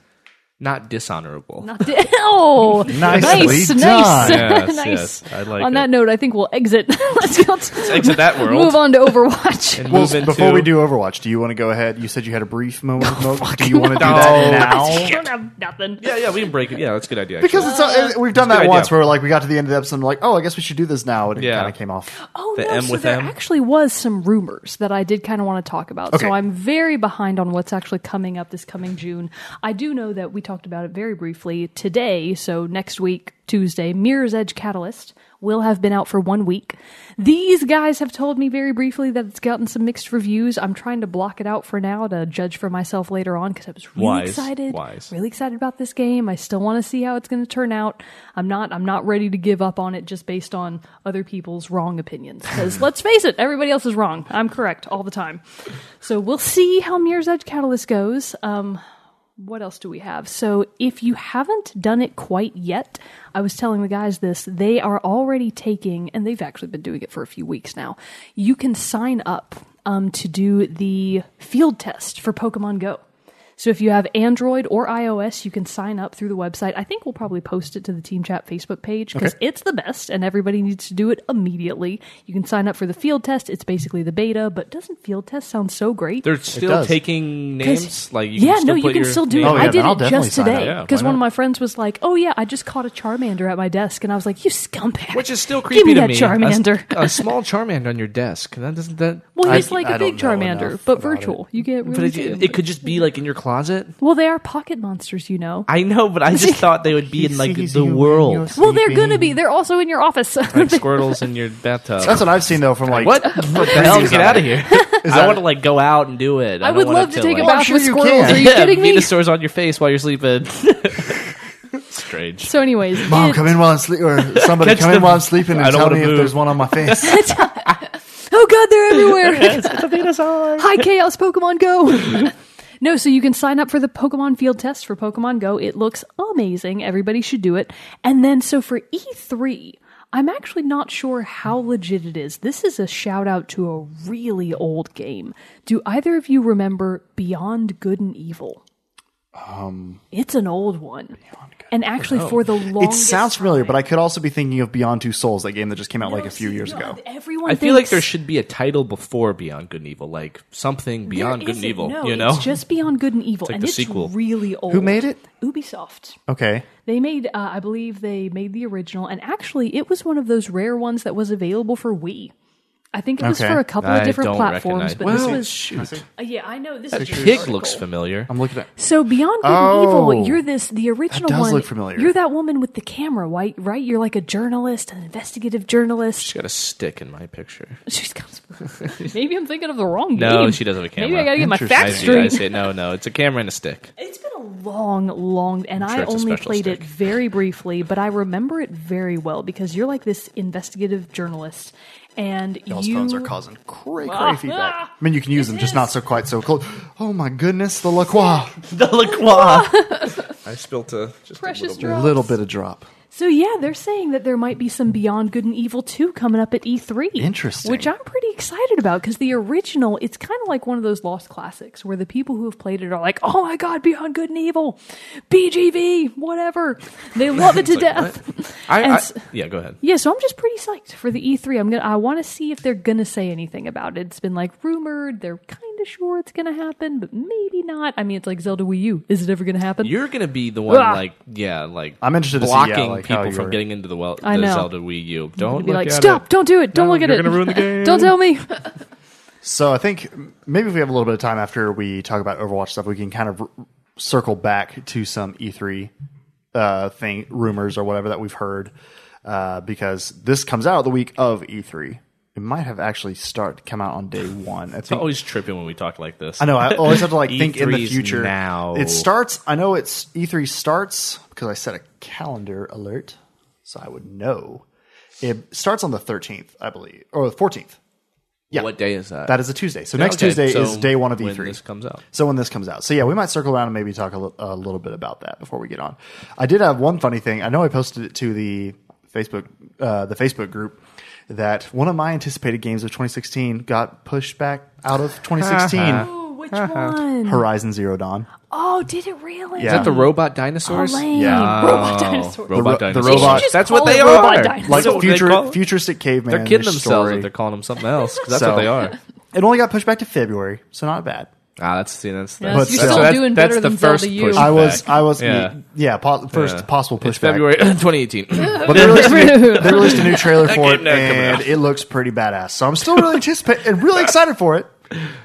[SPEAKER 1] Not dishonorable.
[SPEAKER 2] Not di- oh,
[SPEAKER 3] Nicely
[SPEAKER 2] nice,
[SPEAKER 3] done.
[SPEAKER 2] nice.
[SPEAKER 1] Yes,
[SPEAKER 2] nice.
[SPEAKER 1] yes, I like
[SPEAKER 2] On
[SPEAKER 1] it.
[SPEAKER 2] that note, I think we'll exit. Let's go to-
[SPEAKER 1] Exit that world.
[SPEAKER 2] Move on to Overwatch.
[SPEAKER 1] And
[SPEAKER 3] Well,
[SPEAKER 1] move into,
[SPEAKER 3] before we do Overwatch, do you want to go ahead? You said you had a brief moment. of milk. do you want to do
[SPEAKER 1] no.
[SPEAKER 3] that
[SPEAKER 2] I
[SPEAKER 3] now?
[SPEAKER 2] don't have nothing.
[SPEAKER 1] Yeah, yeah, we can break it. Yeah, that's a good idea.
[SPEAKER 3] Because
[SPEAKER 1] actually.
[SPEAKER 3] it's uh, we've done
[SPEAKER 1] It's a
[SPEAKER 3] that
[SPEAKER 1] good
[SPEAKER 3] once,
[SPEAKER 1] idea.
[SPEAKER 3] where like we got to the end of the episode, and like, oh, I guess we should do this now, and it
[SPEAKER 1] Yeah.
[SPEAKER 3] kind of came off.
[SPEAKER 2] Oh
[SPEAKER 1] The
[SPEAKER 2] no!
[SPEAKER 1] M
[SPEAKER 2] so
[SPEAKER 1] with
[SPEAKER 2] there
[SPEAKER 1] M?
[SPEAKER 2] actually was some rumors that I did kind of want to talk about.
[SPEAKER 3] Okay.
[SPEAKER 2] So I'm very behind on what's actually coming up this coming June. I do know that we talked about it very briefly today. So next week, Tuesday, Mirror's Edge Catalyst will have been out for one week. These guys have told me very briefly that it's gotten some mixed reviews. I'm trying to block it out for now to judge for myself later on because I was really
[SPEAKER 1] Wise,
[SPEAKER 2] excited.
[SPEAKER 1] wise.
[SPEAKER 2] Really excited about this game. I still want to see how it's going to turn out. I'm not I'm not ready to give up on it just based on other people's wrong opinions cuz let's face it, everybody else is wrong. I'm correct all the time. So we'll see how Mirror's Edge Catalyst goes. Um what else do we have? So, if you haven't done it quite yet, I was telling the guys this, they are already taking, and they've actually been doing it for a few weeks now. You can sign up um, to do the field test for Pokemon Go. So, if you have Android or iOS, you can sign up through the website. I think we'll probably post it to the Team Chat Facebook page because it's the best and everybody needs to do it immediately. You can sign up for the field test. It's basically the beta, but doesn't field test sound so great?
[SPEAKER 1] they're still
[SPEAKER 3] does.
[SPEAKER 1] taking
[SPEAKER 2] 'Cause-
[SPEAKER 1] names. Like you
[SPEAKER 2] yeah,
[SPEAKER 1] can still
[SPEAKER 2] no, you
[SPEAKER 1] put
[SPEAKER 2] can
[SPEAKER 1] your
[SPEAKER 2] still do it.
[SPEAKER 1] name-
[SPEAKER 3] Oh, yeah,
[SPEAKER 2] I
[SPEAKER 3] then
[SPEAKER 2] did
[SPEAKER 3] I'll
[SPEAKER 2] it
[SPEAKER 3] definitely
[SPEAKER 2] just
[SPEAKER 3] sign up.
[SPEAKER 2] today
[SPEAKER 1] Yeah,
[SPEAKER 2] because
[SPEAKER 1] why
[SPEAKER 2] one
[SPEAKER 1] not?
[SPEAKER 2] of my friends was like, "Oh yeah, I just caught a Charmander at my desk," and I was like, "You scumbag!"
[SPEAKER 1] Which is still creepy
[SPEAKER 2] Give me
[SPEAKER 1] to
[SPEAKER 2] that
[SPEAKER 1] me.
[SPEAKER 2] Charmander.
[SPEAKER 1] A, s- a small Charmander on your desk. That doesn't that.
[SPEAKER 2] well,
[SPEAKER 3] I-
[SPEAKER 2] he's like
[SPEAKER 3] I
[SPEAKER 2] a big
[SPEAKER 3] don't know
[SPEAKER 2] Charmander,
[SPEAKER 3] enough
[SPEAKER 2] but
[SPEAKER 3] about
[SPEAKER 2] virtual. You get
[SPEAKER 1] But
[SPEAKER 2] really
[SPEAKER 1] it,
[SPEAKER 2] good.
[SPEAKER 1] it could just be like in your closet.
[SPEAKER 2] well, they are pocket monsters, you know.
[SPEAKER 1] I know, but I just thought they would be in like
[SPEAKER 3] sees
[SPEAKER 1] the
[SPEAKER 3] you when you're
[SPEAKER 1] world.
[SPEAKER 2] well, they're
[SPEAKER 3] sleeping.
[SPEAKER 2] gonna be. They're also in your office.
[SPEAKER 1] Like squirtles in your bathtub.
[SPEAKER 3] That's what I've seen though from like
[SPEAKER 1] what? What the hell? Get out of here! I want to like go out and do it.
[SPEAKER 2] I
[SPEAKER 1] don't
[SPEAKER 2] would
[SPEAKER 1] want
[SPEAKER 2] love to take a
[SPEAKER 1] like,
[SPEAKER 3] Well, I'm
[SPEAKER 2] bath
[SPEAKER 3] sure
[SPEAKER 2] with
[SPEAKER 3] you
[SPEAKER 2] squirrels.
[SPEAKER 3] can.
[SPEAKER 2] Are you
[SPEAKER 1] yeah,
[SPEAKER 2] kidding me?
[SPEAKER 1] Venusaur's on your face while you're sleeping. Strange.
[SPEAKER 2] So, anyways,
[SPEAKER 3] Mom,
[SPEAKER 2] it-
[SPEAKER 3] come in while I'm sleeping, or somebody
[SPEAKER 1] Catch
[SPEAKER 3] come in
[SPEAKER 1] the-
[SPEAKER 3] while I'm sleeping
[SPEAKER 1] I
[SPEAKER 3] and
[SPEAKER 1] don't
[SPEAKER 3] tell
[SPEAKER 1] wanna
[SPEAKER 3] me if
[SPEAKER 1] move.
[SPEAKER 3] there's one on my face.
[SPEAKER 2] oh god, they're everywhere.
[SPEAKER 1] it's a Venusaur.
[SPEAKER 2] Hi, Chaos Pokemon Go. no, so you can sign up for the Pokemon field test for Pokemon Go. It looks amazing. Everybody should do it. And then, so for E3, I'm actually not sure how legit it is. This is a shout out to a really old game. Do either of you remember Beyond Good and Evil?
[SPEAKER 3] Um,
[SPEAKER 2] It's an old one. And actually, for the
[SPEAKER 3] It
[SPEAKER 2] longest
[SPEAKER 3] sounds familiar,
[SPEAKER 2] time-
[SPEAKER 3] but I could also be thinking of Beyond Two Souls, that game that just came out like a few years ago.
[SPEAKER 2] Everyone
[SPEAKER 1] I feel like
[SPEAKER 2] thinks-
[SPEAKER 1] there should be a title before Beyond Good and Evil, like something
[SPEAKER 2] There
[SPEAKER 1] Beyond Good and
[SPEAKER 2] isn't.
[SPEAKER 1] Evil.
[SPEAKER 2] No,
[SPEAKER 1] you know,
[SPEAKER 2] it's just Beyond Good and Evil,
[SPEAKER 1] like
[SPEAKER 2] and
[SPEAKER 1] the
[SPEAKER 2] it's
[SPEAKER 1] sequel.
[SPEAKER 2] really old.
[SPEAKER 3] Who made it?
[SPEAKER 2] Ubisoft.
[SPEAKER 3] Okay.
[SPEAKER 2] They made, uh, I believe, they made the original, and actually, it was one of those rare ones that was available for Wii. I think it was
[SPEAKER 3] Okay.
[SPEAKER 2] for a couple
[SPEAKER 1] I
[SPEAKER 2] of different
[SPEAKER 1] don't
[SPEAKER 2] platforms,
[SPEAKER 1] recognize.
[SPEAKER 2] but
[SPEAKER 1] well,
[SPEAKER 2] this was.
[SPEAKER 1] shoot,
[SPEAKER 2] Uh, yeah, I know this
[SPEAKER 1] that
[SPEAKER 2] is
[SPEAKER 1] pig
[SPEAKER 2] just article.
[SPEAKER 1] looks familiar.
[SPEAKER 3] I'm looking at
[SPEAKER 2] So beyond good
[SPEAKER 3] Oh.
[SPEAKER 2] and evil, you're this the original
[SPEAKER 3] does
[SPEAKER 2] one.
[SPEAKER 3] look familiar.
[SPEAKER 2] You're that woman with the camera, right? Right? You're like a journalist, an investigative journalist.
[SPEAKER 1] She's got a stick in my picture.
[SPEAKER 2] She's comes. Maybe I'm thinking of the wrong
[SPEAKER 1] No,
[SPEAKER 2] game.
[SPEAKER 1] she doesn't have a
[SPEAKER 2] Maybe I
[SPEAKER 1] camera.
[SPEAKER 2] gotta get my
[SPEAKER 3] Interesting.
[SPEAKER 1] I
[SPEAKER 2] facts
[SPEAKER 1] see, I
[SPEAKER 2] straight.
[SPEAKER 1] see. No, no, it's a camera and a stick.
[SPEAKER 2] It's been a long, long, and
[SPEAKER 1] sure
[SPEAKER 2] I
[SPEAKER 1] it's a
[SPEAKER 2] only
[SPEAKER 1] special
[SPEAKER 2] played it
[SPEAKER 1] stick.
[SPEAKER 2] very briefly, but I remember it very well because you're like this investigative journalist, and
[SPEAKER 3] Those
[SPEAKER 2] you
[SPEAKER 3] phones are causing cray cray
[SPEAKER 2] Ah.
[SPEAKER 3] feedback.
[SPEAKER 2] Ah.
[SPEAKER 3] I mean, you can use them, just not so quite so close. Oh my goodness, the La Croix.
[SPEAKER 1] I spilt a just
[SPEAKER 2] precious
[SPEAKER 3] A
[SPEAKER 2] drops.
[SPEAKER 3] little bit of drop.
[SPEAKER 2] So yeah, they're saying that there might be some Beyond Good and Evil 2 coming up at E3.
[SPEAKER 3] Interesting.
[SPEAKER 2] Which I'm pretty excited about because the original, it's kind of like one of those lost classics where the people who have played it are like, "Oh my god, Beyond Good and Evil, BGV, whatever." They love it to death.
[SPEAKER 1] I,
[SPEAKER 2] And
[SPEAKER 1] I,
[SPEAKER 2] s-
[SPEAKER 1] yeah, go ahead.
[SPEAKER 2] Yeah, so I'm just pretty psyched for the E3. I'm gonna I want to see if they're gonna say anything about it. It's been like rumored. They're kind of sure it's gonna happen, but maybe not. I mean, it's like Zelda Wii U. Is it ever gonna happen?
[SPEAKER 1] You're gonna be the one
[SPEAKER 2] Ah.
[SPEAKER 1] like yeah, like
[SPEAKER 3] I'm interested to see, yeah,
[SPEAKER 1] blocking
[SPEAKER 3] like, how
[SPEAKER 1] people
[SPEAKER 3] you
[SPEAKER 1] from
[SPEAKER 3] were-
[SPEAKER 1] getting into the, well,
[SPEAKER 2] I
[SPEAKER 1] the
[SPEAKER 2] know.
[SPEAKER 1] Zelda Wii U. Don't
[SPEAKER 2] You'd be
[SPEAKER 1] look
[SPEAKER 2] like,
[SPEAKER 1] at
[SPEAKER 2] stop!
[SPEAKER 1] it.
[SPEAKER 2] Don't do it! Don't
[SPEAKER 1] No,
[SPEAKER 2] look at
[SPEAKER 1] you're
[SPEAKER 2] it!
[SPEAKER 1] gonna ruin the game.
[SPEAKER 2] don't tell me.
[SPEAKER 3] So I think maybe if we have a little bit of time after we talk about Overwatch stuff, we can kind of r- circle back to some E3 uh, thing rumors or whatever that we've heard uh, because this comes out the week of E3. It might have actually start come out on day one. I think
[SPEAKER 1] Always tripping when we talk like this.
[SPEAKER 3] I know. I always have to like think in the
[SPEAKER 1] E3's
[SPEAKER 3] future.
[SPEAKER 1] now.
[SPEAKER 3] it starts. I know it's E3 starts because I set a calendar alert, so I would know. It starts on the 13th, I believe, or the 14th. Yeah,
[SPEAKER 1] What day is that?
[SPEAKER 3] that is a Tuesday. So next
[SPEAKER 1] Okay,
[SPEAKER 3] Tuesday
[SPEAKER 1] so
[SPEAKER 3] is day one of E
[SPEAKER 1] when
[SPEAKER 3] E3.
[SPEAKER 1] this comes out.
[SPEAKER 3] So when this comes out, so yeah, we might circle around and maybe talk a, li- a little bit about that before we get on. I did have one funny thing. I know I posted it to the Facebook, uh, the Facebook group. That one of my anticipated games of 2016 got pushed back out of 2016.
[SPEAKER 2] Ooh, which one?
[SPEAKER 3] Horizon Zero Dawn.
[SPEAKER 2] Oh, did it really?
[SPEAKER 3] Yeah.
[SPEAKER 1] Is that the robot dinosaurs?
[SPEAKER 2] Elaine.
[SPEAKER 3] Yeah.
[SPEAKER 2] Robot
[SPEAKER 1] Oh,
[SPEAKER 2] dinosaurs.
[SPEAKER 1] Robot
[SPEAKER 3] The ro- the
[SPEAKER 1] dinosaurs.
[SPEAKER 3] robot- You should just
[SPEAKER 1] That's
[SPEAKER 2] call
[SPEAKER 1] what
[SPEAKER 2] it
[SPEAKER 1] they
[SPEAKER 2] robot
[SPEAKER 1] are. That's
[SPEAKER 2] dinosaurs.
[SPEAKER 3] Like
[SPEAKER 1] what they call
[SPEAKER 3] future,
[SPEAKER 1] it.
[SPEAKER 3] futuristic caveman.
[SPEAKER 1] They're kidding themselves
[SPEAKER 3] story.
[SPEAKER 1] if they're calling them something else because that's
[SPEAKER 3] So-
[SPEAKER 1] what they are.
[SPEAKER 3] It only got pushed back to February, so not bad.
[SPEAKER 1] Ah, that's see, that's
[SPEAKER 2] Yes,
[SPEAKER 3] you're
[SPEAKER 1] that's,
[SPEAKER 3] still
[SPEAKER 1] that's,
[SPEAKER 2] doing
[SPEAKER 1] that's
[SPEAKER 2] better
[SPEAKER 1] the
[SPEAKER 2] than
[SPEAKER 1] first
[SPEAKER 2] Zelda U.
[SPEAKER 1] pushback.
[SPEAKER 3] I was, I was, yeah,
[SPEAKER 1] Yeah.
[SPEAKER 3] po- first
[SPEAKER 1] Yeah.
[SPEAKER 3] possible pushback.
[SPEAKER 1] It's February 2018.
[SPEAKER 3] But they released, a, they released a new trailer for it,
[SPEAKER 1] game never coming
[SPEAKER 3] and
[SPEAKER 1] out.
[SPEAKER 3] it looks pretty badass. So I'm still really anticipating and really excited for it.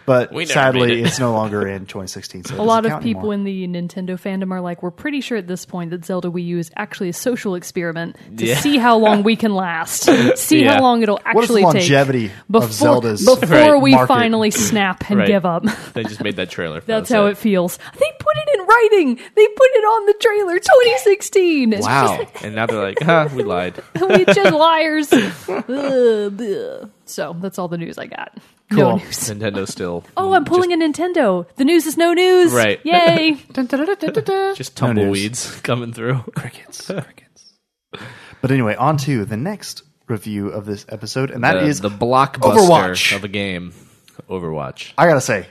[SPEAKER 3] But
[SPEAKER 1] We never
[SPEAKER 3] sadly,
[SPEAKER 1] made it.
[SPEAKER 3] it's no longer in 2016.
[SPEAKER 2] A
[SPEAKER 3] So
[SPEAKER 2] lot of people in the Nintendo fandom are like, we're pretty sure at this point that Zelda Wii U is actually a social experiment to
[SPEAKER 1] Yeah.
[SPEAKER 2] see how long we can last, see
[SPEAKER 1] Yeah.
[SPEAKER 2] how long it'll
[SPEAKER 3] the
[SPEAKER 2] actually
[SPEAKER 3] longevity
[SPEAKER 2] take
[SPEAKER 3] of Zelda's
[SPEAKER 2] before
[SPEAKER 1] Right.
[SPEAKER 2] we
[SPEAKER 3] market?
[SPEAKER 2] finally snap and
[SPEAKER 1] Right.
[SPEAKER 2] give up.
[SPEAKER 1] they just made that trailer. For
[SPEAKER 2] That's how it feels. They put it in writing. They put it on the trailer. 2016. It's
[SPEAKER 3] Wow.
[SPEAKER 2] just-
[SPEAKER 1] And now they're like, huh, we lied.
[SPEAKER 2] we just liars. Ugh, bleh. so that's all the news I got. No
[SPEAKER 3] Cool.
[SPEAKER 2] news.
[SPEAKER 1] Nintendo still.
[SPEAKER 2] Oh, I'm pulling a Nintendo. The news is no news.
[SPEAKER 1] Right.
[SPEAKER 2] Yay.
[SPEAKER 1] Just
[SPEAKER 3] No news.
[SPEAKER 1] tumbleweeds coming through.
[SPEAKER 3] Crickets. Crickets. But anyway, on to the next review of this episode, and that
[SPEAKER 1] the,
[SPEAKER 3] is
[SPEAKER 1] the blockbuster
[SPEAKER 3] Overwatch.
[SPEAKER 1] of a game. Overwatch.
[SPEAKER 3] I gotta say,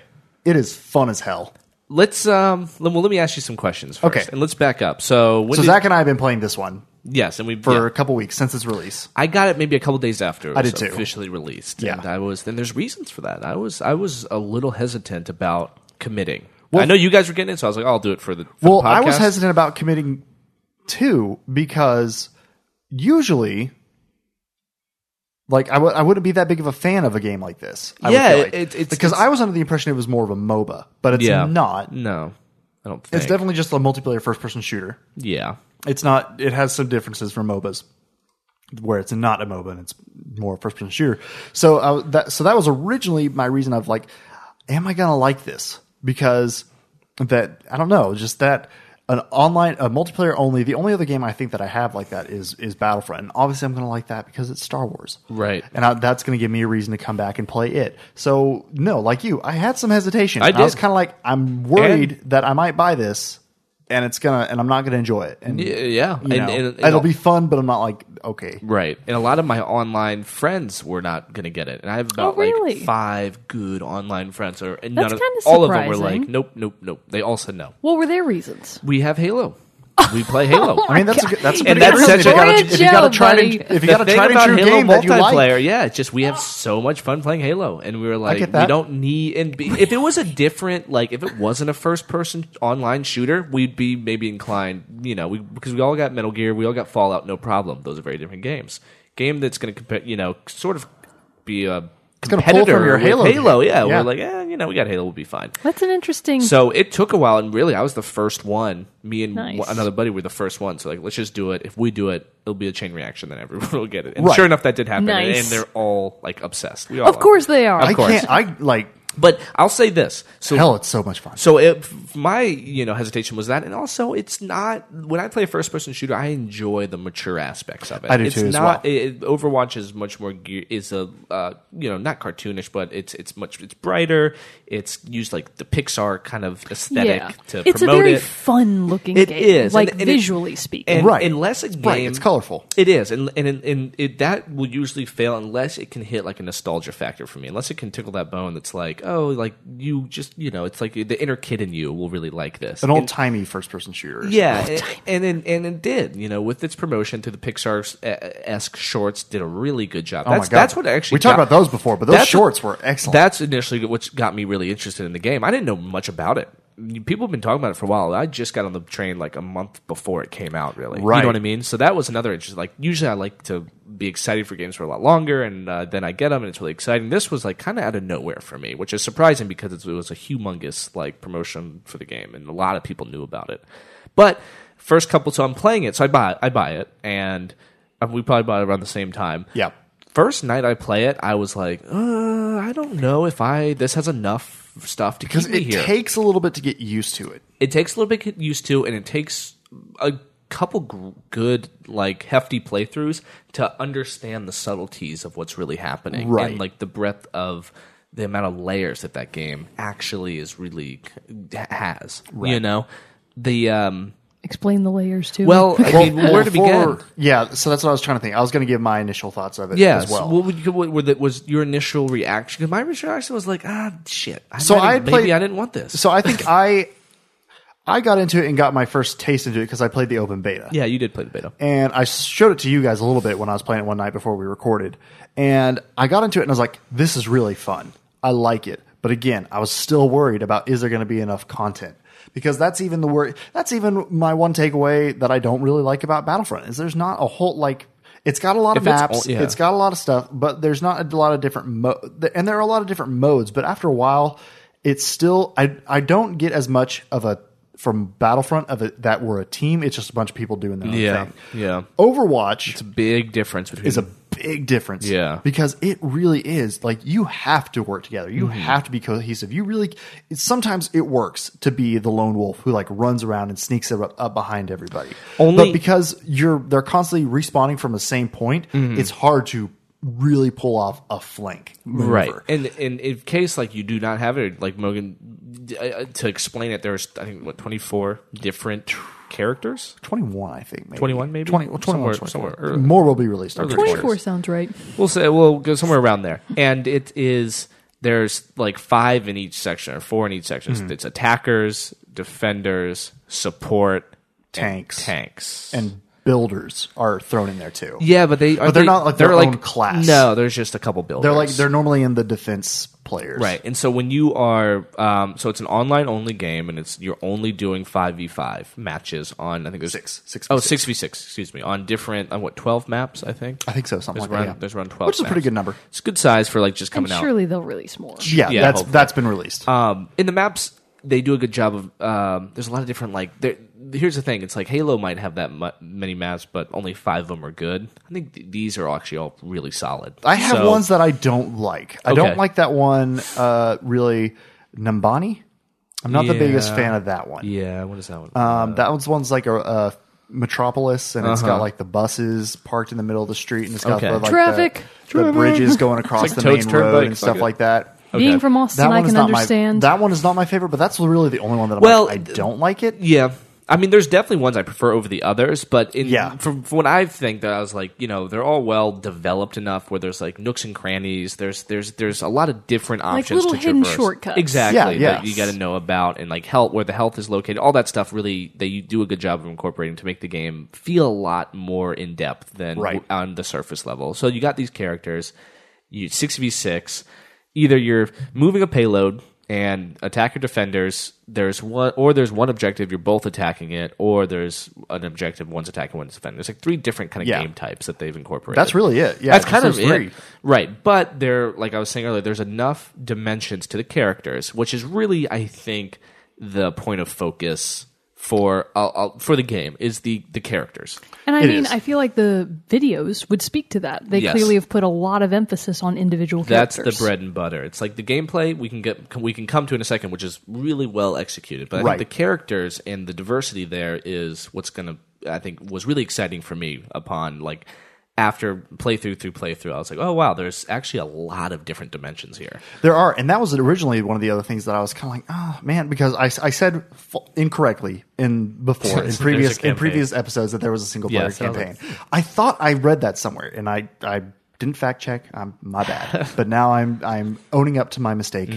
[SPEAKER 3] it is fun as hell.
[SPEAKER 1] Let's um. Let, well, let me ask you some questions first,
[SPEAKER 3] Okay.
[SPEAKER 1] and let's back up. So, when
[SPEAKER 3] So
[SPEAKER 1] did-
[SPEAKER 3] Zach and I have been playing this one
[SPEAKER 1] yes, and we
[SPEAKER 3] for
[SPEAKER 1] yeah.
[SPEAKER 3] a couple weeks since its release.
[SPEAKER 1] I got it maybe a couple days after it was
[SPEAKER 3] I did too.
[SPEAKER 1] officially released.
[SPEAKER 3] Yeah.
[SPEAKER 1] And I was and there's reasons for that. I was I was a little hesitant about committing.
[SPEAKER 3] Well-
[SPEAKER 1] I know you guys were getting it, so I was like, "Oh, I'll do it for the for the
[SPEAKER 3] Well, I was
[SPEAKER 1] podcast.
[SPEAKER 3] hesitant about committing two because usually, like I w- I wouldn't be that big of a fan of a game like this. I would
[SPEAKER 1] Yeah,
[SPEAKER 3] feel like.
[SPEAKER 1] it- it's-
[SPEAKER 3] because
[SPEAKER 1] it's-
[SPEAKER 3] I was under the impression it was more of a MOBA, but it's
[SPEAKER 1] Yeah.
[SPEAKER 3] not.
[SPEAKER 1] No. I don't think.
[SPEAKER 3] It's definitely just a multiplayer first-person shooter.
[SPEAKER 1] yeah.
[SPEAKER 3] It's not. It has some differences from MOBAs, where it's not a MOBA and it's more first-person shooter. So I w that so that was originally my reason of like, am I gonna like this? Because that I don't know, just that an online a multiplayer only. The only other game I think that I have like that is is Battlefront, and obviously I'm gonna like that because it's Star Wars,
[SPEAKER 1] Right.
[SPEAKER 3] And I, that's gonna give me a reason to come back and play it. So no, like you, I had some hesitation.
[SPEAKER 1] I
[SPEAKER 3] And I was
[SPEAKER 1] did.
[SPEAKER 3] kind of like, I'm worried that I might buy this. and it's gonna and I'm not gonna enjoy it. And
[SPEAKER 1] Y- yeah.
[SPEAKER 3] you
[SPEAKER 1] And-
[SPEAKER 3] know,
[SPEAKER 1] and- and
[SPEAKER 3] it'll
[SPEAKER 1] I'll-
[SPEAKER 3] be fun, but I'm not like okay.
[SPEAKER 1] Right. And a lot of my online friends were not going to get it. And I have about
[SPEAKER 2] Oh, really?
[SPEAKER 1] like five good online friends. Or, and
[SPEAKER 2] That's
[SPEAKER 1] none of,
[SPEAKER 2] kinda
[SPEAKER 1] all of them were
[SPEAKER 2] surprising.
[SPEAKER 1] like, nope, nope, nope. They all said no.
[SPEAKER 2] What were their reasons?
[SPEAKER 1] We have Halo. We play Halo.
[SPEAKER 3] I mean that's a good, that's a
[SPEAKER 1] And
[SPEAKER 3] pretty
[SPEAKER 1] that's
[SPEAKER 3] good reason.
[SPEAKER 1] such a-
[SPEAKER 3] if,
[SPEAKER 2] We're
[SPEAKER 3] you
[SPEAKER 2] in
[SPEAKER 3] gotta, if you
[SPEAKER 2] jail,
[SPEAKER 3] gotta try
[SPEAKER 2] buddy.
[SPEAKER 3] to if you
[SPEAKER 1] The
[SPEAKER 3] gotta
[SPEAKER 1] thing
[SPEAKER 3] try
[SPEAKER 1] about
[SPEAKER 3] to
[SPEAKER 1] Halo
[SPEAKER 3] game that you like.
[SPEAKER 1] multiplayer, yeah, it's just we have so much fun playing Halo, and we were like,
[SPEAKER 3] get
[SPEAKER 1] we
[SPEAKER 3] that.
[SPEAKER 1] don't need. And be, if it was a different, like, if it wasn't a first-person online shooter, we'd be maybe inclined, you know, we because we all got Metal Gear, we all got Fallout, no problem. Those are very different games. Game that's going to compare, you know, sort of be a
[SPEAKER 3] gonna pull from
[SPEAKER 1] competitor
[SPEAKER 3] your
[SPEAKER 1] with
[SPEAKER 3] Halo
[SPEAKER 1] Halo,
[SPEAKER 3] game.
[SPEAKER 1] yeah,
[SPEAKER 3] Yeah.
[SPEAKER 1] we're like, eh, you know, we got Halo, we'll be fine.
[SPEAKER 2] That's an interesting.
[SPEAKER 1] So it took a while, and really, I was the first one. Me and
[SPEAKER 2] Nice.
[SPEAKER 1] one- another buddy were the first one. So like, let's just do it. If we do it, it'll be a chain reaction. Then everyone will get it. And
[SPEAKER 3] Right.
[SPEAKER 1] sure enough, that did happen. and-
[SPEAKER 2] Nice.
[SPEAKER 1] And they're all like obsessed. We all
[SPEAKER 2] of
[SPEAKER 1] are.
[SPEAKER 2] course they are.
[SPEAKER 3] I
[SPEAKER 1] course.
[SPEAKER 3] can't I like
[SPEAKER 1] But I'll say this. So
[SPEAKER 3] hell it's so much fun.
[SPEAKER 1] so it, my you know hesitation was that, and also it's not when I play a first person shooter, I enjoy the mature aspects of it.
[SPEAKER 3] I do
[SPEAKER 1] it's
[SPEAKER 3] too as
[SPEAKER 1] not,
[SPEAKER 3] well.
[SPEAKER 1] it- Overwatch is much more gear is a uh, you know not cartoonish, but it's it's much it's brighter. It's used like the Pixar kind of aesthetic
[SPEAKER 2] yeah,
[SPEAKER 1] to
[SPEAKER 2] it's a
[SPEAKER 1] promote
[SPEAKER 2] very
[SPEAKER 1] it.
[SPEAKER 2] fun looking
[SPEAKER 1] It
[SPEAKER 2] game.
[SPEAKER 1] is,
[SPEAKER 2] like
[SPEAKER 1] and- and it-
[SPEAKER 2] visually speaking.
[SPEAKER 1] And
[SPEAKER 3] Right.
[SPEAKER 1] unless a game
[SPEAKER 3] bright, it's colorful.
[SPEAKER 1] it is, and and and it, that will usually fail unless it can hit like a nostalgia factor for me. Unless it can tickle that bone that's like, oh, like you just you know, it's like the inner kid in you will really like this.
[SPEAKER 3] An old timey first person shooter.
[SPEAKER 1] Yeah, and and, and and it did. You know, with its promotion to the Pixar esque shorts, did a really good job.
[SPEAKER 3] Oh, my
[SPEAKER 1] That's
[SPEAKER 3] God.
[SPEAKER 1] that's what actually
[SPEAKER 3] We talked
[SPEAKER 1] got-
[SPEAKER 3] about those before, but those
[SPEAKER 1] that's what-
[SPEAKER 3] shorts were excellent.
[SPEAKER 1] That's initially what got me really interested in the game. I didn't know much about it. People have been talking about it for a while. I just got on the train like a month before it came out. Really, You
[SPEAKER 3] Right.
[SPEAKER 1] know what I mean? So that was another interest. Like usually, I like to be excited for games for a lot longer, and uh, then I get them, and it's really exciting. This was like kind of out of nowhere for me, which is surprising because it's- it was a humongous like promotion for the game, and a lot of people knew about it. But first couple, so I'm playing it, so I buy I buy it, and uh, we probably bought it around the same time.
[SPEAKER 3] Yeah.
[SPEAKER 1] First night I play it, I was like, uh, I don't know if I this has enough stuff to
[SPEAKER 3] Because
[SPEAKER 1] keep me
[SPEAKER 3] it
[SPEAKER 1] here.
[SPEAKER 3] takes a little bit to get used to it.
[SPEAKER 1] it takes a little bit to get used to, and it takes a couple gr- good, like hefty playthroughs to understand the subtleties of what's really happening,
[SPEAKER 3] Right.
[SPEAKER 1] And like the breadth of the amount of layers that that game actually is really has. You know, the um.
[SPEAKER 2] Explain the layers too.
[SPEAKER 1] Well, I mean, where to begin?
[SPEAKER 3] Yeah, so that's what I was trying to think. I was going to give my initial thoughts of it
[SPEAKER 1] Yes.
[SPEAKER 3] as well.
[SPEAKER 1] What, would you- what were the, was your initial reaction? 'Cause my initial reaction was like, ah, shit. I
[SPEAKER 3] So
[SPEAKER 1] might have-
[SPEAKER 3] I had
[SPEAKER 1] maybe
[SPEAKER 3] played-
[SPEAKER 1] I didn't want this.
[SPEAKER 3] so I think I I got into it and got my first taste into it because I played the open beta.
[SPEAKER 1] yeah, you did play the beta.
[SPEAKER 3] And I showed it to you guys a little bit when I was playing it one night before we recorded. And I got into it and I was like, this is really fun. I like it. But again, I was still worried about is there going to be enough content? Because that's even the word that's even my one takeaway that I don't really like about Battlefront is there's not a whole like it's got a lot of
[SPEAKER 1] If it's
[SPEAKER 3] maps.
[SPEAKER 1] all- yeah.
[SPEAKER 3] It's got a lot of stuff, but there's not a lot of different mo- and there are a lot of different modes, but after a while it's still I I don't get as much of a from Battlefront of it that we're a team. It's just a bunch of people doing their own
[SPEAKER 1] Yeah,
[SPEAKER 3] thing.
[SPEAKER 1] yeah.
[SPEAKER 3] Overwatch
[SPEAKER 1] Big difference between
[SPEAKER 3] is a big difference.
[SPEAKER 1] Yeah.
[SPEAKER 3] Because it really is like you have to work together. You
[SPEAKER 1] Mm-hmm.
[SPEAKER 3] have to be cohesive. You really it's, sometimes it works to be the lone wolf who like runs around and sneaks up, up behind everybody.
[SPEAKER 1] Only-
[SPEAKER 3] but because you're they're constantly respawning from the same point,
[SPEAKER 1] Mm-hmm.
[SPEAKER 3] it's hard to really pull off a flank. Maneuver.
[SPEAKER 1] right. And, and in case like you do not have it, like Mogan, d- uh, to explain it, there's I think what 24 different characters.
[SPEAKER 3] 21, I think. Maybe.
[SPEAKER 1] 21 maybe?
[SPEAKER 3] 20, well, 21
[SPEAKER 1] Somewhere-
[SPEAKER 3] 24.
[SPEAKER 1] somewhere early.
[SPEAKER 3] More will be released. on
[SPEAKER 1] Early
[SPEAKER 3] 24.
[SPEAKER 2] 24 sounds right.
[SPEAKER 1] We'll say we'll go somewhere around there, and it is there's like five in each section or four in each section.
[SPEAKER 3] Mm-hmm.
[SPEAKER 1] It's attackers, defenders, support,
[SPEAKER 3] Tanks.
[SPEAKER 1] tanks,
[SPEAKER 3] And builders are thrown in there too.
[SPEAKER 1] Yeah, but they are
[SPEAKER 3] they're not, like,
[SPEAKER 1] they're
[SPEAKER 3] their
[SPEAKER 1] like
[SPEAKER 3] own class.
[SPEAKER 1] No, there's just a couple builders.
[SPEAKER 3] They're like they're normally in the defense players.
[SPEAKER 1] right. And so when you are, um, so it's an online only game, and it's you're only doing five v five matches on I think there's
[SPEAKER 3] Six. Six v
[SPEAKER 1] oh
[SPEAKER 3] six.
[SPEAKER 1] six v six excuse me on different on what twelve maps I think
[SPEAKER 3] I think so. Something
[SPEAKER 1] there's
[SPEAKER 3] like
[SPEAKER 1] around
[SPEAKER 3] that. yeah.
[SPEAKER 1] there's around twelve
[SPEAKER 3] which is a pretty
[SPEAKER 1] maps.
[SPEAKER 3] good number.
[SPEAKER 1] It's a good size for like just
[SPEAKER 2] And
[SPEAKER 1] coming out.
[SPEAKER 2] surely they'll release more.
[SPEAKER 3] Yeah,
[SPEAKER 1] Yeah,
[SPEAKER 3] that's
[SPEAKER 1] hopefully.
[SPEAKER 3] that's been released.
[SPEAKER 1] um, in the maps they do a good job of um, there's a lot of different like there here's the thing it's like halo might have that mu- many maps but only five of them are good i think th- these are actually all really solid
[SPEAKER 3] I have
[SPEAKER 1] So-
[SPEAKER 3] ones that I don't like. I
[SPEAKER 1] Okay.
[SPEAKER 3] don't like that one uh, really. Nambani. I'm not the biggest
[SPEAKER 1] Yeah.
[SPEAKER 3] fan of that one.
[SPEAKER 1] yeah what is that one
[SPEAKER 3] Um, that one's one's like a, a metropolis, and it's got like the buses parked in the middle of the street, and it's got
[SPEAKER 1] Uh-huh. Okay.
[SPEAKER 3] the, like,
[SPEAKER 2] Traffic.
[SPEAKER 3] the, the bridges going across
[SPEAKER 1] like
[SPEAKER 3] the main
[SPEAKER 1] Toad's Turnpike,
[SPEAKER 3] road and
[SPEAKER 1] it's
[SPEAKER 3] stuff
[SPEAKER 1] like a-
[SPEAKER 3] like that.
[SPEAKER 1] Okay.
[SPEAKER 2] Being from Austin, I
[SPEAKER 3] is
[SPEAKER 2] can
[SPEAKER 3] not my-
[SPEAKER 2] understand.
[SPEAKER 3] that one is not my favorite, but that's really the only one that I'm
[SPEAKER 1] Well,
[SPEAKER 3] like, I don't like it.
[SPEAKER 1] Yeah, I mean, there's definitely ones I prefer over the others, but in,
[SPEAKER 3] Yeah.
[SPEAKER 1] from, from what I think, that I was like, you know, they're all well developed enough where there's like nooks and crannies. There's there's there's a lot of different options, to
[SPEAKER 2] little hidden
[SPEAKER 1] traverse.
[SPEAKER 2] shortcuts.
[SPEAKER 1] Exactly,
[SPEAKER 3] Yeah, yeah.
[SPEAKER 1] that you got to know about, and like health, where the health is located, all that stuff. Really, they do a good job of incorporating to make the game feel a lot more in depth than
[SPEAKER 3] Right.
[SPEAKER 1] on the surface level. So you got these characters, you six v six. Either you're moving a payload and attack your defenders. There's one, or there's one objective. You're both attacking it, or there's an objective. One's attacking, one's defending. There's like three different kind of
[SPEAKER 3] Yeah.
[SPEAKER 1] game types that they've incorporated.
[SPEAKER 3] That's really it. Yeah,
[SPEAKER 1] that's
[SPEAKER 3] just
[SPEAKER 1] kind of
[SPEAKER 3] those three.
[SPEAKER 1] it. Right, but there, like I was saying earlier, there's enough dimensions to the characters, which is really, I think, the point of focus for uh, uh, for the game is the the characters.
[SPEAKER 2] And I
[SPEAKER 3] It
[SPEAKER 2] mean,
[SPEAKER 3] is.
[SPEAKER 2] I feel like the videos would speak to that. They
[SPEAKER 1] Yes.
[SPEAKER 2] clearly have put a lot of emphasis on individual
[SPEAKER 1] That's
[SPEAKER 2] characters.
[SPEAKER 1] the bread and butter. It's like the gameplay we can get we can come to in a second, which is really well executed. But I
[SPEAKER 3] Right.
[SPEAKER 1] think the characters and the diversity there is what's going to I think was really exciting for me upon like after playthrough through playthrough. I was like, oh wow, there's actually a lot of different dimensions here.
[SPEAKER 3] There are, and that was originally one of the other things that I was kind of like, oh man, because I, I said f- incorrectly in before in
[SPEAKER 1] There's a
[SPEAKER 3] previous in
[SPEAKER 1] campaign.
[SPEAKER 3] previous episodes that there was a single player
[SPEAKER 1] Yes, I was
[SPEAKER 3] campaign. I thought I read that somewhere, and I I didn't fact check. I'm my bad, but now I'm I'm owning up to my mistake.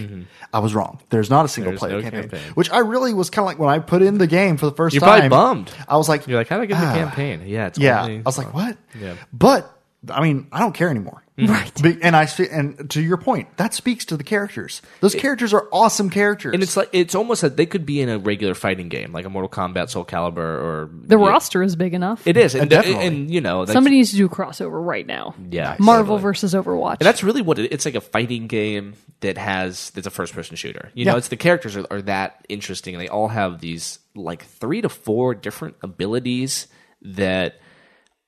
[SPEAKER 3] I was wrong. There's not a single
[SPEAKER 1] Mm-hmm. There's
[SPEAKER 3] player
[SPEAKER 1] no
[SPEAKER 3] campaign,
[SPEAKER 1] campaign.
[SPEAKER 3] which I really was kind of like when I put in the game for the 1st
[SPEAKER 1] You're probably
[SPEAKER 3] time.
[SPEAKER 1] bummed.
[SPEAKER 3] I was like,
[SPEAKER 1] You're like, how do I get in the
[SPEAKER 3] "Ah."
[SPEAKER 1] campaign? Yeah, it's
[SPEAKER 3] Yeah,
[SPEAKER 1] only-
[SPEAKER 3] I was like, what?
[SPEAKER 1] Yeah. Mm-hmm.
[SPEAKER 3] But I mean, I don't care anymore. Right. and I fe- and to your point, that speaks to the characters. Those characters are awesome characters.
[SPEAKER 1] And it's like it's almost that they could be in a regular fighting game, like a Mortal Kombat, Soul Calibur, or
[SPEAKER 2] the
[SPEAKER 1] Yeah.
[SPEAKER 2] roster is big enough.
[SPEAKER 1] It is, and,
[SPEAKER 3] Uh, definitely.
[SPEAKER 1] and you know, that's,
[SPEAKER 2] Somebody needs to do a crossover right now.
[SPEAKER 1] yeah,
[SPEAKER 2] Marvel
[SPEAKER 1] totally.
[SPEAKER 2] versus Overwatch.
[SPEAKER 1] And that's really what it, it's like a fighting game that has that's a first person shooter. You know,
[SPEAKER 3] Yeah.
[SPEAKER 1] it's the characters are, are that interesting. and They all have these like three to four different abilities that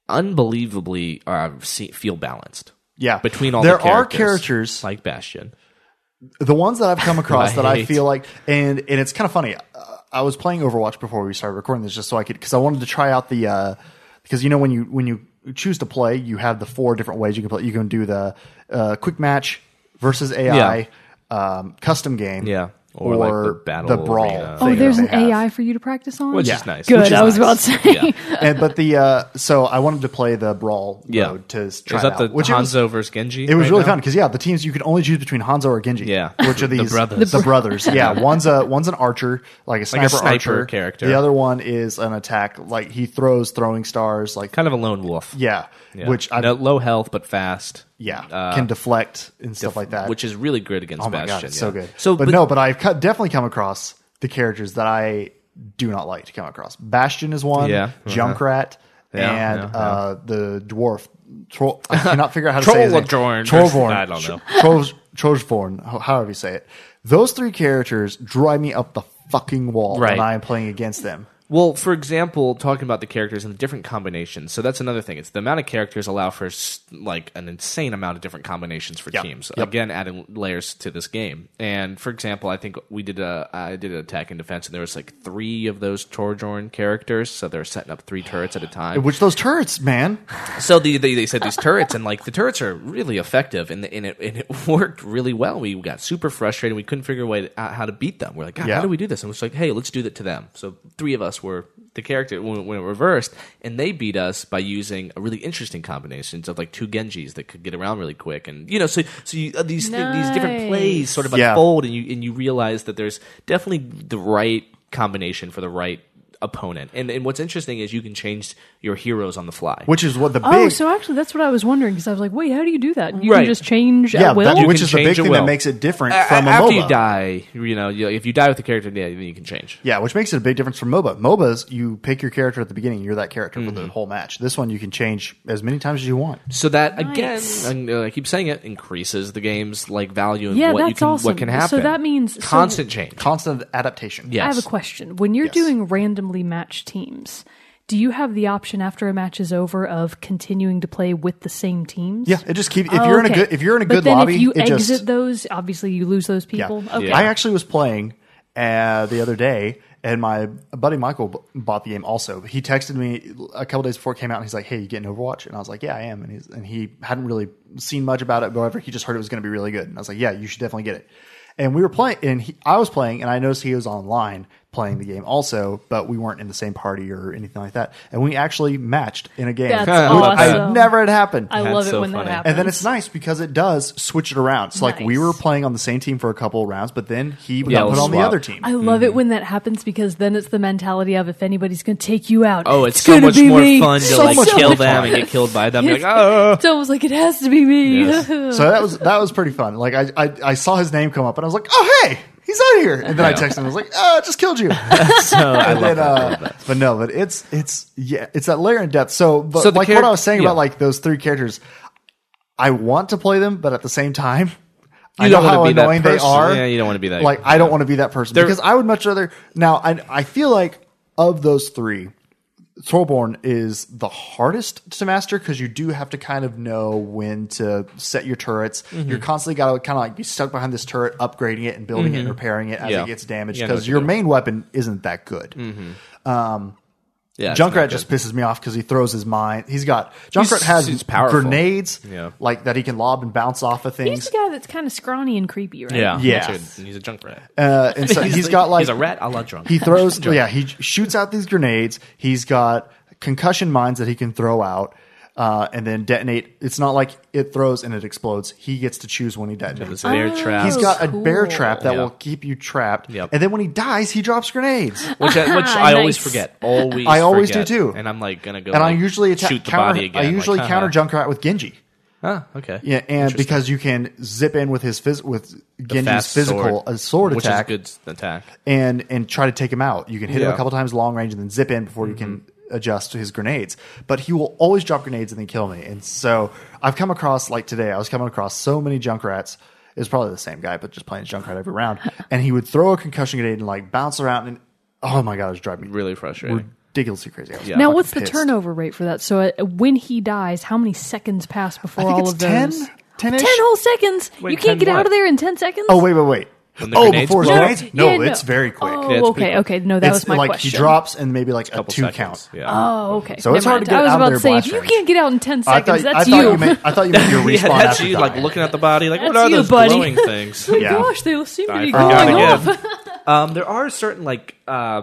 [SPEAKER 1] unbelievably are se- feel balanced.
[SPEAKER 3] Yeah.
[SPEAKER 1] between all
[SPEAKER 3] There
[SPEAKER 1] the
[SPEAKER 3] are
[SPEAKER 1] characters,
[SPEAKER 3] characters-
[SPEAKER 1] like Bastion.
[SPEAKER 3] the ones that I've come across
[SPEAKER 1] That I
[SPEAKER 3] that I
[SPEAKER 1] hate.
[SPEAKER 3] feel like, and and it's kind of funny. Uh, I was playing Overwatch before we started recording this, just so I could because I wanted to try out the uh, because you know when you when you choose to play, you have the four different ways you can play. You can do the uh, quick match versus AI, um, custom game,
[SPEAKER 1] Yeah.
[SPEAKER 3] or,
[SPEAKER 1] Or like the battle
[SPEAKER 3] brawl.
[SPEAKER 1] arena
[SPEAKER 2] oh,
[SPEAKER 1] thing
[SPEAKER 2] there's an
[SPEAKER 3] that they have.
[SPEAKER 2] AI for you to practice on.
[SPEAKER 1] Which
[SPEAKER 3] Yeah.
[SPEAKER 1] is nice.
[SPEAKER 2] Good.
[SPEAKER 1] Which is
[SPEAKER 2] I was
[SPEAKER 1] nice.
[SPEAKER 2] about to say.
[SPEAKER 1] Yeah.
[SPEAKER 3] and but the uh, so I wanted to play the brawl
[SPEAKER 1] Yeah.
[SPEAKER 3] mode to try
[SPEAKER 1] is
[SPEAKER 3] it
[SPEAKER 1] that the
[SPEAKER 3] out, which it was-
[SPEAKER 1] Hanzo versus Genji?
[SPEAKER 3] It was
[SPEAKER 1] right
[SPEAKER 3] really
[SPEAKER 1] now?
[SPEAKER 3] fun because yeah, the teams you could only choose between Hanzo or Genji.
[SPEAKER 1] Yeah.
[SPEAKER 3] which are
[SPEAKER 1] The
[SPEAKER 3] these
[SPEAKER 1] brothers.
[SPEAKER 3] The brothers. Yeah, one's a one's an archer, like a sniper,
[SPEAKER 1] sniper
[SPEAKER 3] archer
[SPEAKER 1] character.
[SPEAKER 3] The other one is an attack, like he throws throwing stars, like
[SPEAKER 1] Kind of a lone wolf.
[SPEAKER 3] yeah,
[SPEAKER 1] Yeah.
[SPEAKER 3] which I
[SPEAKER 1] No, low health but fast.
[SPEAKER 3] yeah
[SPEAKER 1] Uh,
[SPEAKER 3] can deflect and stuff like that.
[SPEAKER 1] which is really good against
[SPEAKER 3] oh my
[SPEAKER 1] Bastion.
[SPEAKER 3] god, it's
[SPEAKER 1] yeah.
[SPEAKER 3] so good.
[SPEAKER 1] So,
[SPEAKER 3] but, no, but I've co- definitely come across the characters that I do not like to come across. Bastion is one.
[SPEAKER 1] Yeah. uh-huh.
[SPEAKER 3] Junkrat.
[SPEAKER 1] Yeah,
[SPEAKER 3] and
[SPEAKER 1] yeah, yeah.
[SPEAKER 3] Uh, the dwarf, Troll, I cannot figure out how to say his name.
[SPEAKER 1] Trollhorn.
[SPEAKER 3] Trollhorn.
[SPEAKER 1] I don't know.
[SPEAKER 3] Troj- Trojvorn, ho- however you say it. Those three characters drive me up the fucking wall
[SPEAKER 1] Right.
[SPEAKER 3] when I am playing against them.
[SPEAKER 1] well, for example, talking about the characters and the different combinations. So that's another thing. It's the amount of characters allow for s- like an insane amount of different combinations for
[SPEAKER 3] Yep.
[SPEAKER 1] teams.
[SPEAKER 3] Yep.
[SPEAKER 1] Again, adding layers to this game. And for example, I think we did a I did an attack and defense, and there was like three of those Torjorn characters. So they're setting up three turrets at a time.
[SPEAKER 3] Which those turrets, man.
[SPEAKER 1] so the, they, they said these turrets and like the turrets are really effective and, the, and, it, and it worked really well we got super frustrated we couldn't figure a way to, out how to beat them we're like God,
[SPEAKER 3] Yeah.
[SPEAKER 1] how do we do this and we're just like hey let's do that to them so three of us were the character when, when it reversed and they beat us by using a really interesting combinations of like two genjis that could get around really quick and you know so so you, uh, these thi- these different
[SPEAKER 2] Nice.
[SPEAKER 1] plays sort of
[SPEAKER 3] Yeah.
[SPEAKER 1] unfold and you and you realize that there's definitely the right combination for the right opponent and and what's interesting is you can change your heroes on the fly
[SPEAKER 3] Which is what the big.
[SPEAKER 2] Oh, so actually, that's what I was wondering because I was like, wait, how do you do that? You
[SPEAKER 1] Right.
[SPEAKER 2] can just change
[SPEAKER 3] yeah,
[SPEAKER 2] at will.
[SPEAKER 3] that,
[SPEAKER 1] You
[SPEAKER 3] which
[SPEAKER 1] can
[SPEAKER 3] is the big
[SPEAKER 1] change at
[SPEAKER 3] thing that
[SPEAKER 1] will.
[SPEAKER 3] makes it different
[SPEAKER 1] A-
[SPEAKER 3] from Uh, a
[SPEAKER 1] after
[SPEAKER 3] MOBA.
[SPEAKER 1] you die, you know, you, if you die with the character, yeah, then you can change.
[SPEAKER 3] Yeah, which makes it a big difference from MOBA. MOBAs, you pick your character at the beginning, you're that character for the whole match. This one, you can change as many times as you want.
[SPEAKER 1] So that
[SPEAKER 2] Nice.
[SPEAKER 1] again, uh, I, I keep saying it increases the game's like value and
[SPEAKER 2] Yeah,
[SPEAKER 1] what you
[SPEAKER 2] that's
[SPEAKER 1] can
[SPEAKER 2] awesome.
[SPEAKER 1] what can happen.
[SPEAKER 2] So that means- so-
[SPEAKER 1] constant change.
[SPEAKER 3] Constant adaptation.
[SPEAKER 1] Yes.
[SPEAKER 2] I have a question. When you're
[SPEAKER 3] Yes.
[SPEAKER 2] doing randomly matched teams, do you have the option after a match is over of continuing to play with the same teams?
[SPEAKER 3] Yeah, it just keeps if
[SPEAKER 2] Oh,
[SPEAKER 3] you're in a
[SPEAKER 2] okay.
[SPEAKER 3] good if you're in a
[SPEAKER 2] But
[SPEAKER 3] good
[SPEAKER 2] then
[SPEAKER 3] lobby,
[SPEAKER 2] if you
[SPEAKER 3] it
[SPEAKER 2] exit
[SPEAKER 3] just
[SPEAKER 2] those, obviously you lose those
[SPEAKER 3] yeah.
[SPEAKER 2] people. Okay.
[SPEAKER 3] I actually was playing uh, the other day, and my buddy Michael b- bought the game. Also, he texted me a couple days before it came out, and he's like, "Hey, you getting Overwatch?" And I was like, "Yeah, I am." And, he's, and he hadn't really seen much about it, but whatever. He just heard it was going to be really good, and I was like, "Yeah, you should definitely get it." And we were playing, and he, I was playing, and I noticed he was online playing the game also, but we weren't in the same party or anything like that. And we actually matched in a game.
[SPEAKER 2] That's
[SPEAKER 1] Oh,
[SPEAKER 3] I
[SPEAKER 2] awesome.
[SPEAKER 3] never had happened.
[SPEAKER 2] I
[SPEAKER 1] That's
[SPEAKER 2] love it
[SPEAKER 1] so
[SPEAKER 2] when
[SPEAKER 1] funny.
[SPEAKER 2] that
[SPEAKER 1] And
[SPEAKER 2] happens.
[SPEAKER 3] and then it's nice because it does switch it around. So like we
[SPEAKER 2] Nice.
[SPEAKER 3] were playing on the same team for a couple of rounds, but then he got
[SPEAKER 1] Yeah,
[SPEAKER 3] put
[SPEAKER 1] it'll
[SPEAKER 3] on the
[SPEAKER 1] swap.
[SPEAKER 3] other team.
[SPEAKER 2] I love
[SPEAKER 1] Mm.
[SPEAKER 2] it when that happens because then it's the mentality of if anybody's going to take you out,
[SPEAKER 1] Oh, it's, so
[SPEAKER 2] gonna
[SPEAKER 1] much
[SPEAKER 2] be
[SPEAKER 1] more
[SPEAKER 2] me.
[SPEAKER 1] fun to
[SPEAKER 2] So
[SPEAKER 1] like
[SPEAKER 2] much
[SPEAKER 1] kill
[SPEAKER 2] fun.
[SPEAKER 1] them and get killed by them. You're like,
[SPEAKER 2] Yes.
[SPEAKER 1] oh,
[SPEAKER 2] It's almost like it has to be me.
[SPEAKER 1] Yes.
[SPEAKER 3] so that was that was pretty fun. Like I, I I saw his name come up and I was like, oh hey, he's out here. And then I
[SPEAKER 1] Yeah.
[SPEAKER 3] texted him. I was like, oh, I just killed you.
[SPEAKER 1] so I love
[SPEAKER 3] And then,
[SPEAKER 1] that. I
[SPEAKER 3] uh,
[SPEAKER 1] love that.
[SPEAKER 3] but no, but it's it's yeah, it's that layer in depth. So, but
[SPEAKER 1] So the
[SPEAKER 3] like
[SPEAKER 1] charac-
[SPEAKER 3] what I was saying
[SPEAKER 1] yeah.
[SPEAKER 3] about like those three characters, I want to play them, but at the same time, I
[SPEAKER 1] You
[SPEAKER 3] know
[SPEAKER 1] don't wanna
[SPEAKER 3] how
[SPEAKER 1] be that
[SPEAKER 3] annoying they
[SPEAKER 1] person.
[SPEAKER 3] are.
[SPEAKER 1] Yeah, you don't wanna be that-
[SPEAKER 3] Like I don't want to be that person
[SPEAKER 1] They're-
[SPEAKER 3] because I would much rather. Now, I I feel like of those three. Soulborn is the hardest to master because you do have to kind of know when to set your turrets.
[SPEAKER 1] Mm-hmm.
[SPEAKER 3] You're constantly got to kind of like be stuck behind this turret, upgrading it and building it and repairing it as
[SPEAKER 1] Mm-hmm. Yeah.
[SPEAKER 3] it gets damaged
[SPEAKER 1] Yeah, I know
[SPEAKER 3] because
[SPEAKER 1] what you
[SPEAKER 3] your
[SPEAKER 1] mean.
[SPEAKER 3] main weapon isn't that good.
[SPEAKER 1] Yeah, it's not
[SPEAKER 3] Junkrat
[SPEAKER 1] good.
[SPEAKER 3] just pisses me off because he throws his mind. He's got Junkrat has
[SPEAKER 1] he's powerful.
[SPEAKER 3] grenades,
[SPEAKER 1] Yeah.
[SPEAKER 3] like that he can lob and bounce off of
[SPEAKER 2] He's
[SPEAKER 3] things.
[SPEAKER 2] the guy that's kind of scrawny and creepy, right?
[SPEAKER 1] yeah,
[SPEAKER 3] Yeah.
[SPEAKER 1] that's it. he's a junk rat.
[SPEAKER 3] Uh, and so he's got like
[SPEAKER 1] he's a rat a la drunk.
[SPEAKER 3] he throws yeah he shoots out these grenades. He's got concussion mines that he can throw out. Uh, and then detonate. It's not like it throws and it explodes. He gets to choose when he
[SPEAKER 1] It's
[SPEAKER 3] detonates.
[SPEAKER 1] an
[SPEAKER 2] Oh.
[SPEAKER 1] air trap.
[SPEAKER 3] He's got a bear
[SPEAKER 2] cool.
[SPEAKER 3] trap that
[SPEAKER 1] Yeah.
[SPEAKER 3] will keep you trapped.
[SPEAKER 1] Yep.
[SPEAKER 3] And then when he dies, he drops grenades.
[SPEAKER 1] which I, which I always
[SPEAKER 2] Nice.
[SPEAKER 1] forget. Always,
[SPEAKER 3] I always do
[SPEAKER 1] forget.
[SPEAKER 3] too.
[SPEAKER 1] And I'm like gonna go
[SPEAKER 3] And I
[SPEAKER 1] like,
[SPEAKER 3] usually attack
[SPEAKER 1] shoot the
[SPEAKER 3] counter,
[SPEAKER 1] body again.
[SPEAKER 3] I usually
[SPEAKER 1] like,
[SPEAKER 3] counter
[SPEAKER 1] huh.
[SPEAKER 3] Junkrat with Genji.
[SPEAKER 1] Huh, okay.
[SPEAKER 3] Yeah, and because you can zip in with his phys- with Genji's
[SPEAKER 1] fast
[SPEAKER 3] physical a sword
[SPEAKER 1] which
[SPEAKER 3] attack
[SPEAKER 1] is a good attack.
[SPEAKER 3] and and try to take him out. You can hit him a
[SPEAKER 1] Yeah. Mm-hmm.
[SPEAKER 3] couple times long range and then zip in before you can adjust to his grenades. But he will always drop grenades and then kill me. And so I've come across like today, I was coming across so many junk rats. It was probably the same guy, but just playing junk rat every round. And he would throw a concussion grenade and like bounce around and oh my god, it was driving me
[SPEAKER 1] Really frustrating.
[SPEAKER 3] ridiculously crazy. I was
[SPEAKER 2] Now,
[SPEAKER 3] fucking
[SPEAKER 2] what's the
[SPEAKER 3] pissed.
[SPEAKER 2] turnover rate for that? So, uh, when he dies, how many seconds pass
[SPEAKER 3] I
[SPEAKER 2] before
[SPEAKER 3] think
[SPEAKER 2] all
[SPEAKER 3] it's
[SPEAKER 2] of
[SPEAKER 3] 10,
[SPEAKER 2] those?
[SPEAKER 3] 10
[SPEAKER 2] Ten whole seconds.
[SPEAKER 1] Wait,
[SPEAKER 2] you can't
[SPEAKER 1] 10
[SPEAKER 2] get out
[SPEAKER 1] what?
[SPEAKER 2] of there in ten seconds.
[SPEAKER 3] Oh wait, wait, wait.
[SPEAKER 1] When the
[SPEAKER 3] Oh,
[SPEAKER 1] grenades
[SPEAKER 3] before his
[SPEAKER 1] blow up?
[SPEAKER 3] grenades? No,
[SPEAKER 2] Yeah,
[SPEAKER 3] it's very quick.
[SPEAKER 2] Oh,
[SPEAKER 1] Yeah, it's pretty
[SPEAKER 2] okay,
[SPEAKER 1] quick.
[SPEAKER 2] okay. No, that
[SPEAKER 3] It's
[SPEAKER 2] was my
[SPEAKER 3] like
[SPEAKER 2] question.
[SPEAKER 3] he drops and maybe like a
[SPEAKER 1] Couple
[SPEAKER 3] two
[SPEAKER 1] seconds.
[SPEAKER 3] count.
[SPEAKER 1] Yeah.
[SPEAKER 2] Oh, okay.
[SPEAKER 3] So it's
[SPEAKER 2] Never
[SPEAKER 3] hard to
[SPEAKER 2] mind.
[SPEAKER 3] get
[SPEAKER 2] I was
[SPEAKER 3] out of
[SPEAKER 2] about
[SPEAKER 3] there
[SPEAKER 2] to say, if
[SPEAKER 3] blast
[SPEAKER 2] you
[SPEAKER 3] range.
[SPEAKER 2] can't get out in ten
[SPEAKER 3] I thought,
[SPEAKER 2] seconds, that's
[SPEAKER 3] I thought
[SPEAKER 2] you.
[SPEAKER 3] you. meant, I thought you meant your respawn
[SPEAKER 1] yeah, that's
[SPEAKER 3] after
[SPEAKER 1] you
[SPEAKER 3] dying.
[SPEAKER 1] like looking at the body, like what
[SPEAKER 2] That's
[SPEAKER 1] are
[SPEAKER 2] you,
[SPEAKER 1] those
[SPEAKER 2] buddy.
[SPEAKER 1] glowing things?
[SPEAKER 3] yeah.
[SPEAKER 2] Gosh, they seem to
[SPEAKER 1] I
[SPEAKER 2] be
[SPEAKER 1] forgot
[SPEAKER 2] going off.
[SPEAKER 1] again. um, there are certain like uh,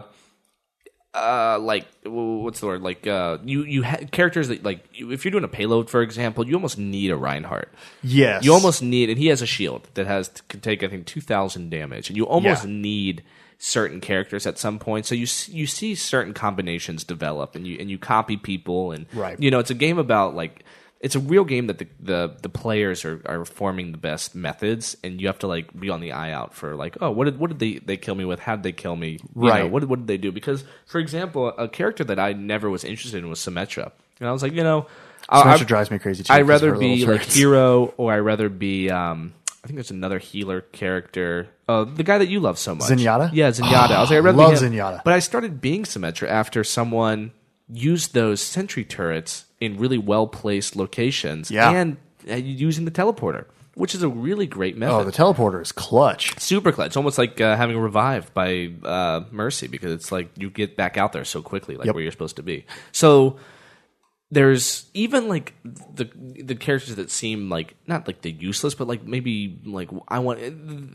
[SPEAKER 1] uh, like w- what's the word? Like uh, you you ha- characters that like you- if you're doing a payload, for example, you almost need a Reinhardt.
[SPEAKER 3] Yes.
[SPEAKER 1] You almost need, and he has a shield that has can take I think two thousand damage, and you almost
[SPEAKER 3] Yeah.
[SPEAKER 1] need certain characters at some point. So you s- you see certain combinations develop, and you and you copy people, and
[SPEAKER 3] Right.
[SPEAKER 1] you know it's a game about like it's a real game that the the, the players are, are forming the best methods, and you have to like be on the eye out for like oh what did what did they they kill me with? How did they kill me? You know,
[SPEAKER 3] Right.
[SPEAKER 1] what what did they do? Because for example, a character that I never was interested in was Symmetra, and I was like you know. I-
[SPEAKER 3] Smasher
[SPEAKER 1] I-
[SPEAKER 3] drives me crazy too.
[SPEAKER 1] I'd
[SPEAKER 3] 'cause
[SPEAKER 1] rather
[SPEAKER 3] her little
[SPEAKER 1] be like
[SPEAKER 3] turrets.
[SPEAKER 1] hero, or I'd rather be. Um, I think there's another healer character. Uh, the guy that you love so much,
[SPEAKER 3] Zenyatta?
[SPEAKER 1] Yeah, Zenyatta. I was like, I rather
[SPEAKER 3] love
[SPEAKER 1] be him.
[SPEAKER 3] Zenyatta.
[SPEAKER 1] But I started being Symmetra after someone used those sentry turrets in really well placed locations,
[SPEAKER 3] Yeah.
[SPEAKER 1] and uh, using the teleporter, which is a really great method.
[SPEAKER 3] Oh, the teleporter is clutch.
[SPEAKER 1] Super clutch. It's almost like uh, having revived by uh, mercy because it's like you get back out there so quickly, like
[SPEAKER 3] Yep.
[SPEAKER 1] where you're supposed to be. So there's even like the the characters that seem like not like the useless, but like maybe like I want.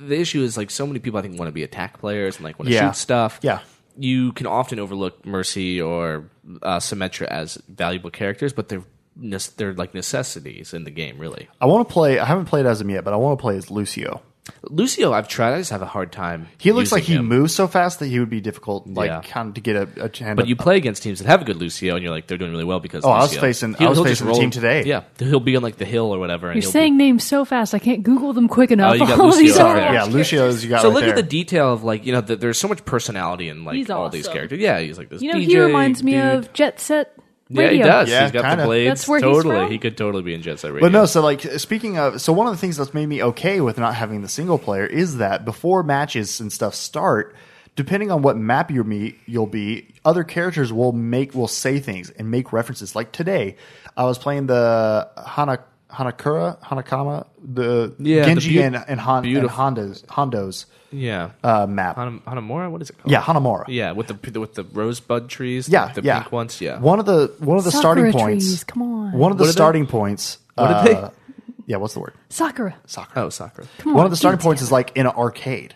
[SPEAKER 1] The issue is like so many people I think want to be attack players and like want to
[SPEAKER 3] Yeah.
[SPEAKER 1] shoot stuff.
[SPEAKER 3] Yeah.
[SPEAKER 1] you can often overlook mercy or uh, Symmetra as valuable characters, but they're nece- they're like necessities in the game, really.
[SPEAKER 3] I want to play. I haven't played as him yet, but I want to play as Lucio.
[SPEAKER 1] Lucio, I've tried. I just have a hard time.
[SPEAKER 3] He looks
[SPEAKER 1] using
[SPEAKER 3] like he
[SPEAKER 1] him.
[SPEAKER 3] moves so fast that he would be difficult, like
[SPEAKER 1] Yeah.
[SPEAKER 3] kind of to get a, a hand.
[SPEAKER 1] But you
[SPEAKER 3] up.
[SPEAKER 1] play against teams that have a good Lucio, and you're like, they're doing really well because.
[SPEAKER 3] Oh, I was
[SPEAKER 1] Lucio.
[SPEAKER 3] facing- I
[SPEAKER 1] He'll-
[SPEAKER 3] was
[SPEAKER 1] he'll just
[SPEAKER 3] facing a team today.
[SPEAKER 1] Yeah, he'll be on like the hill or whatever. And
[SPEAKER 2] You're
[SPEAKER 1] he'll
[SPEAKER 2] saying names so fast, I can't Google them quick enough.
[SPEAKER 1] Oh, you got
[SPEAKER 2] All
[SPEAKER 1] Lucio
[SPEAKER 2] these
[SPEAKER 1] over
[SPEAKER 2] are-
[SPEAKER 1] there.
[SPEAKER 3] yeah, Lucio's
[SPEAKER 1] Be,
[SPEAKER 3] you got.
[SPEAKER 1] so
[SPEAKER 3] right
[SPEAKER 1] look at
[SPEAKER 3] there.
[SPEAKER 1] the detail of like you know that there's so much personality in like
[SPEAKER 2] He's
[SPEAKER 1] all these
[SPEAKER 2] awesome.
[SPEAKER 1] characters. Yeah, he's like this.
[SPEAKER 2] You know,
[SPEAKER 1] DJ,
[SPEAKER 2] he reminds me
[SPEAKER 1] dude.
[SPEAKER 2] of Jet Set
[SPEAKER 1] Yeah,
[SPEAKER 2] Radio.
[SPEAKER 1] he does.
[SPEAKER 3] Yeah,
[SPEAKER 1] he's got the
[SPEAKER 3] kinda.
[SPEAKER 1] blades.
[SPEAKER 2] That's where he's
[SPEAKER 1] totally.
[SPEAKER 2] from?
[SPEAKER 1] He could totally be in Jet Set Radio.
[SPEAKER 3] But no, so like speaking of, so one of the things that's made me okay with not having the single player is that before matches and stuff start, depending on what map you're me, you'll be, other characters will make will say things and make references. Like today, I was playing the Hana Hanakura Hanakama the
[SPEAKER 1] Yeah, the
[SPEAKER 3] Genji
[SPEAKER 1] beau-
[SPEAKER 3] and and, Han, and
[SPEAKER 1] beautiful-
[SPEAKER 3] Honda's Hondo's
[SPEAKER 1] yeah,
[SPEAKER 3] uh, map.
[SPEAKER 1] Hanam- Hanamura. What is it called?
[SPEAKER 3] yeah, Hanamura.
[SPEAKER 1] yeah, with the with the rosebud trees.
[SPEAKER 3] Yeah,
[SPEAKER 1] like the
[SPEAKER 3] yeah.
[SPEAKER 1] pink ones. Yeah,
[SPEAKER 3] One of the one of the starting
[SPEAKER 2] Sakura
[SPEAKER 3] points.
[SPEAKER 2] trees, come on.
[SPEAKER 3] One of the
[SPEAKER 1] What are they?
[SPEAKER 3] starting points.
[SPEAKER 1] What are they?
[SPEAKER 3] uh, Yeah, what's the word?
[SPEAKER 2] Sakura.
[SPEAKER 3] Soccer.
[SPEAKER 1] Oh, soccer.
[SPEAKER 2] Come
[SPEAKER 3] One
[SPEAKER 2] on,
[SPEAKER 3] of the starting
[SPEAKER 2] dudes.
[SPEAKER 3] points is like in an arcade.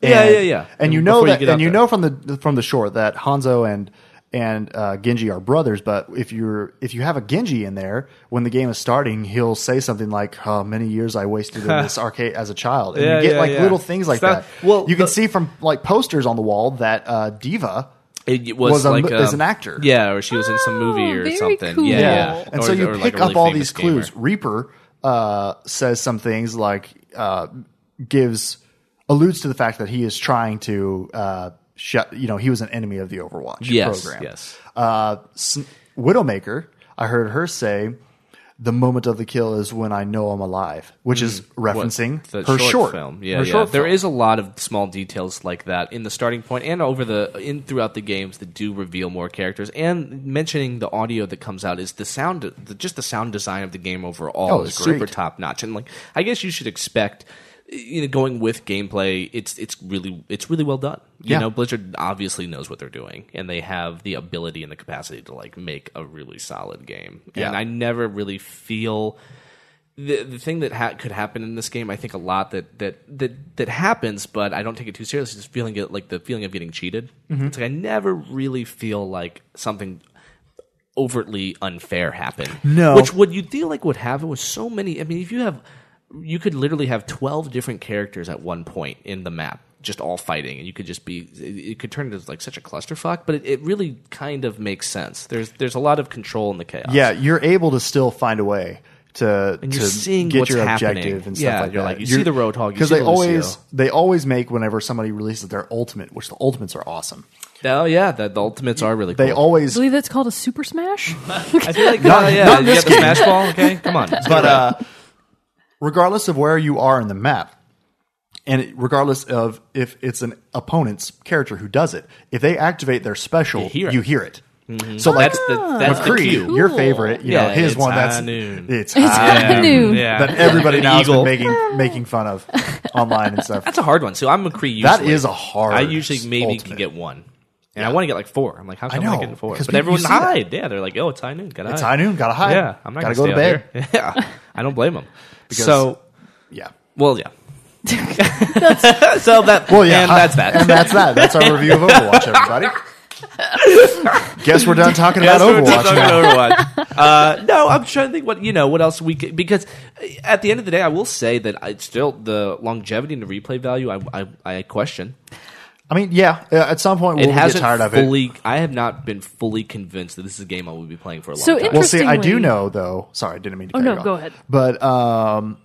[SPEAKER 1] Yeah,
[SPEAKER 3] And-
[SPEAKER 1] yeah, yeah.
[SPEAKER 3] And you
[SPEAKER 1] Before
[SPEAKER 3] know
[SPEAKER 1] you
[SPEAKER 3] that,
[SPEAKER 1] get out
[SPEAKER 3] and you
[SPEAKER 1] there.
[SPEAKER 3] know from the from the short that Hanzo and and uh, Genji are brothers. But if you're if you have a Genji in there when the game is starting, he'll say something like, "How many years I wasted in this arcade as a child." And
[SPEAKER 1] Yeah,
[SPEAKER 3] you get
[SPEAKER 1] yeah,
[SPEAKER 3] like
[SPEAKER 1] yeah.
[SPEAKER 3] little things like
[SPEAKER 1] It's not-
[SPEAKER 3] that.
[SPEAKER 1] well,
[SPEAKER 3] you can
[SPEAKER 1] the-
[SPEAKER 3] see from like posters on the wall that uh, Diva.
[SPEAKER 1] It was,
[SPEAKER 3] was a
[SPEAKER 1] like
[SPEAKER 3] mo-
[SPEAKER 1] um,
[SPEAKER 3] is an actor.
[SPEAKER 1] Yeah, or she was in some movie
[SPEAKER 2] Oh,
[SPEAKER 1] or
[SPEAKER 2] very
[SPEAKER 1] something.
[SPEAKER 2] cool.
[SPEAKER 1] Yeah,
[SPEAKER 2] Yeah.
[SPEAKER 1] yeah.
[SPEAKER 3] And
[SPEAKER 1] Or-
[SPEAKER 3] so you
[SPEAKER 1] or, like,
[SPEAKER 3] pick
[SPEAKER 1] a really
[SPEAKER 3] up all
[SPEAKER 1] famous
[SPEAKER 3] these clues.
[SPEAKER 1] gamer.
[SPEAKER 3] Reaper uh, says some things like uh, gives alludes to the fact that he is trying to uh, shut. You know, he was an enemy of the Overwatch
[SPEAKER 1] Yes,
[SPEAKER 3] program.
[SPEAKER 1] yes.
[SPEAKER 3] Uh, Sn- Widowmaker, I heard her say. The moment of the kill is when I know I'm alive, which is
[SPEAKER 1] Hmm. What,
[SPEAKER 3] referencing
[SPEAKER 1] the
[SPEAKER 3] her short,
[SPEAKER 1] film. Yeah,
[SPEAKER 3] her
[SPEAKER 1] yeah.
[SPEAKER 3] short
[SPEAKER 1] There
[SPEAKER 3] film.
[SPEAKER 1] is a lot of small details like that in the starting point and over the in throughout the games that do reveal more characters. And mentioning the audio that comes out is the sound, the, just the sound design of the game overall
[SPEAKER 3] Oh,
[SPEAKER 1] is
[SPEAKER 3] it's great.
[SPEAKER 1] super top notch. And like, I guess you should expect. You know, going with gameplay, it's it's really it's really well done. You
[SPEAKER 3] Yeah.
[SPEAKER 1] know, Blizzard obviously knows what they're doing, and they have the ability and the capacity to like make a really solid game. And
[SPEAKER 3] Yeah.
[SPEAKER 1] I never really feel the the thing that ha- could happen in this game, I think a lot that that that that happens, but I don't take it too seriously. Is feeling it like the feeling of getting cheated.
[SPEAKER 3] Mm-hmm.
[SPEAKER 1] It's like I never really feel like something overtly unfair happened.
[SPEAKER 3] No.
[SPEAKER 1] which what you feel like would happen with so many. I mean, if you have, you could literally have twelve different characters at one point in the map, just all fighting, and you could just be. It, it could turn into like such a clusterfuck, but it, it really kind of makes sense. There's there's a lot of control in the chaos.
[SPEAKER 3] Yeah, you're able to still find a way to
[SPEAKER 1] And you're
[SPEAKER 3] to
[SPEAKER 1] seeing
[SPEAKER 3] get
[SPEAKER 1] what's
[SPEAKER 3] your
[SPEAKER 1] happening.
[SPEAKER 3] objective and stuff
[SPEAKER 1] Yeah,
[SPEAKER 3] like
[SPEAKER 1] you're
[SPEAKER 3] that.
[SPEAKER 1] like, you see the Roadhog, you
[SPEAKER 3] because
[SPEAKER 1] see
[SPEAKER 3] they
[SPEAKER 1] the
[SPEAKER 3] always
[SPEAKER 1] Lucio.
[SPEAKER 3] they always make whenever somebody releases their ultimate, which the ultimates are awesome.
[SPEAKER 1] Oh yeah, the, the ultimates are really.
[SPEAKER 3] They
[SPEAKER 1] cool.
[SPEAKER 2] I
[SPEAKER 3] always
[SPEAKER 2] believe that's called a Super Smash.
[SPEAKER 1] I feel like
[SPEAKER 3] Not-
[SPEAKER 1] uh, yeah,
[SPEAKER 3] not
[SPEAKER 1] you
[SPEAKER 3] this
[SPEAKER 1] got the
[SPEAKER 3] game.
[SPEAKER 1] smash ball. Okay, come on.
[SPEAKER 3] but uh, regardless of where you are in the map, and it- regardless of if it's an opponent's character who does it, if they activate their special, you
[SPEAKER 1] hear
[SPEAKER 3] hear
[SPEAKER 1] it.
[SPEAKER 3] it. So like
[SPEAKER 1] that's the that's the
[SPEAKER 3] Creed,
[SPEAKER 1] cue.
[SPEAKER 3] your
[SPEAKER 2] Cool.
[SPEAKER 3] favorite, you
[SPEAKER 1] Yeah,
[SPEAKER 3] know, his
[SPEAKER 1] it's
[SPEAKER 3] one that's
[SPEAKER 1] high noon.
[SPEAKER 3] it's
[SPEAKER 2] It's
[SPEAKER 3] high
[SPEAKER 2] high
[SPEAKER 3] noon.
[SPEAKER 2] noon.
[SPEAKER 1] Yeah.
[SPEAKER 3] that everybody
[SPEAKER 1] An
[SPEAKER 3] now has been
[SPEAKER 1] eagle.
[SPEAKER 3] making making fun of online and stuff.
[SPEAKER 1] That's a hard one. So I'm a Cree. Usually.
[SPEAKER 3] That is a hard
[SPEAKER 1] I usually maybe
[SPEAKER 3] ultimate.
[SPEAKER 1] can get one, and I want to get like four. I'm like, how come I,
[SPEAKER 3] know,
[SPEAKER 1] getting four?
[SPEAKER 3] because
[SPEAKER 1] But
[SPEAKER 3] people-
[SPEAKER 1] everyone
[SPEAKER 3] you see that.
[SPEAKER 1] hide. Yeah, they're like, oh, it's high noon. Gotta
[SPEAKER 3] It's high
[SPEAKER 1] hide.
[SPEAKER 3] noon. Gotta hide.
[SPEAKER 1] Yeah, I'm not
[SPEAKER 3] gotta
[SPEAKER 1] gonna
[SPEAKER 3] go to
[SPEAKER 1] stay
[SPEAKER 3] bed.
[SPEAKER 1] out Here. Yeah, I don't blame them.
[SPEAKER 3] Because-
[SPEAKER 1] so,
[SPEAKER 3] Yeah.
[SPEAKER 1] well, yeah. so that
[SPEAKER 3] Well, yeah.
[SPEAKER 1] and
[SPEAKER 3] hi-
[SPEAKER 1] that's that.
[SPEAKER 3] And that's that. That's our review of Overwatch, everybody. Guess we're done talking
[SPEAKER 1] Yeah,
[SPEAKER 3] about
[SPEAKER 1] so we're
[SPEAKER 3] Overwatch.
[SPEAKER 1] talking
[SPEAKER 3] now.
[SPEAKER 1] about Overwatch. Uh, no, I'm trying to think what you know. What else we could, because uh, at the end of the day, I will say that I still the longevity and the replay value. I I, I question.
[SPEAKER 3] I mean, yeah. uh, At some point,
[SPEAKER 1] It
[SPEAKER 3] we'll get
[SPEAKER 1] hasn't
[SPEAKER 3] tired of it.
[SPEAKER 1] fully. I have not been fully convinced that this is a game I will be playing for a long
[SPEAKER 2] So
[SPEAKER 1] time.
[SPEAKER 2] it-
[SPEAKER 3] Well, see, I
[SPEAKER 2] Interestingly-
[SPEAKER 3] do
[SPEAKER 2] Oh,
[SPEAKER 3] know though. Sorry, I didn't mean to. cut
[SPEAKER 2] no,
[SPEAKER 3] you off.
[SPEAKER 2] go ahead.
[SPEAKER 3] But um,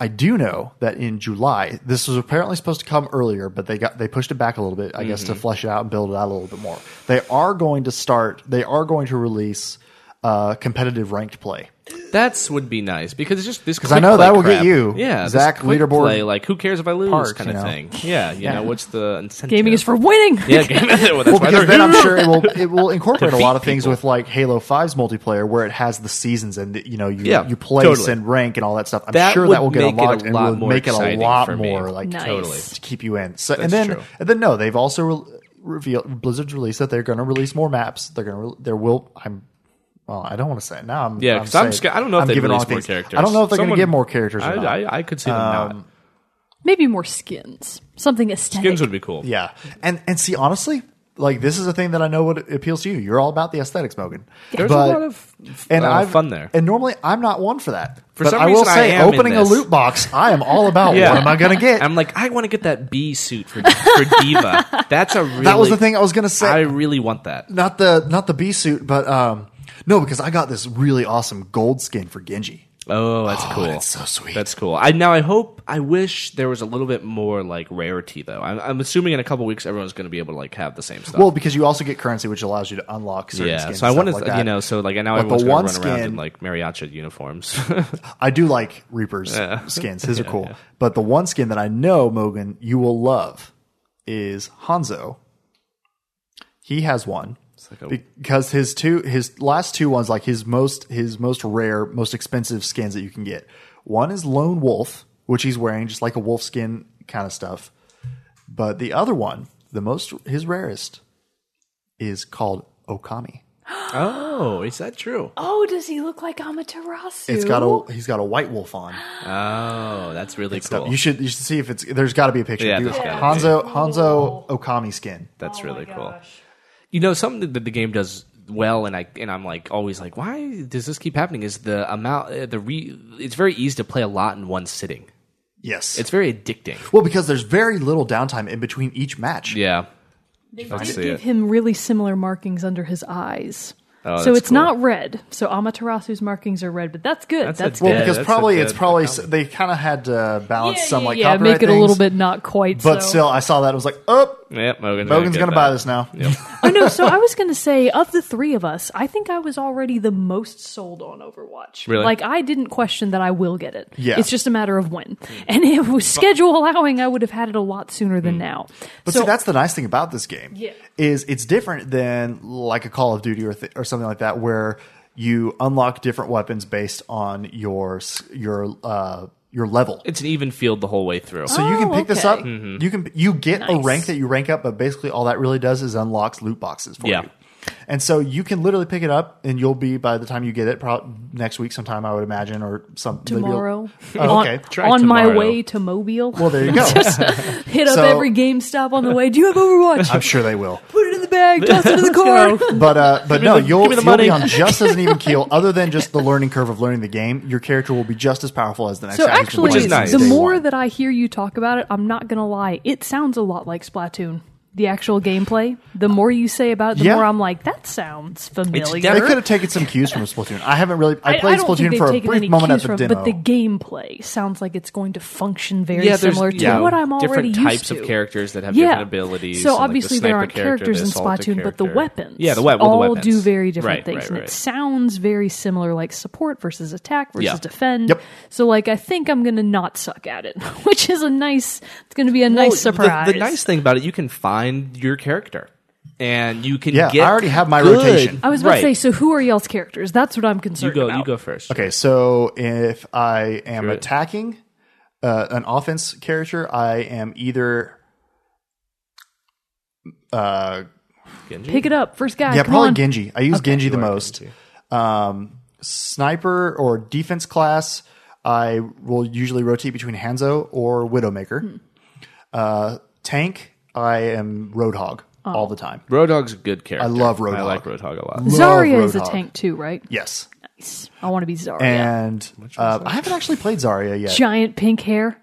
[SPEAKER 3] I do know that in July, this was apparently supposed to come earlier, but they got they pushed it back a little bit, I guess, to
[SPEAKER 2] Mm-hmm.
[SPEAKER 3] flesh it out and build it out a little bit more. They are going to start. They are going to release uh, competitive ranked play.
[SPEAKER 1] That's would be nice because it's just this because
[SPEAKER 3] I know that will get you,
[SPEAKER 1] Yeah, this
[SPEAKER 3] Zach,
[SPEAKER 1] quick
[SPEAKER 3] leaderboard
[SPEAKER 1] play, like who cares if I lose
[SPEAKER 3] park,
[SPEAKER 1] kind of
[SPEAKER 3] you know.
[SPEAKER 1] thing. Yeah, you know what's the incentive?
[SPEAKER 2] Gaming is for winning.
[SPEAKER 1] yeah, gaming. well, that's
[SPEAKER 3] Well,
[SPEAKER 1] why
[SPEAKER 3] because
[SPEAKER 1] they're
[SPEAKER 3] then I'm
[SPEAKER 1] here.
[SPEAKER 3] sure it will it will incorporate a
[SPEAKER 1] Defeat
[SPEAKER 3] lot of things
[SPEAKER 1] people.
[SPEAKER 3] with like Halo 5's multiplayer, where it has the seasons and you know you
[SPEAKER 1] Yeah,
[SPEAKER 3] you place
[SPEAKER 1] totally.
[SPEAKER 3] and rank and all that stuff. I'm
[SPEAKER 1] That
[SPEAKER 3] sure
[SPEAKER 1] would
[SPEAKER 3] that will get
[SPEAKER 1] make it a
[SPEAKER 3] unlocked and
[SPEAKER 1] lot
[SPEAKER 3] will
[SPEAKER 1] more
[SPEAKER 3] make it a
[SPEAKER 1] exciting
[SPEAKER 3] lot
[SPEAKER 1] for me.
[SPEAKER 3] more like
[SPEAKER 2] Nice.
[SPEAKER 1] Totally.
[SPEAKER 3] to keep you in. So
[SPEAKER 1] That's
[SPEAKER 3] and then
[SPEAKER 1] true.
[SPEAKER 3] and then no, they've also re- revealed Blizzard's released that they're going to release more maps. They're going to re- there will I'm. Well, I don't want to say it now. I'm,
[SPEAKER 1] Yeah,
[SPEAKER 3] I'm,
[SPEAKER 1] 'cause I'm
[SPEAKER 3] saying-
[SPEAKER 1] sca- I don't know if
[SPEAKER 3] I'm
[SPEAKER 1] they've
[SPEAKER 3] giving
[SPEAKER 1] released
[SPEAKER 3] all
[SPEAKER 1] more
[SPEAKER 3] things.
[SPEAKER 1] characters.
[SPEAKER 3] I don't know if they're going
[SPEAKER 1] Someone-
[SPEAKER 3] to get more characters. Or not. Um,
[SPEAKER 1] I, I, I could see them not.
[SPEAKER 2] Maybe more skins. Something aesthetic.
[SPEAKER 1] Skins would be cool.
[SPEAKER 3] Yeah, and and see, honestly, like this is a thing that I know what appeals to you. You're all about the aesthetics, Mogan.
[SPEAKER 1] There's a lot of, uh,
[SPEAKER 3] I've-
[SPEAKER 1] fun there.
[SPEAKER 3] And normally, I'm not one for that.
[SPEAKER 1] For
[SPEAKER 3] but
[SPEAKER 1] some
[SPEAKER 3] I will
[SPEAKER 1] reason, I
[SPEAKER 3] say,
[SPEAKER 1] am in
[SPEAKER 3] opening a
[SPEAKER 1] this.
[SPEAKER 3] loot box, I am all about.
[SPEAKER 1] Yeah.
[SPEAKER 3] What am I going to get?
[SPEAKER 1] I'm like, I want to get that B suit for for Diva. That's a really
[SPEAKER 3] that was the thing I was going to say.
[SPEAKER 1] I really want that.
[SPEAKER 3] not the not the bee suit, but um, no, because I got this really awesome gold skin for Genji.
[SPEAKER 1] Oh, that's cool.
[SPEAKER 3] that's so sweet.
[SPEAKER 1] That's cool. I now I hope I wish there was a little bit more like rarity though. I'm, I'm assuming in a couple weeks everyone's going to be able to like have the same stuff.
[SPEAKER 3] Well, because you also get currency, which allows you to unlock certain
[SPEAKER 1] Oh. yeah.
[SPEAKER 3] skins.
[SPEAKER 1] So I
[SPEAKER 3] and
[SPEAKER 1] want to
[SPEAKER 3] stuff like that.
[SPEAKER 1] you know so like now
[SPEAKER 3] But the
[SPEAKER 1] everyone's going
[SPEAKER 3] one
[SPEAKER 1] to run around in
[SPEAKER 3] skin-
[SPEAKER 1] like mariachi uniforms.
[SPEAKER 3] I do like Reaper's skins. His are cool. But the one skin that I know, Mogan, you will love is Hanzo. He has one.
[SPEAKER 1] like a-
[SPEAKER 3] because his two his last two ones, like his most his most rare, most expensive skins that you can get. One is Lone Wolf, which he's wearing, just like a wolf skin kind of stuff. But the other one, the most his rarest, is called Okami.
[SPEAKER 1] Oh, is that true?
[SPEAKER 2] Oh, does he look like Amaterasu?
[SPEAKER 3] It's got a he's got a white wolf on.
[SPEAKER 1] Oh, that's really
[SPEAKER 3] So
[SPEAKER 1] cool.
[SPEAKER 3] You should you should see if it's there's got to be a picture.
[SPEAKER 1] Yeah,
[SPEAKER 3] Dude,
[SPEAKER 1] there's gotta
[SPEAKER 3] Hanzo Hanzo Okami skin.
[SPEAKER 1] That's really cool. You know, something that the game does well, and I and I'm like always like, why does this keep happening? Is the amount uh, the re? It's very easy to play a lot in one sitting.
[SPEAKER 3] Yes.
[SPEAKER 1] It's very addicting.
[SPEAKER 3] well because there's very little downtime in between each match.
[SPEAKER 1] Yeah,
[SPEAKER 2] They
[SPEAKER 1] I
[SPEAKER 2] did
[SPEAKER 1] see
[SPEAKER 2] give
[SPEAKER 1] it.
[SPEAKER 2] him really similar markings under his eyes.
[SPEAKER 1] Oh,
[SPEAKER 2] so
[SPEAKER 1] that's
[SPEAKER 2] it's
[SPEAKER 1] cool.
[SPEAKER 2] not red. So Amaterasu's markings are red, but that's good.
[SPEAKER 1] That's
[SPEAKER 2] That's,
[SPEAKER 1] a
[SPEAKER 2] good.
[SPEAKER 3] Well,
[SPEAKER 1] Yeah,
[SPEAKER 3] because
[SPEAKER 1] that's
[SPEAKER 3] probably
[SPEAKER 1] a
[SPEAKER 3] it's
[SPEAKER 1] good
[SPEAKER 3] probably
[SPEAKER 1] combo.
[SPEAKER 3] they kind of had to balance some like
[SPEAKER 2] yeah,
[SPEAKER 3] copyright
[SPEAKER 2] make it a little
[SPEAKER 3] things,
[SPEAKER 2] bit not quite.
[SPEAKER 3] But
[SPEAKER 2] so.
[SPEAKER 3] still, I saw that I was like, oh,
[SPEAKER 1] yeah. Mogan's,
[SPEAKER 3] Bogan's
[SPEAKER 1] get
[SPEAKER 3] gonna
[SPEAKER 1] that.
[SPEAKER 3] buy this now.
[SPEAKER 2] oh no! So I was going to say, of the three of us, I think I was already the most sold on Overwatch.
[SPEAKER 1] Really?
[SPEAKER 2] Like I didn't question that I will get it.
[SPEAKER 3] Yeah. Hmm.
[SPEAKER 2] it's just a matter of when. And if it was schedule allowing, I would have had it a lot sooner than now.
[SPEAKER 3] Hmm. But
[SPEAKER 2] so
[SPEAKER 3] see, that's the nice thing about this game
[SPEAKER 2] Yeah.
[SPEAKER 3] is it's different than like a Call of Duty or th- or something like that, where you unlock different weapons based on your s- your uh, your level.
[SPEAKER 1] It's an even field the whole way through.
[SPEAKER 3] So you can
[SPEAKER 2] Oh,
[SPEAKER 3] pick this up.
[SPEAKER 2] okay.
[SPEAKER 3] You can you get a
[SPEAKER 2] Nice.
[SPEAKER 3] rank that you rank up, but basically all that really does is unlocks loot boxes for
[SPEAKER 1] Yeah.
[SPEAKER 3] you. And so you can literally pick it up, and you'll be by the time you get it, probably next week sometime, I would imagine, or some maybe-
[SPEAKER 2] tomorrow,
[SPEAKER 3] Oh, okay.
[SPEAKER 2] on,
[SPEAKER 1] Try
[SPEAKER 2] on my
[SPEAKER 1] tomorrow.
[SPEAKER 2] way to Mobile.
[SPEAKER 3] Well, there you go.
[SPEAKER 2] hit up
[SPEAKER 3] So-
[SPEAKER 2] every GameStop on the way. Do you have Overwatch?
[SPEAKER 3] I'm sure they will.
[SPEAKER 2] Put it in the bag. Toss it in the car.
[SPEAKER 3] But uh, but no,
[SPEAKER 1] the-
[SPEAKER 3] you'll,
[SPEAKER 1] give me the
[SPEAKER 3] you'll be
[SPEAKER 1] money.
[SPEAKER 3] on just as an even keel. Other than just the learning curve of learning the game, your character will be just as powerful as the next.
[SPEAKER 2] So
[SPEAKER 3] guy who's been
[SPEAKER 2] actually,
[SPEAKER 1] Which is
[SPEAKER 3] playing
[SPEAKER 1] nice.
[SPEAKER 2] the
[SPEAKER 3] since day
[SPEAKER 2] more
[SPEAKER 3] one.
[SPEAKER 2] that I hear you talk about it, I'm not gonna lie. It sounds a lot like Splatoon. The actual gameplay. The more you say about, it, the
[SPEAKER 3] Yeah.
[SPEAKER 2] more I'm like, that sounds familiar.
[SPEAKER 1] definitely-
[SPEAKER 3] they could have taken some cues from Splatoon. I haven't really. I
[SPEAKER 2] I,
[SPEAKER 3] played
[SPEAKER 2] I don't think
[SPEAKER 3] Splatoon
[SPEAKER 2] they've
[SPEAKER 3] for a
[SPEAKER 2] taken
[SPEAKER 3] brief
[SPEAKER 2] any
[SPEAKER 3] moment at
[SPEAKER 2] cues
[SPEAKER 3] the
[SPEAKER 2] from,
[SPEAKER 3] demo.
[SPEAKER 2] but the gameplay sounds like it's going to function very
[SPEAKER 1] Oh, yeah, there's
[SPEAKER 2] similar to
[SPEAKER 1] yeah,
[SPEAKER 2] what I'm already
[SPEAKER 1] different
[SPEAKER 2] used
[SPEAKER 1] types
[SPEAKER 2] to.
[SPEAKER 1] of characters that have
[SPEAKER 2] yeah.
[SPEAKER 1] different abilities.
[SPEAKER 2] So
[SPEAKER 1] and, like, the
[SPEAKER 2] obviously there
[SPEAKER 1] sniper
[SPEAKER 2] aren't
[SPEAKER 1] character,
[SPEAKER 2] characters
[SPEAKER 1] the
[SPEAKER 2] in
[SPEAKER 1] assaulted
[SPEAKER 2] Splatoon, but the
[SPEAKER 1] character.
[SPEAKER 2] weapons,
[SPEAKER 1] Yeah, the, we- well, the
[SPEAKER 2] all
[SPEAKER 1] weapons
[SPEAKER 2] do very different
[SPEAKER 1] Right,
[SPEAKER 2] things,
[SPEAKER 1] right,
[SPEAKER 2] and
[SPEAKER 1] right.
[SPEAKER 2] it sounds very similar, like support versus attack versus
[SPEAKER 1] Yeah.
[SPEAKER 2] defend.
[SPEAKER 3] Yep.
[SPEAKER 2] So like I think I'm gonna not suck at it, which is a nice. It's gonna be a
[SPEAKER 1] Well,
[SPEAKER 2] nice
[SPEAKER 1] the-
[SPEAKER 2] surprise.
[SPEAKER 1] The, nice thing about it, you can find your character, and you can
[SPEAKER 3] Yeah,
[SPEAKER 1] get.
[SPEAKER 3] I already have my
[SPEAKER 1] good-
[SPEAKER 3] rotation.
[SPEAKER 2] I was about
[SPEAKER 1] Right.
[SPEAKER 2] to say, so who are y'all's characters? That's what I'm
[SPEAKER 1] you
[SPEAKER 2] concerned
[SPEAKER 1] go.
[SPEAKER 2] about.
[SPEAKER 1] You go first.
[SPEAKER 3] Okay, so if I am
[SPEAKER 1] Sure.
[SPEAKER 3] attacking uh, an offense character, I am either uh,
[SPEAKER 1] Genji?
[SPEAKER 2] Pick it up, first guy.
[SPEAKER 3] yeah,
[SPEAKER 2] come
[SPEAKER 3] probably
[SPEAKER 2] on.
[SPEAKER 3] Genji. I use Genji the
[SPEAKER 1] You are
[SPEAKER 3] most.
[SPEAKER 1] Genji.
[SPEAKER 3] Um, sniper or defense class, I will usually rotate between Hanzo or Widowmaker.
[SPEAKER 2] Hmm.
[SPEAKER 3] Uh, tank, I am Roadhog
[SPEAKER 2] Oh.
[SPEAKER 3] all the time.
[SPEAKER 1] Roadhog's a good character.
[SPEAKER 3] love
[SPEAKER 1] I
[SPEAKER 3] Roadhog.
[SPEAKER 1] like Roadhog a lot.
[SPEAKER 2] Zarya is a
[SPEAKER 3] Roadhog.
[SPEAKER 2] tank too, right?
[SPEAKER 3] Yes,
[SPEAKER 2] Oh, Nice. I want to be Zarya.
[SPEAKER 3] and uh, I haven't actually played Zarya yet.
[SPEAKER 2] Giant pink hair,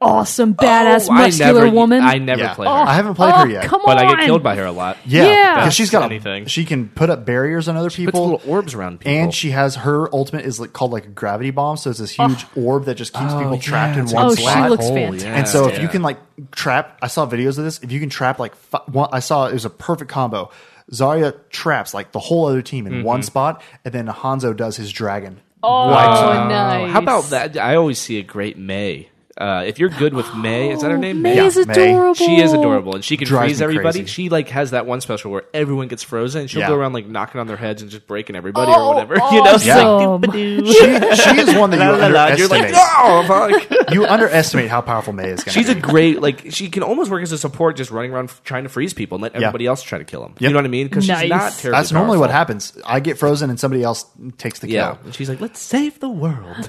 [SPEAKER 2] awesome, badass,
[SPEAKER 1] Oh,
[SPEAKER 2] muscular
[SPEAKER 1] I never,
[SPEAKER 2] woman.
[SPEAKER 1] I never
[SPEAKER 3] Yeah.
[SPEAKER 1] play her,
[SPEAKER 3] I haven't played
[SPEAKER 2] oh,
[SPEAKER 3] her yet.
[SPEAKER 2] Come on.
[SPEAKER 1] but I get killed by her a lot.
[SPEAKER 3] Yeah,
[SPEAKER 2] Yeah.
[SPEAKER 3] because she's got
[SPEAKER 1] Anything.
[SPEAKER 3] a, she can put up barriers on other
[SPEAKER 1] puts
[SPEAKER 3] people,
[SPEAKER 1] little orbs around people.
[SPEAKER 3] and she has her ultimate is like called like a gravity bomb, so it's this huge
[SPEAKER 1] Oh.
[SPEAKER 3] orb that just keeps people trapped in
[SPEAKER 1] it's
[SPEAKER 3] one
[SPEAKER 2] Oh,
[SPEAKER 1] like
[SPEAKER 2] she
[SPEAKER 3] spot.
[SPEAKER 1] black
[SPEAKER 2] looks
[SPEAKER 1] hole, yeah.
[SPEAKER 2] fantastic.
[SPEAKER 3] and so if you
[SPEAKER 1] Yeah.
[SPEAKER 3] can like trap, I saw videos of this. If you can trap like fi- one, I saw it was a perfect combo. Zarya traps like the whole other team in one
[SPEAKER 1] Mm-hmm.
[SPEAKER 3] spot, and then Hanzo does his dragon.
[SPEAKER 2] Oh, nice.
[SPEAKER 1] Uh, How about that? I always see a great May. Uh, if you're good with May, is that her name?
[SPEAKER 2] May
[SPEAKER 3] Yeah,
[SPEAKER 2] is
[SPEAKER 3] May.
[SPEAKER 2] adorable.
[SPEAKER 1] She is adorable, and she can
[SPEAKER 3] Drives
[SPEAKER 1] freeze
[SPEAKER 3] me
[SPEAKER 1] everybody.
[SPEAKER 3] crazy.
[SPEAKER 1] She like has that one special where everyone gets frozen, and she'll
[SPEAKER 3] Yeah.
[SPEAKER 1] go around like knocking on their heads and just breaking everybody
[SPEAKER 2] Oh,
[SPEAKER 1] or whatever. You know, It's
[SPEAKER 2] awesome.
[SPEAKER 1] like, "Doop-a-doo."
[SPEAKER 3] She, she is one that you
[SPEAKER 1] La, la, la.
[SPEAKER 3] underestimate.
[SPEAKER 1] You're like, "Ah!" "No, fuck."
[SPEAKER 3] you underestimate how powerful May is. Gonna
[SPEAKER 1] She's a
[SPEAKER 3] be.
[SPEAKER 1] great like she can almost work as a support, just running around f- trying to freeze people and let everybody else try to kill them. You
[SPEAKER 3] Yep.
[SPEAKER 1] know what I mean? Because
[SPEAKER 2] Nice.
[SPEAKER 1] she's not terribly.
[SPEAKER 3] That's normally what
[SPEAKER 1] powerful.
[SPEAKER 3] happens. I get frozen, and somebody else takes the
[SPEAKER 1] Yeah,
[SPEAKER 3] kill.
[SPEAKER 1] and she's like, "Let's save the world."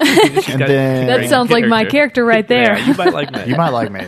[SPEAKER 1] and
[SPEAKER 3] then-
[SPEAKER 2] That sounds like my character right there.
[SPEAKER 1] you might like that.
[SPEAKER 3] You might like me.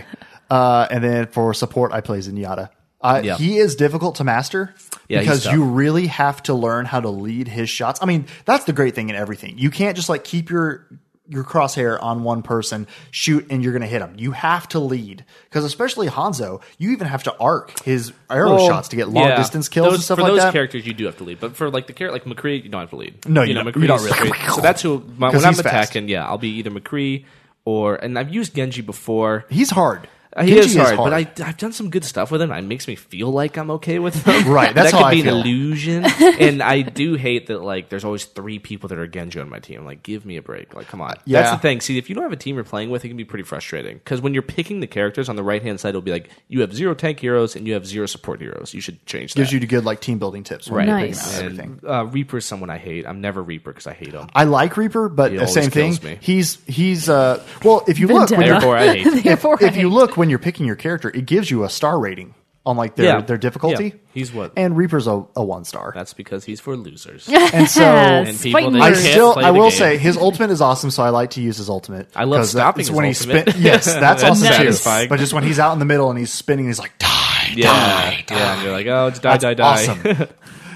[SPEAKER 3] Uh, and then for support, I play Zenyatta. Uh,
[SPEAKER 1] Yeah.
[SPEAKER 3] He is difficult to master
[SPEAKER 1] Yeah, he's
[SPEAKER 3] because
[SPEAKER 1] tough.
[SPEAKER 3] you really have to learn how to lead his shots. I mean, that's the great thing in everything. You can't just like keep your your crosshair on one person, shoot, and you're going to hit him. You have to lead because especially Hanzo, you even have to arc his arrow
[SPEAKER 1] Well,
[SPEAKER 3] shots to get long
[SPEAKER 1] yeah.
[SPEAKER 3] distance kills
[SPEAKER 1] Those-
[SPEAKER 3] and stuff
[SPEAKER 1] for
[SPEAKER 3] like
[SPEAKER 1] those
[SPEAKER 3] that.
[SPEAKER 1] characters, you do have to lead, but for like the character like McCree, you don't have to lead.
[SPEAKER 3] No, you
[SPEAKER 1] you know
[SPEAKER 3] don't.
[SPEAKER 1] McCree.
[SPEAKER 3] You don't really.
[SPEAKER 1] So that's who my,
[SPEAKER 3] 'Cause
[SPEAKER 1] when I'm
[SPEAKER 3] he's fast.
[SPEAKER 1] attacking. Yeah, I'll be either McCree or and I've used Genji before.
[SPEAKER 3] He's hard.
[SPEAKER 1] Uh, He
[SPEAKER 3] Genji
[SPEAKER 1] is hard, but I, I've done some good stuff with him. It makes me feel like I'm okay with him.
[SPEAKER 3] Right, that's
[SPEAKER 1] that
[SPEAKER 3] how
[SPEAKER 1] could
[SPEAKER 3] I
[SPEAKER 1] be
[SPEAKER 3] feel.
[SPEAKER 1] an illusion. and I do hate that. Like, there's always three people that are Genji on my team. Like, give me a break. Like, come on.
[SPEAKER 3] Yeah.
[SPEAKER 1] That's the thing. See, if you don't have a team you're playing with, it can be pretty frustrating. Because when you're picking the characters on the right hand side, it'll be like you have zero tank heroes and you have zero support heroes. You should change that.
[SPEAKER 3] gives you good like team building tips. when
[SPEAKER 1] Right.
[SPEAKER 3] you're figuring
[SPEAKER 2] Nice.
[SPEAKER 3] out
[SPEAKER 1] And,
[SPEAKER 3] everything.
[SPEAKER 1] uh, Reaper's someone I hate. I'm never Reaper because I hate him.
[SPEAKER 3] I like Reaper, but the
[SPEAKER 1] always
[SPEAKER 3] same thing.
[SPEAKER 1] kills me.
[SPEAKER 3] He's he's uh well if you look when
[SPEAKER 2] Vendetta.
[SPEAKER 3] you're
[SPEAKER 1] Therefore, I hate him.
[SPEAKER 2] Therefore, I
[SPEAKER 3] if you
[SPEAKER 2] hate-
[SPEAKER 3] look when you're picking your character, it gives you a star rating on like their
[SPEAKER 1] Yeah.
[SPEAKER 3] their difficulty.
[SPEAKER 1] Yeah. He's what-
[SPEAKER 3] And Reaper's a, a one star.
[SPEAKER 1] That's because he's for losers.
[SPEAKER 3] And so
[SPEAKER 1] And people that
[SPEAKER 3] I
[SPEAKER 1] can't
[SPEAKER 3] still
[SPEAKER 1] play
[SPEAKER 3] I
[SPEAKER 1] the
[SPEAKER 3] will
[SPEAKER 1] game.
[SPEAKER 3] say his ultimate is awesome, so I like to use his ultimate.
[SPEAKER 1] I love
[SPEAKER 3] 'Cause
[SPEAKER 1] stopping
[SPEAKER 3] that's
[SPEAKER 1] his
[SPEAKER 3] when
[SPEAKER 1] ultimate.
[SPEAKER 3] he spin. Yes, that's
[SPEAKER 1] That's
[SPEAKER 3] awesome
[SPEAKER 1] satisfying.
[SPEAKER 3] too. But just when he's out in the middle and he's spinning, he's like die,
[SPEAKER 1] Yeah,
[SPEAKER 3] die, die.
[SPEAKER 1] yeah. And you're like, oh, just die,
[SPEAKER 3] That's
[SPEAKER 1] die, die.
[SPEAKER 3] awesome.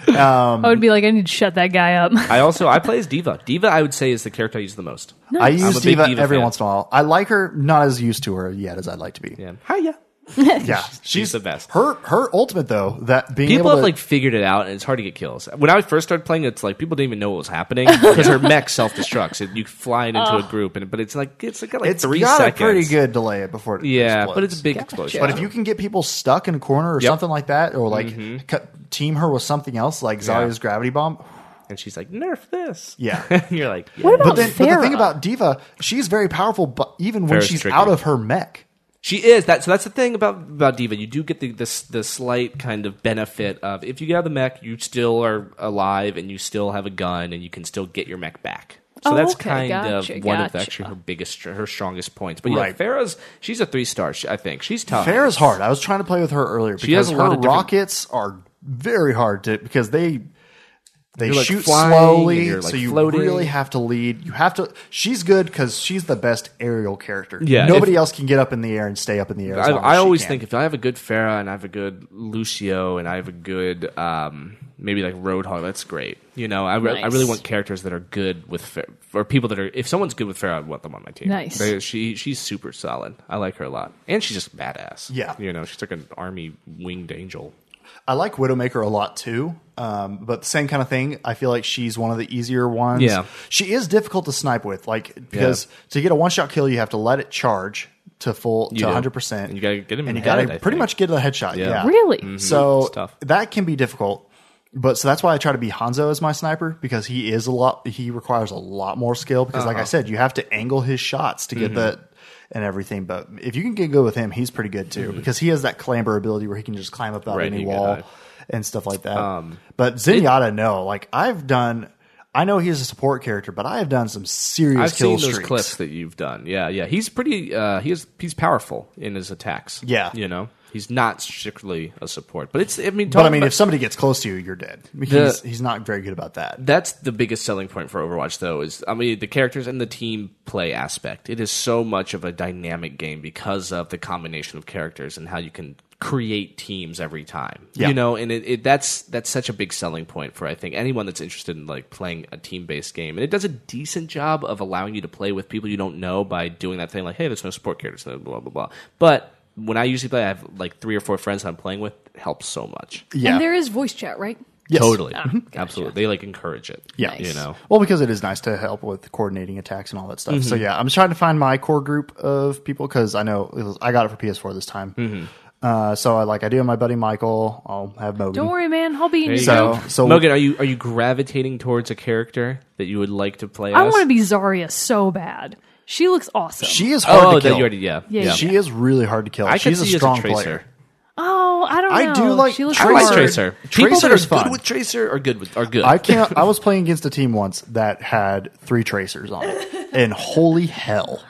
[SPEAKER 2] I would be like, I need to shut that guy up.
[SPEAKER 1] I also I play as Diva. Diva, I would say, is the character I use the most.
[SPEAKER 3] I
[SPEAKER 1] I'm a
[SPEAKER 3] use
[SPEAKER 1] big
[SPEAKER 3] Diva,
[SPEAKER 1] Diva
[SPEAKER 3] every
[SPEAKER 1] fan.
[SPEAKER 3] once in a while. I like her, not as used to her yet as I'd like to be. Yeah,
[SPEAKER 1] Yeah. Hiya.
[SPEAKER 3] she's,
[SPEAKER 1] the best.
[SPEAKER 3] Her her ultimate though, that being
[SPEAKER 1] People
[SPEAKER 3] able
[SPEAKER 1] have
[SPEAKER 3] to,
[SPEAKER 1] like figured it out, and it's hard to get kills. When I first started playing, it's like people didn't even know what was happening because her mech self destructs. and You fly it into a group, and but it's like it's like, got like
[SPEAKER 3] it's
[SPEAKER 1] three
[SPEAKER 3] got
[SPEAKER 1] seconds.
[SPEAKER 3] a pretty good delay before it
[SPEAKER 1] Yeah, but
[SPEAKER 3] explodes.
[SPEAKER 1] it's a big explosion.
[SPEAKER 3] But if you can get people stuck in a corner or
[SPEAKER 1] Yep. Mm-hmm.
[SPEAKER 3] something like that, or like cut- team her with something else, like Zarya's gravity bomb.
[SPEAKER 1] and she's like, nerf this.
[SPEAKER 3] Yeah.
[SPEAKER 1] you're like, yeah.
[SPEAKER 2] What
[SPEAKER 3] But
[SPEAKER 2] about
[SPEAKER 3] then, but the thing
[SPEAKER 2] Pharah?
[SPEAKER 3] about Diva, she's very powerful, but even when
[SPEAKER 1] Pharah's
[SPEAKER 3] she's
[SPEAKER 1] tricky.
[SPEAKER 3] out of her mech,
[SPEAKER 1] She is that. So that's the thing about about Diva. You do get the this the slight kind of benefit of if you get out of the mech, you still are alive and you still have a gun and you can still get your mech back. So
[SPEAKER 2] Oh,
[SPEAKER 1] that's
[SPEAKER 2] okay.
[SPEAKER 1] kind
[SPEAKER 2] Gotcha,
[SPEAKER 1] of one of the,
[SPEAKER 2] gotcha.
[SPEAKER 1] actually her biggest, her strongest points. But yeah,
[SPEAKER 3] Right.
[SPEAKER 1] Farah's she's a three star. I think she's tough.
[SPEAKER 3] Farah's hard. I was trying to play with her earlier because
[SPEAKER 1] Uh, has a
[SPEAKER 3] her
[SPEAKER 1] lot of different-
[SPEAKER 3] rockets are very hard to because they they
[SPEAKER 1] You're, like,
[SPEAKER 3] shoot
[SPEAKER 1] flying, and
[SPEAKER 3] slowly,
[SPEAKER 1] you're, like,
[SPEAKER 3] so you
[SPEAKER 1] floating.
[SPEAKER 3] really have to lead. You have to. She's good because she's the best aerial character.
[SPEAKER 1] Yeah,
[SPEAKER 3] nobody
[SPEAKER 1] if-
[SPEAKER 3] else can get up in the air and stay up in the air. as
[SPEAKER 1] I,
[SPEAKER 3] long as
[SPEAKER 1] I
[SPEAKER 3] she
[SPEAKER 1] always
[SPEAKER 3] can.
[SPEAKER 1] think if I have a good Farah and I have a good Lucio and I have a good um, maybe like Roadhog, that's great. You know, I, re- I
[SPEAKER 2] Nice.
[SPEAKER 1] really want characters that are good with Fa- or people that are. If someone's good with Farah, I want them on my team.
[SPEAKER 2] Nice.
[SPEAKER 1] They- she she's super solid. I like her a lot, and she's just badass.
[SPEAKER 3] Yeah.
[SPEAKER 1] you know, she's like an army winged angel.
[SPEAKER 3] I like Widowmaker a lot too, um, but the same kind of thing. I feel like she's one of the easier ones.
[SPEAKER 1] Yeah.
[SPEAKER 3] she is difficult to snipe with, like because to get a one shot kill, you have to let it charge to full
[SPEAKER 1] You
[SPEAKER 3] to
[SPEAKER 1] do.
[SPEAKER 3] one hundred percent.
[SPEAKER 1] And you gotta get him in
[SPEAKER 3] and
[SPEAKER 1] the
[SPEAKER 3] you gotta
[SPEAKER 1] head, I
[SPEAKER 3] pretty
[SPEAKER 1] think. Mm-hmm.
[SPEAKER 3] much get a headshot. Yeah,
[SPEAKER 2] Really?
[SPEAKER 3] So
[SPEAKER 1] It's tough.
[SPEAKER 3] that can be difficult. But so that's why I try to be Hanzo as my sniper because he is a lot. He requires a lot more skill because,
[SPEAKER 1] Uh-huh.
[SPEAKER 3] like I said, you have to angle his shots to get
[SPEAKER 1] Mm-hmm.
[SPEAKER 3] that and everything. But if you can get good with him, he's pretty good
[SPEAKER 1] Mm-hmm.
[SPEAKER 3] too because he has that clamber ability where he can just climb up out
[SPEAKER 1] Right,
[SPEAKER 3] any
[SPEAKER 1] you Um, got
[SPEAKER 3] wall
[SPEAKER 1] it.
[SPEAKER 3] and stuff like that. but Zenyatta, no, like I've done. I know he's a support character, but I have done some serious
[SPEAKER 1] I've
[SPEAKER 3] kill
[SPEAKER 1] seen those
[SPEAKER 3] streaks.
[SPEAKER 1] clips that you've done. Yeah, yeah. He's pretty. Uh, he's he's powerful in his attacks.
[SPEAKER 3] Yeah.
[SPEAKER 1] you know, he's not strictly a support, but it's. I mean,
[SPEAKER 3] But I
[SPEAKER 1] talking
[SPEAKER 3] mean,
[SPEAKER 1] about-
[SPEAKER 3] if somebody gets close to you, you're dead. He's, he's not very good about that.
[SPEAKER 1] That's the biggest selling point for Overwatch, though, is I mean the characters and the team play aspect. It is so much of a dynamic game because of the combination of characters and how you can create teams every time.
[SPEAKER 3] Yeah.
[SPEAKER 1] You know, and it, it that's that's such a big selling point for I think anyone that's interested in like playing a team based game. And it does a decent job of allowing you to play with people you don't know by doing that thing like, hey, there's no support characters, blah blah blah. But when I usually play, I have like three or four friends that I'm playing with. It helps so much.
[SPEAKER 3] Yeah.
[SPEAKER 2] And there is voice chat, right?
[SPEAKER 3] Yes.
[SPEAKER 1] Totally, absolutely. They like encourage it.
[SPEAKER 3] Yeah.
[SPEAKER 1] you know.
[SPEAKER 3] Well, because it is nice to help with coordinating attacks and all that stuff.
[SPEAKER 1] Mm-hmm.
[SPEAKER 3] So yeah, I'm trying to find my core group of people because I know it was, I got it for PS4 this time.
[SPEAKER 1] Mm-hmm.
[SPEAKER 3] Uh, so I like I do have my buddy Michael. I'll have Mogan.
[SPEAKER 2] Don't worry, man. I'll be in your
[SPEAKER 1] you
[SPEAKER 3] So
[SPEAKER 2] group.
[SPEAKER 3] so
[SPEAKER 1] Mogan, are you are you gravitating towards a character that you would like to play?
[SPEAKER 2] I
[SPEAKER 1] as?
[SPEAKER 2] want to be Zarya so bad. She looks awesome.
[SPEAKER 3] she is hard
[SPEAKER 1] Oh,
[SPEAKER 3] to
[SPEAKER 1] that
[SPEAKER 3] kill.
[SPEAKER 1] you already, yeah,
[SPEAKER 2] Yeah, yeah.
[SPEAKER 3] She is really hard to kill.
[SPEAKER 1] I could
[SPEAKER 3] She's
[SPEAKER 1] see
[SPEAKER 3] a
[SPEAKER 1] you
[SPEAKER 3] strong
[SPEAKER 1] as a tracer.
[SPEAKER 3] player.
[SPEAKER 2] oh, I don't
[SPEAKER 3] I
[SPEAKER 2] know.
[SPEAKER 3] do like
[SPEAKER 2] she looks
[SPEAKER 1] I like
[SPEAKER 2] hard.
[SPEAKER 1] tracer. People that
[SPEAKER 3] Tracer
[SPEAKER 1] are
[SPEAKER 3] is fun.
[SPEAKER 1] good with tracer are good with are good.
[SPEAKER 3] I can't. I was playing against a team once that had three tracers on it, and holy hell,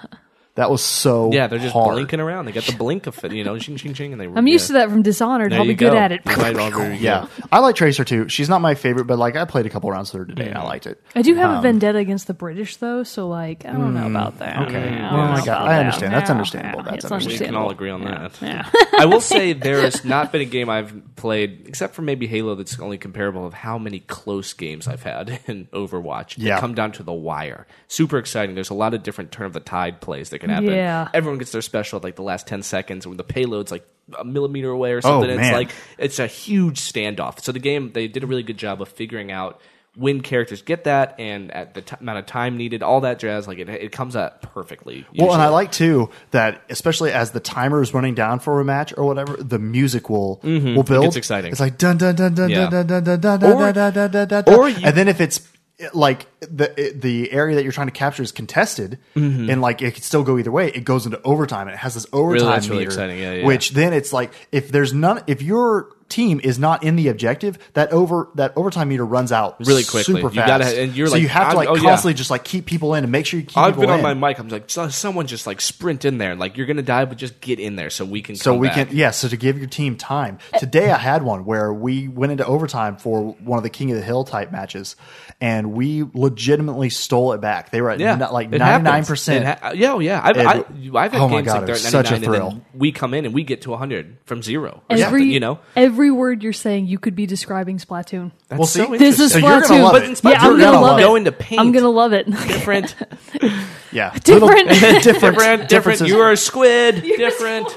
[SPEAKER 3] that was so
[SPEAKER 1] yeah, they're just
[SPEAKER 3] hard.
[SPEAKER 1] blinking around. They got the blink of it, you know, ching ching ching, and they.
[SPEAKER 2] I'm used to that from Dishonored.
[SPEAKER 1] There
[SPEAKER 2] I'll
[SPEAKER 1] you
[SPEAKER 2] be good
[SPEAKER 1] go.
[SPEAKER 2] at it.
[SPEAKER 1] You're right, Oliver, you're
[SPEAKER 3] Yeah, I like Tracer too. She's not my favorite, but like I played a couple rounds with her today, and I liked it.
[SPEAKER 2] I do have a
[SPEAKER 3] Um,
[SPEAKER 2] vendetta against the British, though, so like I don't know about that. Okay,
[SPEAKER 3] Well, Hmm. I got- I understand. That's understandable. That's
[SPEAKER 1] We
[SPEAKER 3] understandable.
[SPEAKER 1] can all agree on that.
[SPEAKER 2] Yeah.
[SPEAKER 1] I will say there has not been a game I've played, except for maybe Halo, that's only comparable of how many close games I've had in Overwatch. They
[SPEAKER 3] Yeah.
[SPEAKER 1] come down to the wire. Super exciting. There's a lot of different turn of the tide plays that can happen.
[SPEAKER 2] Yeah.
[SPEAKER 1] Everyone gets their special at like the last 10 seconds when the payload's like a millimeter away or something. It's
[SPEAKER 3] Oh, man.
[SPEAKER 1] like it's a huge standoff. So the game they did a really good job of figuring out when characters get that and at the t- amount of time needed, all that jazz. Like it, it comes out perfectly.
[SPEAKER 3] Well, and I
[SPEAKER 1] usually.
[SPEAKER 3] like too that especially as the timer is running down for a match or whatever, the music will will build.
[SPEAKER 1] Mm-hmm. gets exciting.
[SPEAKER 3] It's like dun dun dun dun
[SPEAKER 1] Yeah.
[SPEAKER 3] dun dun dun dun
[SPEAKER 1] Or-
[SPEAKER 3] dun dun dun dun dun. dun.
[SPEAKER 1] or you-
[SPEAKER 3] and then if it's like the the area that you're trying to capture is contested, and like it could still go either way. It goes into overtime, and it has this overtime
[SPEAKER 1] that's Mm-hmm. really
[SPEAKER 3] meter,
[SPEAKER 1] exciting. Yeah, yeah.
[SPEAKER 3] which then it's like if there's none, if your team is not in the objective, that over that overtime meter runs out
[SPEAKER 1] Really quickly.
[SPEAKER 3] super
[SPEAKER 1] You
[SPEAKER 3] fast.
[SPEAKER 1] gotta- and you're
[SPEAKER 3] so
[SPEAKER 1] like,
[SPEAKER 3] you have to
[SPEAKER 1] I'm-
[SPEAKER 3] like
[SPEAKER 1] oh, yeah.
[SPEAKER 3] constantly just like keep people in and make sure you keep
[SPEAKER 1] I've
[SPEAKER 3] people
[SPEAKER 1] been on
[SPEAKER 3] in.
[SPEAKER 1] my mic. I'm like, "So- someone just like sprint in there. Like you're gonna die, but just get in there so we can.
[SPEAKER 3] so
[SPEAKER 1] come
[SPEAKER 3] we
[SPEAKER 1] back.
[SPEAKER 3] can yeah. So to give your team time. Today I had one where we went into overtime for one of the King of the Hill type matches, and we legitimately stole it back. They were at
[SPEAKER 1] Yeah,
[SPEAKER 3] not, like
[SPEAKER 1] it
[SPEAKER 3] ninety
[SPEAKER 1] happens.
[SPEAKER 3] nine percent.
[SPEAKER 1] It ha- yeah, oh, yeah. I've,
[SPEAKER 3] It-
[SPEAKER 1] I, I've had
[SPEAKER 3] oh my
[SPEAKER 1] games
[SPEAKER 3] God,
[SPEAKER 1] like
[SPEAKER 3] it
[SPEAKER 1] they're
[SPEAKER 3] was
[SPEAKER 1] at
[SPEAKER 3] such a
[SPEAKER 1] 99 and
[SPEAKER 3] thrill.
[SPEAKER 1] then we come in and we get to 100 from zero. Or
[SPEAKER 2] Every
[SPEAKER 1] something, you know,
[SPEAKER 2] every word you're saying, you could be describing Splatoon.
[SPEAKER 1] that's
[SPEAKER 3] Well, see,
[SPEAKER 1] so
[SPEAKER 2] This is
[SPEAKER 1] interesting.
[SPEAKER 3] So you're
[SPEAKER 2] Splatoon.
[SPEAKER 3] gonna love
[SPEAKER 1] But
[SPEAKER 3] it.
[SPEAKER 1] in Splatoon,
[SPEAKER 2] yeah, I'm
[SPEAKER 1] you're
[SPEAKER 2] gonna
[SPEAKER 1] gonna
[SPEAKER 2] love it.
[SPEAKER 1] go into paint.
[SPEAKER 2] I'm gonna love it.
[SPEAKER 1] different,
[SPEAKER 3] Yeah,
[SPEAKER 2] Different.
[SPEAKER 3] Little-
[SPEAKER 1] different, different.
[SPEAKER 3] differences.
[SPEAKER 1] You are a squid. different.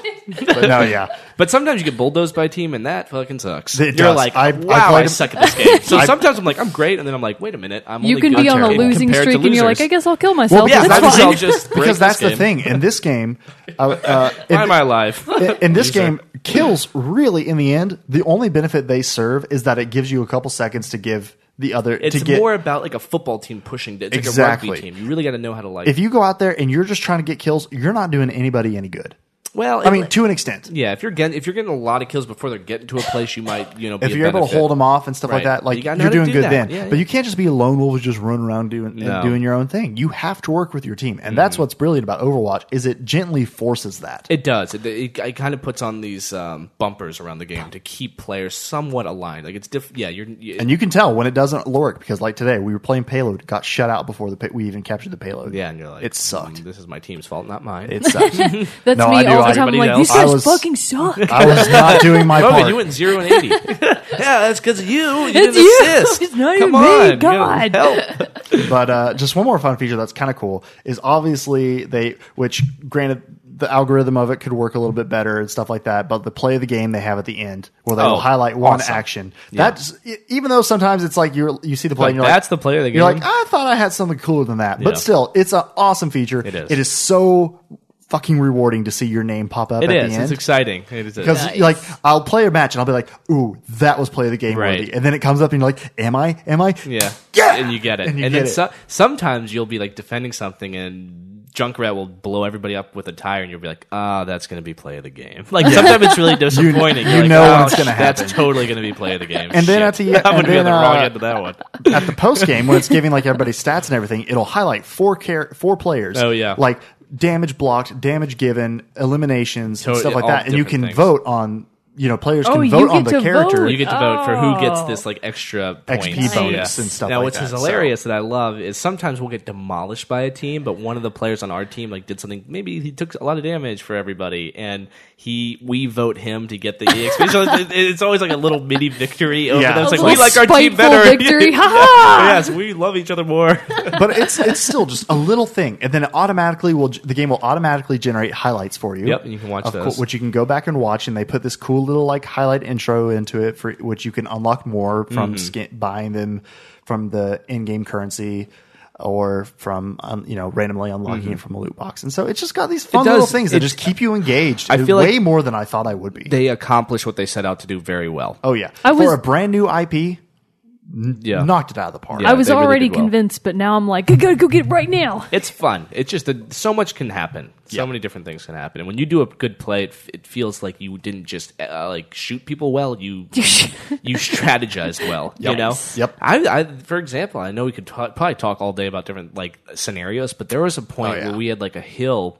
[SPEAKER 3] But no, yeah.
[SPEAKER 1] But sometimes you get bulldozed by a team, and that fucking sucks.
[SPEAKER 3] It
[SPEAKER 1] You're
[SPEAKER 3] does.
[SPEAKER 1] like,
[SPEAKER 3] I- I
[SPEAKER 1] wow, I,
[SPEAKER 3] played-
[SPEAKER 1] suck at this game. So
[SPEAKER 3] I-
[SPEAKER 1] sometimes I'm like, I'm great, and then I'm like, wait a minute, I'm
[SPEAKER 2] you
[SPEAKER 1] only
[SPEAKER 2] can
[SPEAKER 1] good
[SPEAKER 2] be on a
[SPEAKER 1] compared
[SPEAKER 2] losing
[SPEAKER 1] to
[SPEAKER 2] streak, and you're like,
[SPEAKER 1] losers.
[SPEAKER 2] I guess I'll kill myself.
[SPEAKER 1] yeah,
[SPEAKER 3] because
[SPEAKER 2] That's
[SPEAKER 1] that's
[SPEAKER 2] fine.
[SPEAKER 1] I'll just break this
[SPEAKER 3] because that's the
[SPEAKER 1] game.
[SPEAKER 3] thing in this game. Uh, uh, in,
[SPEAKER 1] Why am I alive?
[SPEAKER 3] in this
[SPEAKER 1] Loser.
[SPEAKER 3] game, kills really in the end. The only benefit they serve is that it gives you a couple seconds to give the other
[SPEAKER 1] It's
[SPEAKER 3] to get.
[SPEAKER 1] more about like a football team pushing. It's
[SPEAKER 3] Exactly.
[SPEAKER 1] like a rugby team. You really got to know how to like.
[SPEAKER 3] if you go out there and you're just trying to get kills, you're not doing anybody any good.
[SPEAKER 1] well,
[SPEAKER 3] I mean,
[SPEAKER 1] it-
[SPEAKER 3] to an extent.
[SPEAKER 1] Yeah, if you're getting if you're getting a lot of kills before they're getting to a place, you might you know be
[SPEAKER 3] If
[SPEAKER 1] a
[SPEAKER 3] you're able to
[SPEAKER 1] benefit.
[SPEAKER 3] hold them off and stuff
[SPEAKER 1] Right.
[SPEAKER 3] like that, like
[SPEAKER 1] You
[SPEAKER 3] you are
[SPEAKER 1] gotta know how to
[SPEAKER 3] doing
[SPEAKER 1] do
[SPEAKER 3] good
[SPEAKER 1] that.
[SPEAKER 3] then.
[SPEAKER 1] Yeah,
[SPEAKER 3] But
[SPEAKER 1] yeah.
[SPEAKER 3] you can't just be a lone wolf who's just running around doing
[SPEAKER 1] No. Mm-hmm.
[SPEAKER 3] and doing your own thing. You have to work with your team, and that's what's brilliant about Overwatch is it gently forces that.
[SPEAKER 1] it does. It, it, it kind of puts on these um, bumpers around the game to keep players somewhat aligned. Like it's diff. Yeah, you're. You,
[SPEAKER 3] And you can tell when it doesn't work because, like today, we were playing payload, got shut out before the pay- we even captured the payload.
[SPEAKER 1] yeah, and you're like
[SPEAKER 3] it sucked.
[SPEAKER 1] "Mm, This is my team's fault, not mine.
[SPEAKER 3] It sucked.
[SPEAKER 2] That's
[SPEAKER 3] No,
[SPEAKER 2] me
[SPEAKER 3] I do.
[SPEAKER 2] all the time.
[SPEAKER 3] I-
[SPEAKER 2] I'm
[SPEAKER 1] everybody
[SPEAKER 2] like, these
[SPEAKER 1] else.
[SPEAKER 3] I
[SPEAKER 2] guys
[SPEAKER 3] was-
[SPEAKER 2] fucking suck.
[SPEAKER 3] I was not doing my
[SPEAKER 1] Logan,
[SPEAKER 3] part.
[SPEAKER 1] you went zero and eighty. yeah, that's because of you. You
[SPEAKER 2] It's
[SPEAKER 1] didn't
[SPEAKER 2] you.
[SPEAKER 1] assist.
[SPEAKER 2] It's not
[SPEAKER 1] Come
[SPEAKER 2] even me.
[SPEAKER 1] on, you
[SPEAKER 2] God.
[SPEAKER 1] gotta help.
[SPEAKER 3] but uh, just one more fun feature that's kind of cool is obviously they, which granted the algorithm of it could work a little bit better and stuff like that, but the play of the game they have at the end where they will
[SPEAKER 1] Oh,
[SPEAKER 3] highlight one
[SPEAKER 1] awesome.
[SPEAKER 3] action. That's e- even though sometimes it's like you you see the play
[SPEAKER 1] Like,
[SPEAKER 3] and you're
[SPEAKER 1] that's the
[SPEAKER 3] like,
[SPEAKER 1] player of the game.
[SPEAKER 3] you're like I thought I had something cooler than that, but
[SPEAKER 1] Yeah.
[SPEAKER 3] still it's an awesome feature.
[SPEAKER 1] It is.
[SPEAKER 3] It is so fucking rewarding to see your name pop up
[SPEAKER 1] it
[SPEAKER 3] "Ah," at
[SPEAKER 1] is.
[SPEAKER 3] the end.
[SPEAKER 1] It's exciting. It is.
[SPEAKER 3] Because
[SPEAKER 2] Nice.
[SPEAKER 3] like I'll play a match and I'll be like, "Ooh, that was play of the game
[SPEAKER 1] Right.
[SPEAKER 3] worthy," and then it comes up and you're like, "Am I? Am I?
[SPEAKER 1] Yeah.
[SPEAKER 3] yeah!"
[SPEAKER 1] And you get it.
[SPEAKER 3] And
[SPEAKER 1] And,
[SPEAKER 3] you
[SPEAKER 1] then
[SPEAKER 3] get it.
[SPEAKER 1] so- sometimes you'll be like defending something and Junkrat will blow everybody up with a tire and you'll be like, ah, that's going to be play of the game. Like sometimes it's really disappointing.
[SPEAKER 3] you
[SPEAKER 1] You're like,
[SPEAKER 3] know
[SPEAKER 1] "Oh,
[SPEAKER 3] when it's gonna
[SPEAKER 1] sh- That's
[SPEAKER 3] happen."
[SPEAKER 1] totally going to be play of the game.
[SPEAKER 3] And then
[SPEAKER 1] Shit.
[SPEAKER 3] at the-
[SPEAKER 1] I'm
[SPEAKER 3] and
[SPEAKER 1] going to be on the
[SPEAKER 3] then,
[SPEAKER 1] wrong
[SPEAKER 3] uh,
[SPEAKER 1] end of that one.
[SPEAKER 3] at the post game when it's giving like everybody's stats and everything, it'll highlight four care four players.
[SPEAKER 1] Oh, yeah.
[SPEAKER 3] like damage blocked, damage given, eliminations, and
[SPEAKER 1] Totally,
[SPEAKER 3] stuff like
[SPEAKER 1] all
[SPEAKER 3] that. And you
[SPEAKER 1] different
[SPEAKER 3] can
[SPEAKER 1] things.
[SPEAKER 3] vote on you know players
[SPEAKER 2] Oh,
[SPEAKER 3] can
[SPEAKER 2] you
[SPEAKER 3] vote on
[SPEAKER 2] get
[SPEAKER 3] the
[SPEAKER 2] to
[SPEAKER 3] character.
[SPEAKER 2] vote.
[SPEAKER 1] You get to vote for who gets
[SPEAKER 2] Oh.
[SPEAKER 1] this like extra points.
[SPEAKER 3] XP bonus and stuff
[SPEAKER 1] Now,
[SPEAKER 3] like
[SPEAKER 1] what's
[SPEAKER 3] that, so-
[SPEAKER 1] hilarious that I love is sometimes we'll get demolished by a team, but one of the players on our team like did something. Maybe he took a lot of damage for everybody, and he we vote him to get the EXP. so it- it's always like a little mini victory over
[SPEAKER 3] Yeah.
[SPEAKER 1] them. It's
[SPEAKER 3] A
[SPEAKER 1] like we
[SPEAKER 2] little
[SPEAKER 1] like our team
[SPEAKER 2] spiteful
[SPEAKER 1] better.
[SPEAKER 2] victory. Ha ha!
[SPEAKER 1] yes, we love each other more.
[SPEAKER 3] but it's it's still just a little thing, and then it automatically will the game will automatically generate highlights for you.
[SPEAKER 1] Yep, and you can watch
[SPEAKER 3] of cour-
[SPEAKER 1] those.
[SPEAKER 3] which you can go back and watch. And they put this cool little like highlight intro into it for which you can unlock more from
[SPEAKER 1] Mm-hmm.
[SPEAKER 3] skin, buying them from the in-game currency. Or from um, you know randomly unlocking it from a loot box, and so it's just got these fun
[SPEAKER 1] does-
[SPEAKER 3] little things that
[SPEAKER 1] Mm-hmm. it-
[SPEAKER 3] just keep you engaged.
[SPEAKER 1] I feel
[SPEAKER 3] way
[SPEAKER 1] like
[SPEAKER 3] more than I thought I would be.
[SPEAKER 1] they accomplish what they set out to do very well.
[SPEAKER 3] oh yeah,
[SPEAKER 2] I was-
[SPEAKER 3] for a brand new IP,
[SPEAKER 1] yeah.
[SPEAKER 3] knocked it out of the park.
[SPEAKER 1] Yeah.
[SPEAKER 2] I was
[SPEAKER 1] they really
[SPEAKER 2] already
[SPEAKER 1] did well.
[SPEAKER 2] convinced, but now I'm like, I gotta go get it right now.
[SPEAKER 1] it's fun. It's just that so much can happen. So many different things can happen. And when you do a good play, it, f- it feels like you didn't just uh, like shoot people well. You you strategized well. You know.
[SPEAKER 3] Yep.
[SPEAKER 1] I, I for example, I know we could ta- probably talk all day about different like scenarios, but there was a point
[SPEAKER 3] Oh, yeah.
[SPEAKER 1] where we had like a hill.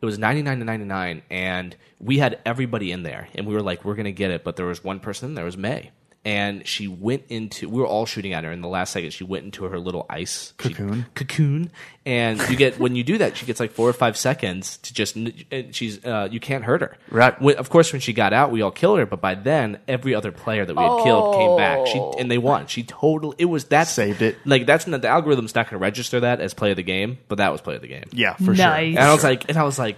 [SPEAKER 1] It was ninety nine to ninety nine, and we had everybody in there, and we were like, we're gonna get it. But there was one person. in There was May. And she went into. We were all shooting at her. In the last second, she went into her little ice
[SPEAKER 3] Cocoon.
[SPEAKER 1] She, cocoon and you get when you do that she gets like four or five seconds to just and she's uh, you can't hurt her
[SPEAKER 3] Right.
[SPEAKER 1] when, of course when she got out we all killed her but by then every other player that we had killed came back
[SPEAKER 2] Oh.
[SPEAKER 1] she and they won she totally it was that
[SPEAKER 3] Saved it.
[SPEAKER 1] like that's not the algorithm's not going to register that as play of the game but that was play of the game
[SPEAKER 3] Yeah, for
[SPEAKER 2] Nice.
[SPEAKER 1] and
[SPEAKER 3] sure.
[SPEAKER 1] I was like and I was like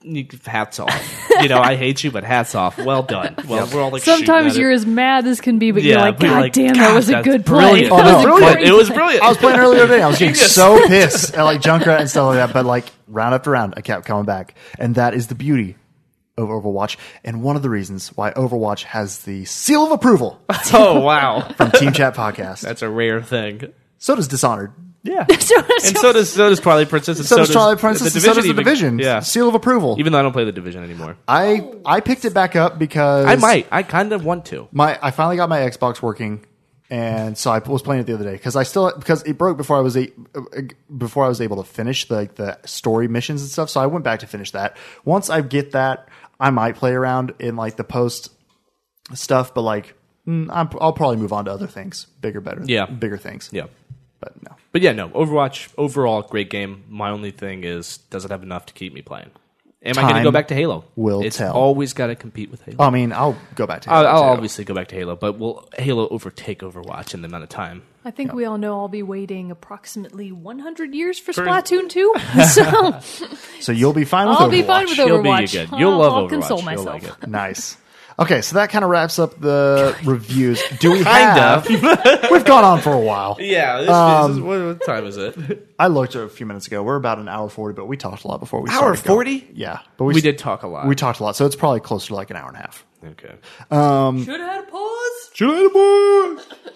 [SPEAKER 1] "You- hats off you know I hate you but hats off well done well we're all like shooting
[SPEAKER 2] Sometimes
[SPEAKER 1] at it.
[SPEAKER 2] you're as mad as can be, but you're
[SPEAKER 1] Yeah,
[SPEAKER 2] like,
[SPEAKER 1] but you're
[SPEAKER 2] God
[SPEAKER 1] like,
[SPEAKER 2] damn, that
[SPEAKER 1] "God,
[SPEAKER 2] was a
[SPEAKER 1] that's
[SPEAKER 2] good play.
[SPEAKER 1] brilliant.
[SPEAKER 2] That
[SPEAKER 3] Oh, no,
[SPEAKER 2] was a
[SPEAKER 3] brilliant.
[SPEAKER 2] great
[SPEAKER 1] it was brilliant
[SPEAKER 3] I was playing earlier today. I was getting
[SPEAKER 1] Genius.
[SPEAKER 3] so pissed at like Junkrat and stuff like that. But like round after round, I kept coming back, and that is the beauty of Overwatch, and one of the reasons why Overwatch has the seal of approval
[SPEAKER 1] oh wow
[SPEAKER 3] from Team Chat Podcast.
[SPEAKER 1] that's a rare thing
[SPEAKER 3] so does Dishonored.
[SPEAKER 1] Yeah.
[SPEAKER 2] So-
[SPEAKER 1] and so does so does Twilight Princess. And
[SPEAKER 3] So, does Twilight Princess.
[SPEAKER 1] The
[SPEAKER 3] and so does the
[SPEAKER 1] even-
[SPEAKER 3] division.
[SPEAKER 1] Yeah.
[SPEAKER 3] Seal of approval.
[SPEAKER 1] Even though I don't play the division anymore,
[SPEAKER 3] I I picked it back up because
[SPEAKER 1] I might. I kind of want to.
[SPEAKER 3] my I finally got my Xbox working, and so I was playing it the other day because I still because it broke before I was a, before I was able to finish the, like the story missions and stuff. So I went back to finish that. Once I get that, I might play around in like the post stuff, but like mm, I'm, I'll probably move on to other things, bigger, better,
[SPEAKER 1] Yeah.
[SPEAKER 3] bigger things,
[SPEAKER 1] Yeah.
[SPEAKER 3] But no,
[SPEAKER 1] But yeah, no. Overwatch overall great game. My only thing is, does it have enough to keep me playing? Am I going to
[SPEAKER 3] Time
[SPEAKER 1] go back to Halo?
[SPEAKER 3] will
[SPEAKER 1] it's
[SPEAKER 3] tell.
[SPEAKER 1] always got to compete with Halo.
[SPEAKER 3] I mean I'll go back to
[SPEAKER 1] I'll,
[SPEAKER 3] Halo
[SPEAKER 1] I'll
[SPEAKER 3] too.
[SPEAKER 1] obviously go back to Halo, but will Halo overtake Overwatch in the amount of time?
[SPEAKER 2] I think we all know I'll be waiting approximately 100 years for Splatoon 2. So
[SPEAKER 3] So you'll be fine with
[SPEAKER 2] I'll be fine
[SPEAKER 3] Overwatch.
[SPEAKER 2] with
[SPEAKER 1] You'll be
[SPEAKER 2] Overwatch.
[SPEAKER 1] good. You'll
[SPEAKER 2] I'll,
[SPEAKER 1] love
[SPEAKER 2] I'll
[SPEAKER 1] Overwatch.
[SPEAKER 2] console
[SPEAKER 1] You'll
[SPEAKER 2] myself.
[SPEAKER 1] like it.
[SPEAKER 3] Nice. Okay, so that kind of wraps up the reviews. Do we
[SPEAKER 1] Kind Um,
[SPEAKER 3] have? We've gone on for a while.
[SPEAKER 1] Yeah. This, is, what, what time is it?
[SPEAKER 3] I looked a few minutes ago. We're about an hour forty, but we talked a lot before we
[SPEAKER 1] Hour
[SPEAKER 3] started going.
[SPEAKER 1] 40?
[SPEAKER 3] Yeah, but we,
[SPEAKER 1] We did talk a lot.
[SPEAKER 3] We talked a lot, so it's probably closer to like an hour and a half.
[SPEAKER 1] okay.
[SPEAKER 2] Should have had a pause.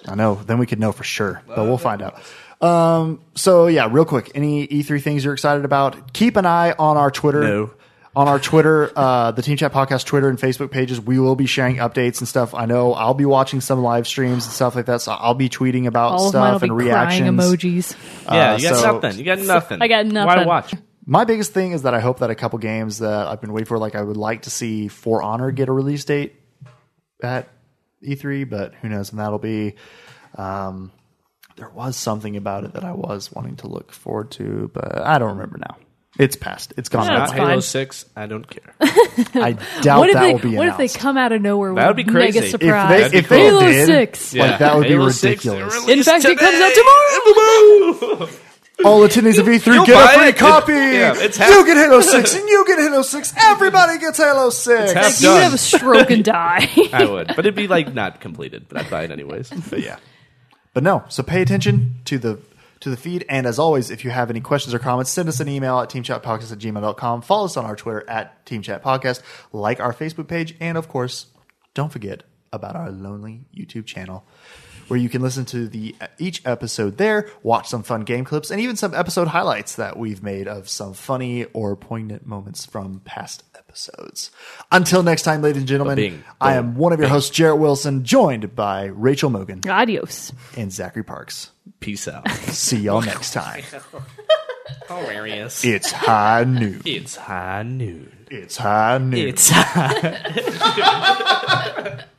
[SPEAKER 3] I know. Then we could know for sure, but we'll find out. Um, so yeah, real quick, any E3 things you're excited about? Keep an eye on our Twitter.
[SPEAKER 1] No.
[SPEAKER 3] On our Twitter, uh, the Team Chat Podcast Twitter and Facebook pages, we will be sharing updates and stuff. I know I'll be watching some live streams and stuff like that, so I'll be tweeting about
[SPEAKER 2] All of mine will
[SPEAKER 3] stuff
[SPEAKER 2] be
[SPEAKER 3] and
[SPEAKER 2] crying
[SPEAKER 3] reactions.
[SPEAKER 2] emojis.
[SPEAKER 1] Yeah,
[SPEAKER 3] Uh,
[SPEAKER 1] you got
[SPEAKER 3] so-
[SPEAKER 1] nothing. You got nothing.
[SPEAKER 2] I got
[SPEAKER 1] Why
[SPEAKER 2] nothing.
[SPEAKER 1] watch?
[SPEAKER 3] My biggest thing is that I hope that a couple games that I've been waiting for, like I would like to see For Honor get a release date at E3, but who knows when that'll be. Um, there was something about it that I was wanting to look forward to, but I don't remember now. It's past. It's gone.
[SPEAKER 2] Yeah,
[SPEAKER 1] Not
[SPEAKER 2] That's
[SPEAKER 1] Halo
[SPEAKER 2] fine.
[SPEAKER 1] Six. I don't care.
[SPEAKER 3] I doubt
[SPEAKER 2] What if
[SPEAKER 3] that
[SPEAKER 2] they
[SPEAKER 3] will be
[SPEAKER 2] What if
[SPEAKER 3] announced.
[SPEAKER 2] they come out of nowhere with
[SPEAKER 1] That would be
[SPEAKER 2] a
[SPEAKER 1] crazy.
[SPEAKER 2] mega
[SPEAKER 1] If they-
[SPEAKER 2] surprise?
[SPEAKER 1] That'd be
[SPEAKER 3] if they
[SPEAKER 2] Halo
[SPEAKER 3] did,
[SPEAKER 2] 6.
[SPEAKER 3] Like,
[SPEAKER 1] Yeah.
[SPEAKER 3] that would be
[SPEAKER 1] Halo 6
[SPEAKER 3] ridiculous.
[SPEAKER 1] released
[SPEAKER 2] In fact, it comes out
[SPEAKER 1] tomorrow.
[SPEAKER 3] All attendees of E3
[SPEAKER 1] You'll
[SPEAKER 3] get
[SPEAKER 1] buy
[SPEAKER 3] a free
[SPEAKER 1] it.
[SPEAKER 3] copy.
[SPEAKER 1] Yeah, it's half-
[SPEAKER 3] you get Halo 6 and you get Halo 6. Everybody gets Halo 6.
[SPEAKER 1] half-
[SPEAKER 2] Like, you would
[SPEAKER 1] Done.
[SPEAKER 2] have a stroke and die.
[SPEAKER 1] I would, but it'd be like not completed. But I'd buy it anyways.
[SPEAKER 3] but yeah but no so pay attention to the to the feed and as always if you have any questions or comments send us an email at teamchatpodcast at gmail.com follow us on our twitter at teamchatpodcast like our facebook page and of course don't forget about our lonely youtube channel where you can listen to the each episode there watch some fun game clips and even some episode highlights that we've made of some funny or poignant moments from past episodes until next time ladies and gentlemen
[SPEAKER 1] Ba-bing,
[SPEAKER 3] i am one of your hosts jarrett wilson joined by rachel mogan
[SPEAKER 2] Adios.
[SPEAKER 3] and Zachary Parks.
[SPEAKER 1] Peace out.
[SPEAKER 3] See y'all next time.
[SPEAKER 1] Hilarious.
[SPEAKER 3] It's high noon.
[SPEAKER 1] It's high noon.
[SPEAKER 3] It's high noon.
[SPEAKER 1] It's high.